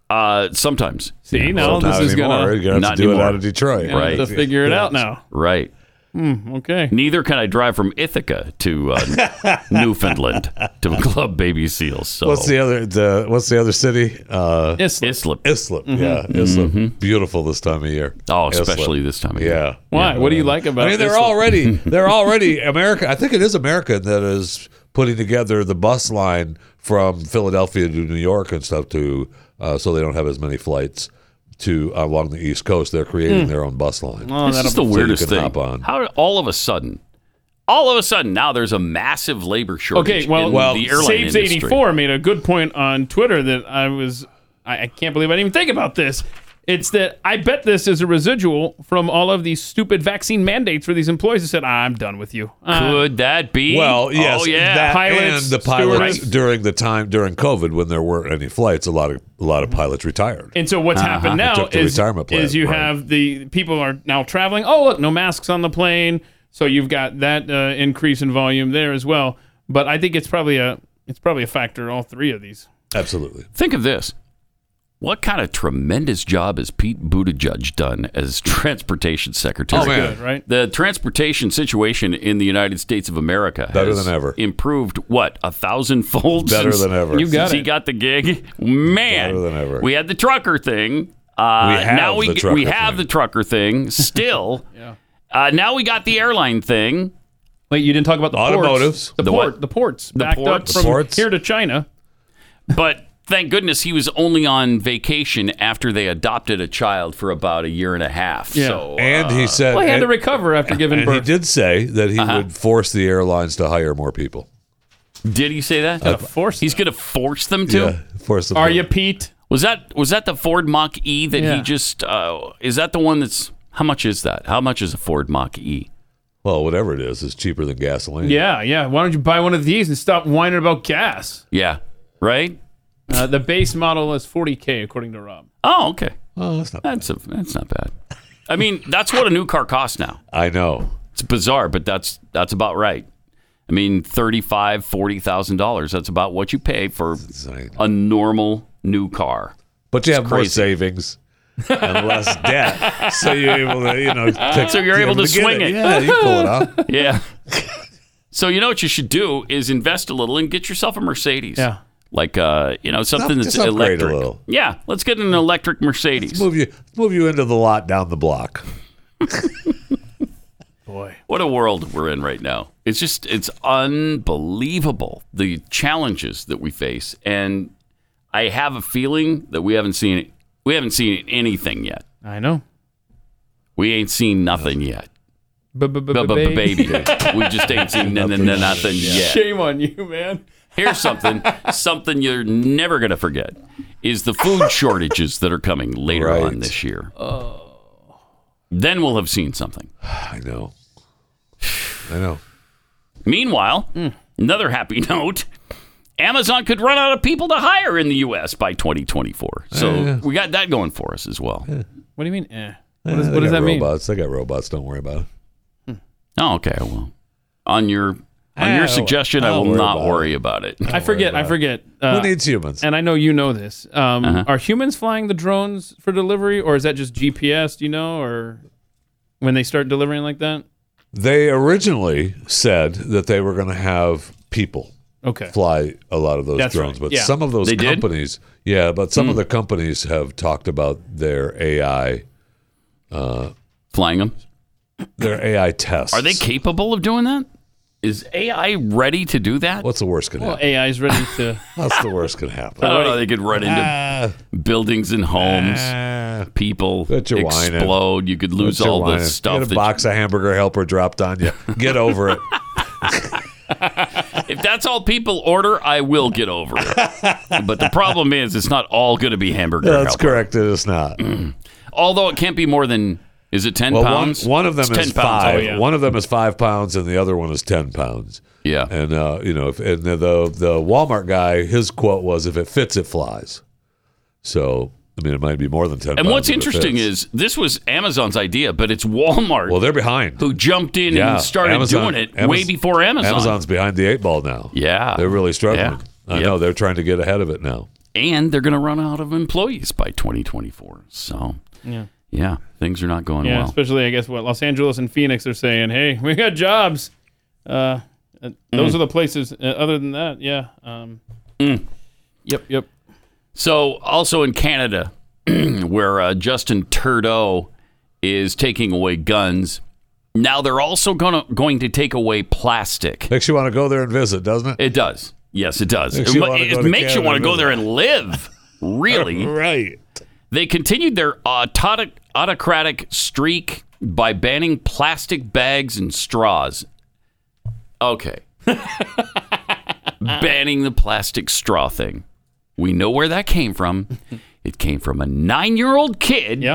Speaker 2: Uh, sometimes.
Speaker 3: See, now
Speaker 12: Not
Speaker 3: this is
Speaker 12: anymore.
Speaker 3: gonna
Speaker 12: You're gonna have
Speaker 2: Not
Speaker 12: to do
Speaker 2: anymore.
Speaker 12: it out of Detroit.
Speaker 3: gonna have
Speaker 2: Right.
Speaker 3: to figure it out now.
Speaker 2: Right.
Speaker 3: Hmm, okay.
Speaker 2: Neither can I drive from Ithaca to
Speaker 3: *laughs*
Speaker 2: uh, Newfoundland to Club Baby Seals. So
Speaker 12: What's the other? The, what's the other city? Uh,
Speaker 3: Islip. Mm-hmm.
Speaker 2: Islip. Mm-hmm.
Speaker 12: Islip. Yeah, Islip. Beautiful this time of year.
Speaker 2: Oh,
Speaker 12: Islip.
Speaker 2: especially this time of year.
Speaker 12: Yeah.
Speaker 3: Why? what do you like about?
Speaker 12: I mean, they're
Speaker 3: Islip? *laughs*
Speaker 12: already they're already America. I think it is America that is putting together the bus line from Philadelphia to New York and stuff to uh, so they don't have as many flights to uh, along the East Coast. They're creating their own bus line.
Speaker 3: Oh,
Speaker 2: This
Speaker 3: that'll
Speaker 2: is the
Speaker 12: So you
Speaker 2: weirdest
Speaker 12: can
Speaker 2: thing.
Speaker 12: hop on.
Speaker 2: How all of a sudden all of a sudden now there's a massive labor shortage.
Speaker 3: Okay, well,
Speaker 2: in
Speaker 3: well
Speaker 2: the airline
Speaker 3: Saves
Speaker 2: industry.
Speaker 3: eighty four made a good point on Twitter that I was I, I can't believe I didn't even think about this. It's that I bet this is a residual from all of these stupid vaccine mandates for these employees that said, "I'm done with you." Uh,
Speaker 2: Could that be?
Speaker 12: Well, yes,
Speaker 2: Oh, yeah.
Speaker 12: that and
Speaker 3: Pilots,
Speaker 12: the pilots
Speaker 3: stewards.
Speaker 12: during the time during COVID when there weren't any flights, a lot of a lot of pilots retired. Uh-huh.
Speaker 3: And so
Speaker 2: Uh-huh.
Speaker 3: what's happened
Speaker 12: They
Speaker 3: now
Speaker 12: took the
Speaker 3: is,
Speaker 12: retirement plan,
Speaker 3: is you
Speaker 12: right.
Speaker 3: have the people are now traveling. Oh, look, no masks on the plane. So you've got that uh, increase in volume there as well. But I think it's probably a it's probably a factor in all three of these.
Speaker 12: Absolutely.
Speaker 2: Think of this. What kind of tremendous job has Pete Buttigieg done as *laughs* transportation secretary?
Speaker 12: Oh, man. Good, right?
Speaker 2: The transportation situation in the United States of America
Speaker 12: Better
Speaker 2: has
Speaker 12: than ever.
Speaker 2: improved what a thousand folds.
Speaker 12: Better
Speaker 2: since-
Speaker 12: than ever. You got
Speaker 2: since he
Speaker 12: it.
Speaker 2: got the gig. Man,
Speaker 12: Better than ever.
Speaker 2: we had the trucker thing. Uh,
Speaker 12: We have
Speaker 2: now we
Speaker 12: the
Speaker 2: g-
Speaker 12: trucker
Speaker 2: we have the trucker thing
Speaker 3: *laughs*
Speaker 2: still. uh, now we got the airline thing.
Speaker 3: Wait, you didn't talk about the
Speaker 12: Automotives.
Speaker 3: Ports. The,
Speaker 2: The
Speaker 3: port,
Speaker 2: what?
Speaker 3: the ports.
Speaker 2: The
Speaker 3: backed
Speaker 2: ports. The
Speaker 3: up from
Speaker 2: ports.
Speaker 3: here to China.
Speaker 2: But thank goodness he was only on vacation after they adopted a child for about a year and a half.
Speaker 3: Yeah.
Speaker 2: So, uh,
Speaker 12: And he said,
Speaker 3: Well, he had to
Speaker 12: and,
Speaker 3: recover after giving
Speaker 12: and he
Speaker 3: birth. Uh-huh.
Speaker 12: did say that he would force the airlines to hire more people.
Speaker 2: did he say that?
Speaker 12: Gonna
Speaker 2: force He's going to force them to.
Speaker 12: Uh, Yeah, force them.
Speaker 2: Are
Speaker 12: to-
Speaker 2: you
Speaker 3: Pete?
Speaker 2: Was that was that the Ford Mach E that
Speaker 12: Yeah.
Speaker 2: he just uh, is that the one that's how much is that? How much is a Ford Mach E?
Speaker 12: Well, whatever it is, it's cheaper than gasoline.
Speaker 3: Yeah, yeah. Why don't you buy one of these and stop whining about gas?
Speaker 2: Yeah. Right?
Speaker 3: Uh, the base model is 40K, according to Rob.
Speaker 2: Oh, okay.
Speaker 12: Well, that's not
Speaker 2: that's A, that's not bad. I mean, that's what a new car costs now.
Speaker 12: I know.
Speaker 2: It's bizarre, but that's that's about right. I mean, thirty-five, forty thousand dollars. That's about what you pay for a normal new car.
Speaker 12: But you
Speaker 2: It's
Speaker 12: have more
Speaker 2: crazy.
Speaker 12: savings and
Speaker 2: *laughs*
Speaker 12: less debt, so you're able to, you know, take-
Speaker 2: so you're
Speaker 12: you're
Speaker 2: able to
Speaker 12: able to get
Speaker 2: swing
Speaker 12: it.
Speaker 2: it.
Speaker 12: Yeah, you pull it off.
Speaker 2: *laughs* yeah. So you know what you should do is invest a little and get yourself a Mercedes.
Speaker 12: Yeah.
Speaker 2: Like uh, you know, something
Speaker 12: Just
Speaker 2: that's
Speaker 12: upgrade a
Speaker 2: electric.
Speaker 12: little.
Speaker 2: Yeah, let's get an electric Mercedes.
Speaker 12: move you move you into the lot down the block.
Speaker 3: Boy.
Speaker 2: What a world we're in right now. It's just it's unbelievable the challenges that we face and I have a feeling that we haven't seen we haven't seen anything yet.
Speaker 3: I know.
Speaker 2: We ain't seen nothing yet.
Speaker 3: Baby.
Speaker 2: Baby.
Speaker 3: *laughs*
Speaker 2: We just ain't seen n- n- nothing yet.
Speaker 3: Shame on you, man.
Speaker 2: Here's
Speaker 12: *laughs*
Speaker 2: something, something you're never going to forget is the food shortages that are coming later on this year.
Speaker 3: Oh.
Speaker 2: Then we'll have seen something.
Speaker 12: *sighs* I know. I know. Hmm.
Speaker 2: Meanwhile, another happy *laughs* note. Amazon could run out of people to hire in the U.S. by 2024. So
Speaker 12: Oh, Yeah.
Speaker 2: we got that going for us as well.
Speaker 3: What do you mean, eh?
Speaker 12: Yeah,
Speaker 3: What, is,
Speaker 12: they
Speaker 3: what does
Speaker 12: got
Speaker 3: that mean?
Speaker 12: robots. mean? They got robots. Don't worry about it.
Speaker 2: Oh, okay. Well, on your on
Speaker 3: Ah,
Speaker 2: your suggestion, I
Speaker 3: I'll
Speaker 2: will
Speaker 3: worry
Speaker 2: not
Speaker 3: about it.
Speaker 2: worry about it.
Speaker 3: I forget. I forget. Uh,
Speaker 12: Who needs humans?
Speaker 3: And I know you know this. Um,
Speaker 2: Uh-huh.
Speaker 3: Are humans flying the drones for delivery, or is that just GPS? Do you know, or when they start delivering like that?
Speaker 12: They originally said that they were going to have people
Speaker 3: Okay.
Speaker 12: fly a lot of those
Speaker 3: That's
Speaker 12: drones,
Speaker 3: right.
Speaker 12: but
Speaker 3: Yeah.
Speaker 12: some of those
Speaker 3: They did?
Speaker 12: companies, yeah, but some of
Speaker 3: Hmm.
Speaker 12: the companies have talked about their AI uh,
Speaker 2: flying them.
Speaker 12: Their AI tests.
Speaker 2: Are they capable of doing that? Is AI ready to do that?
Speaker 12: What's the worst could
Speaker 3: Well, AI is ready
Speaker 12: *laughs*
Speaker 3: to.
Speaker 12: What's the worst could happen?
Speaker 2: I don't know. They could run into
Speaker 12: Ah.
Speaker 2: buildings and homes, people
Speaker 12: Bet you're whining.
Speaker 2: explode. You could lose
Speaker 12: Bet you're
Speaker 2: all the
Speaker 12: whining. You
Speaker 2: stuff.
Speaker 12: Get a box of hamburger helper dropped on you. Get over it.
Speaker 2: that- *laughs* if that's all people order, I will get over
Speaker 12: *laughs*
Speaker 2: it. but the problem is, it's not all going to be *laughs* hamburger.
Speaker 12: That's
Speaker 2: helper.
Speaker 12: correct. It is
Speaker 2: *clears throat*
Speaker 12: not.
Speaker 2: Although it can't be more than is it ten
Speaker 12: well, one,
Speaker 2: pounds?
Speaker 12: one of them
Speaker 2: It's
Speaker 12: is
Speaker 2: 10 pounds. Oh,
Speaker 12: five. One of them is five pounds, and the other one is ten pounds.
Speaker 2: Yeah.
Speaker 12: And uh, you know, if, and the, the the Walmart guy, his quote was, "If it fits, it flies." So I mean, it might be more than ten.
Speaker 2: And
Speaker 12: pounds
Speaker 2: what's
Speaker 12: if it
Speaker 2: interesting
Speaker 12: fits.
Speaker 2: is this was Amazon's idea, but it's Walmart. Well,
Speaker 12: they're behind.
Speaker 2: Who jumped in
Speaker 12: Yeah,
Speaker 2: and started
Speaker 12: Amazon-
Speaker 2: doing it
Speaker 12: Amaz-
Speaker 2: way before Amazon.
Speaker 12: Amazon's behind the eight ball now.
Speaker 2: Yeah,
Speaker 12: they're really struggling.
Speaker 2: Yeah.
Speaker 12: I know they're trying to get ahead of it now.
Speaker 2: And they're going to run out of employees by 2024. So,
Speaker 3: Yeah.
Speaker 2: yeah, things are not going
Speaker 3: Yeah,
Speaker 2: well.
Speaker 3: especially I guess what Los Angeles and Phoenix are saying. Hey, we got jobs. Uh, uh, those
Speaker 2: Mm.
Speaker 3: are the places. Uh, other than that, yeah. Um, Yep, yep.
Speaker 2: So, also in Canada, *clears throat* where uh, Justin Trudeau is taking away guns, now they're also gonna, going to take away plastic.
Speaker 12: Makes you want to go there and visit, doesn't it?
Speaker 2: It does. Yes, it does.
Speaker 12: Makes
Speaker 2: it
Speaker 12: you
Speaker 2: ma-
Speaker 12: wanna
Speaker 2: it
Speaker 12: go to
Speaker 2: makes you
Speaker 12: Canada
Speaker 2: want to go
Speaker 12: and
Speaker 2: there and live.
Speaker 12: *laughs*
Speaker 2: really?
Speaker 12: right.
Speaker 2: They continued their autotic, autocratic streak by banning plastic bags and straws Okay. Banning the plastic straw thing. We know where that came
Speaker 3: *laughs*
Speaker 2: from. It came from a nine year old kid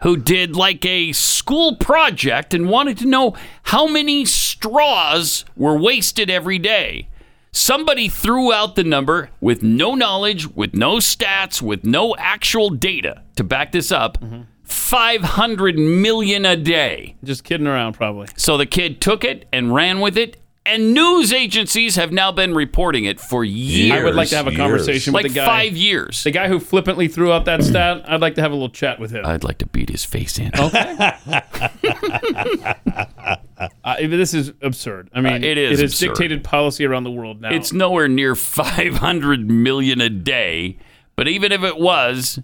Speaker 2: who did like a school project and wanted to know how many straws were wasted every day. Somebody threw out the number with no knowledge, with no stats, with no actual data to back this up.
Speaker 3: Mm-hmm.
Speaker 2: 500 million a day.
Speaker 3: Just kidding around, probably.
Speaker 2: So the kid took it and ran with it. And news agencies have now been reporting it for years.
Speaker 3: I would like to have a conversation
Speaker 2: like
Speaker 3: with the guy.
Speaker 2: five years.
Speaker 3: The guy who flippantly threw out that stat. I'd like to have a little chat with him.
Speaker 2: I'd like to beat his face in. *laughs*
Speaker 3: Okay. Uh, this is absurd. I mean,
Speaker 2: Uh, it is
Speaker 3: It is
Speaker 2: absurd.
Speaker 3: dictated policy around the world now.
Speaker 2: It's nowhere near 500 million a day. But even if it was,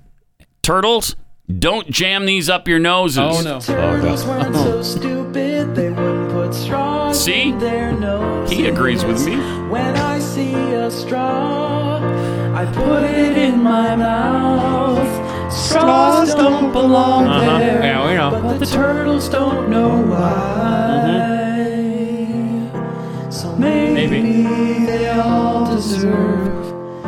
Speaker 2: turtles, don't jam these up your noses.
Speaker 3: Oh, no.
Speaker 1: Turtles weren't so
Speaker 2: Oh,
Speaker 1: stupid, they wouldn't put straws
Speaker 2: See?
Speaker 1: in their nose.
Speaker 2: He agrees with me.
Speaker 1: When I see a straw, I put it in my mouth. Straws don't belong
Speaker 3: Uh-huh.
Speaker 1: there.
Speaker 3: Yeah, we know.
Speaker 1: But the turtles don't know why.
Speaker 3: Mm-hmm.
Speaker 1: So maybe, they all deserve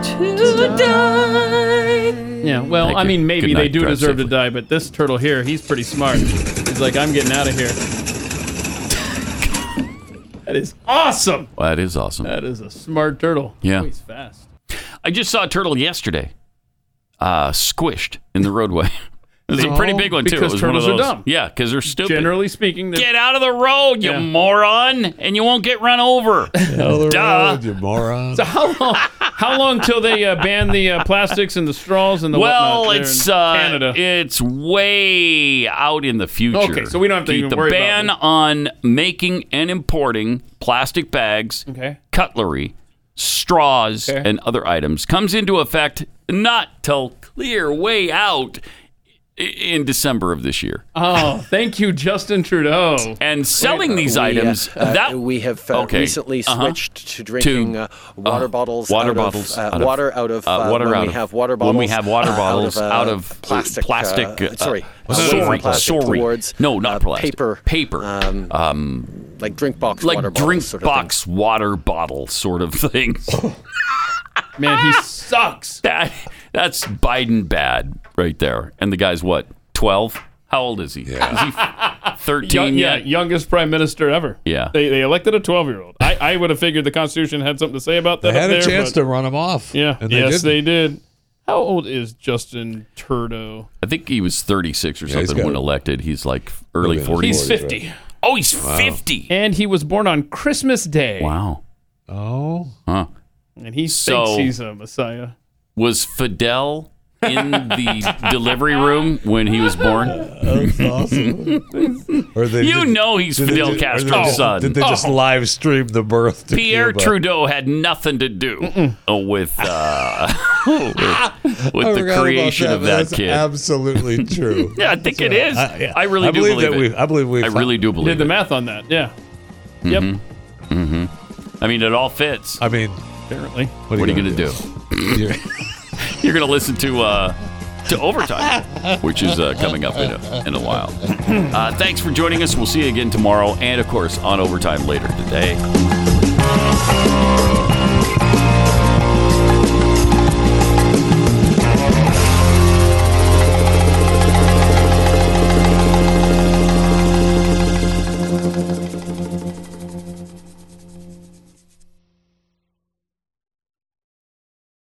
Speaker 1: to die.
Speaker 3: Yeah, well,
Speaker 1: Thank
Speaker 3: I
Speaker 1: you.
Speaker 3: mean, maybe
Speaker 1: Good
Speaker 3: they
Speaker 1: night.
Speaker 3: do
Speaker 1: Drive
Speaker 3: deserve to die, but this turtle here, he's pretty smart. He's like, I'm getting out of here. *laughs* that is awesome.
Speaker 2: Well, *laughs* that is awesome.
Speaker 3: That is a smart turtle.
Speaker 2: Yeah.
Speaker 3: Oh, he's fast.
Speaker 2: I just saw a turtle yesterday, uh, squished in the roadway. it was *laughs* a pretty big one too.
Speaker 3: Because
Speaker 2: it was
Speaker 3: turtles
Speaker 2: one
Speaker 3: are
Speaker 2: of those,
Speaker 3: dumb.
Speaker 2: Yeah, because they're stupid.
Speaker 3: Generally speaking,
Speaker 2: get out of the road, you moron, and you won't get run
Speaker 3: *laughs*
Speaker 2: over. Duh.
Speaker 12: you moron.
Speaker 3: So how long? How long till they uh, ban the uh, plastics and the straws and the
Speaker 2: Well,
Speaker 3: whatnot there
Speaker 2: it's
Speaker 3: in
Speaker 2: uh,
Speaker 3: Canada?
Speaker 2: it's way out in the future.
Speaker 3: Okay, so we don't have to
Speaker 2: Keep
Speaker 3: even
Speaker 2: the
Speaker 3: worry about
Speaker 2: ban on making and importing plastic bags,
Speaker 3: Okay.
Speaker 2: cutlery, straws,
Speaker 3: Okay.
Speaker 2: and other items comes into effect not till clear way out i- in December of this year.
Speaker 3: Oh, thank you, Justin Trudeau.
Speaker 2: And selling these
Speaker 3: We, uh,
Speaker 2: items
Speaker 3: uh,
Speaker 2: that
Speaker 5: we have uh,
Speaker 2: okay,
Speaker 5: recently
Speaker 2: uh-huh,
Speaker 5: switched to drinking uh, water
Speaker 2: uh,
Speaker 5: bottles,
Speaker 2: water
Speaker 5: out
Speaker 2: bottles,
Speaker 5: of, uh,
Speaker 2: out of-
Speaker 5: water out of
Speaker 2: uh,
Speaker 5: uh,
Speaker 2: water
Speaker 5: when
Speaker 2: out
Speaker 5: we
Speaker 2: of-
Speaker 5: have water bottles,
Speaker 2: when we have water
Speaker 5: uh,
Speaker 2: bottles
Speaker 5: out of, uh,
Speaker 2: out of
Speaker 5: plastic,
Speaker 2: plastic,
Speaker 5: uh,
Speaker 2: uh,
Speaker 5: sorry,
Speaker 2: uh,
Speaker 5: away
Speaker 2: sorry,
Speaker 5: from plastic
Speaker 2: sorry.
Speaker 5: towards uh,
Speaker 2: no, not plastic,
Speaker 5: paper,
Speaker 2: paper,
Speaker 5: um, like drink box,
Speaker 2: like
Speaker 5: water bottles,
Speaker 2: drink
Speaker 5: sort of thing.
Speaker 2: box water bottle sort of thing.
Speaker 3: *laughs* Man, he sucks.
Speaker 2: That that's Biden bad right there. And the guy's what? Twelve? How old is he?
Speaker 3: *laughs*
Speaker 2: Is he
Speaker 3: Young-
Speaker 2: thirteen
Speaker 3: yeah,
Speaker 2: yet?
Speaker 3: youngest prime minister ever.
Speaker 2: Yeah.
Speaker 3: They, they elected a 12 year old. I, I would have figured the Constitution had something to say about that.
Speaker 12: They had
Speaker 3: up
Speaker 12: a
Speaker 3: there,
Speaker 12: chance
Speaker 3: but-
Speaker 12: to run him off.
Speaker 3: Yeah.
Speaker 12: and they
Speaker 3: yes,
Speaker 12: didn't.
Speaker 3: they did. How old is Justin Trudeau?
Speaker 2: I think he was thirty six or
Speaker 12: Yeah, he's
Speaker 2: something when
Speaker 12: got-
Speaker 2: elected. He's like early
Speaker 12: He's
Speaker 2: forties.
Speaker 3: He's 50.
Speaker 2: Oh, he's
Speaker 3: Wow.
Speaker 2: 50.
Speaker 3: And he was born on Christmas Day.
Speaker 2: Wow.
Speaker 12: Oh.
Speaker 2: Huh.
Speaker 3: And he
Speaker 2: So-
Speaker 3: thinks he's a messiah.
Speaker 2: Was Fidel in *laughs* the delivery room when he was born?
Speaker 12: That's
Speaker 2: *laughs*
Speaker 12: awesome. or they
Speaker 2: You know he's
Speaker 12: did they
Speaker 2: Fidel
Speaker 12: ju- or they
Speaker 2: Castro's
Speaker 12: just-
Speaker 2: son.
Speaker 12: Did they just
Speaker 2: Oh.
Speaker 12: live stream the birth? To
Speaker 2: Pierre
Speaker 12: Cuba?
Speaker 2: Trudeau had nothing to do uh, with *laughs* uh, with, with
Speaker 12: I forgot
Speaker 2: the
Speaker 12: about
Speaker 2: creation
Speaker 12: that,
Speaker 2: of
Speaker 12: but
Speaker 2: that
Speaker 12: that's
Speaker 2: kid.
Speaker 12: Absolutely true.
Speaker 2: *laughs* yeah, I think it
Speaker 12: right.
Speaker 2: is.
Speaker 12: I- yeah.
Speaker 2: I really
Speaker 12: I
Speaker 2: do
Speaker 12: believe
Speaker 2: believe
Speaker 12: that
Speaker 2: it.
Speaker 12: we- I believe we
Speaker 2: I really do believe
Speaker 3: Did the
Speaker 2: it.
Speaker 3: math on that. Yeah. Yep.
Speaker 2: hmm I mean, it all fits.
Speaker 12: I mean,
Speaker 3: apparently,
Speaker 2: what are you going to do? *laughs* You're going to listen to uh, to *laughs* overtime, which is uh, coming up in a, in a while. Uh, thanks for joining us. We'll see you again tomorrow, and of course on overtime later today.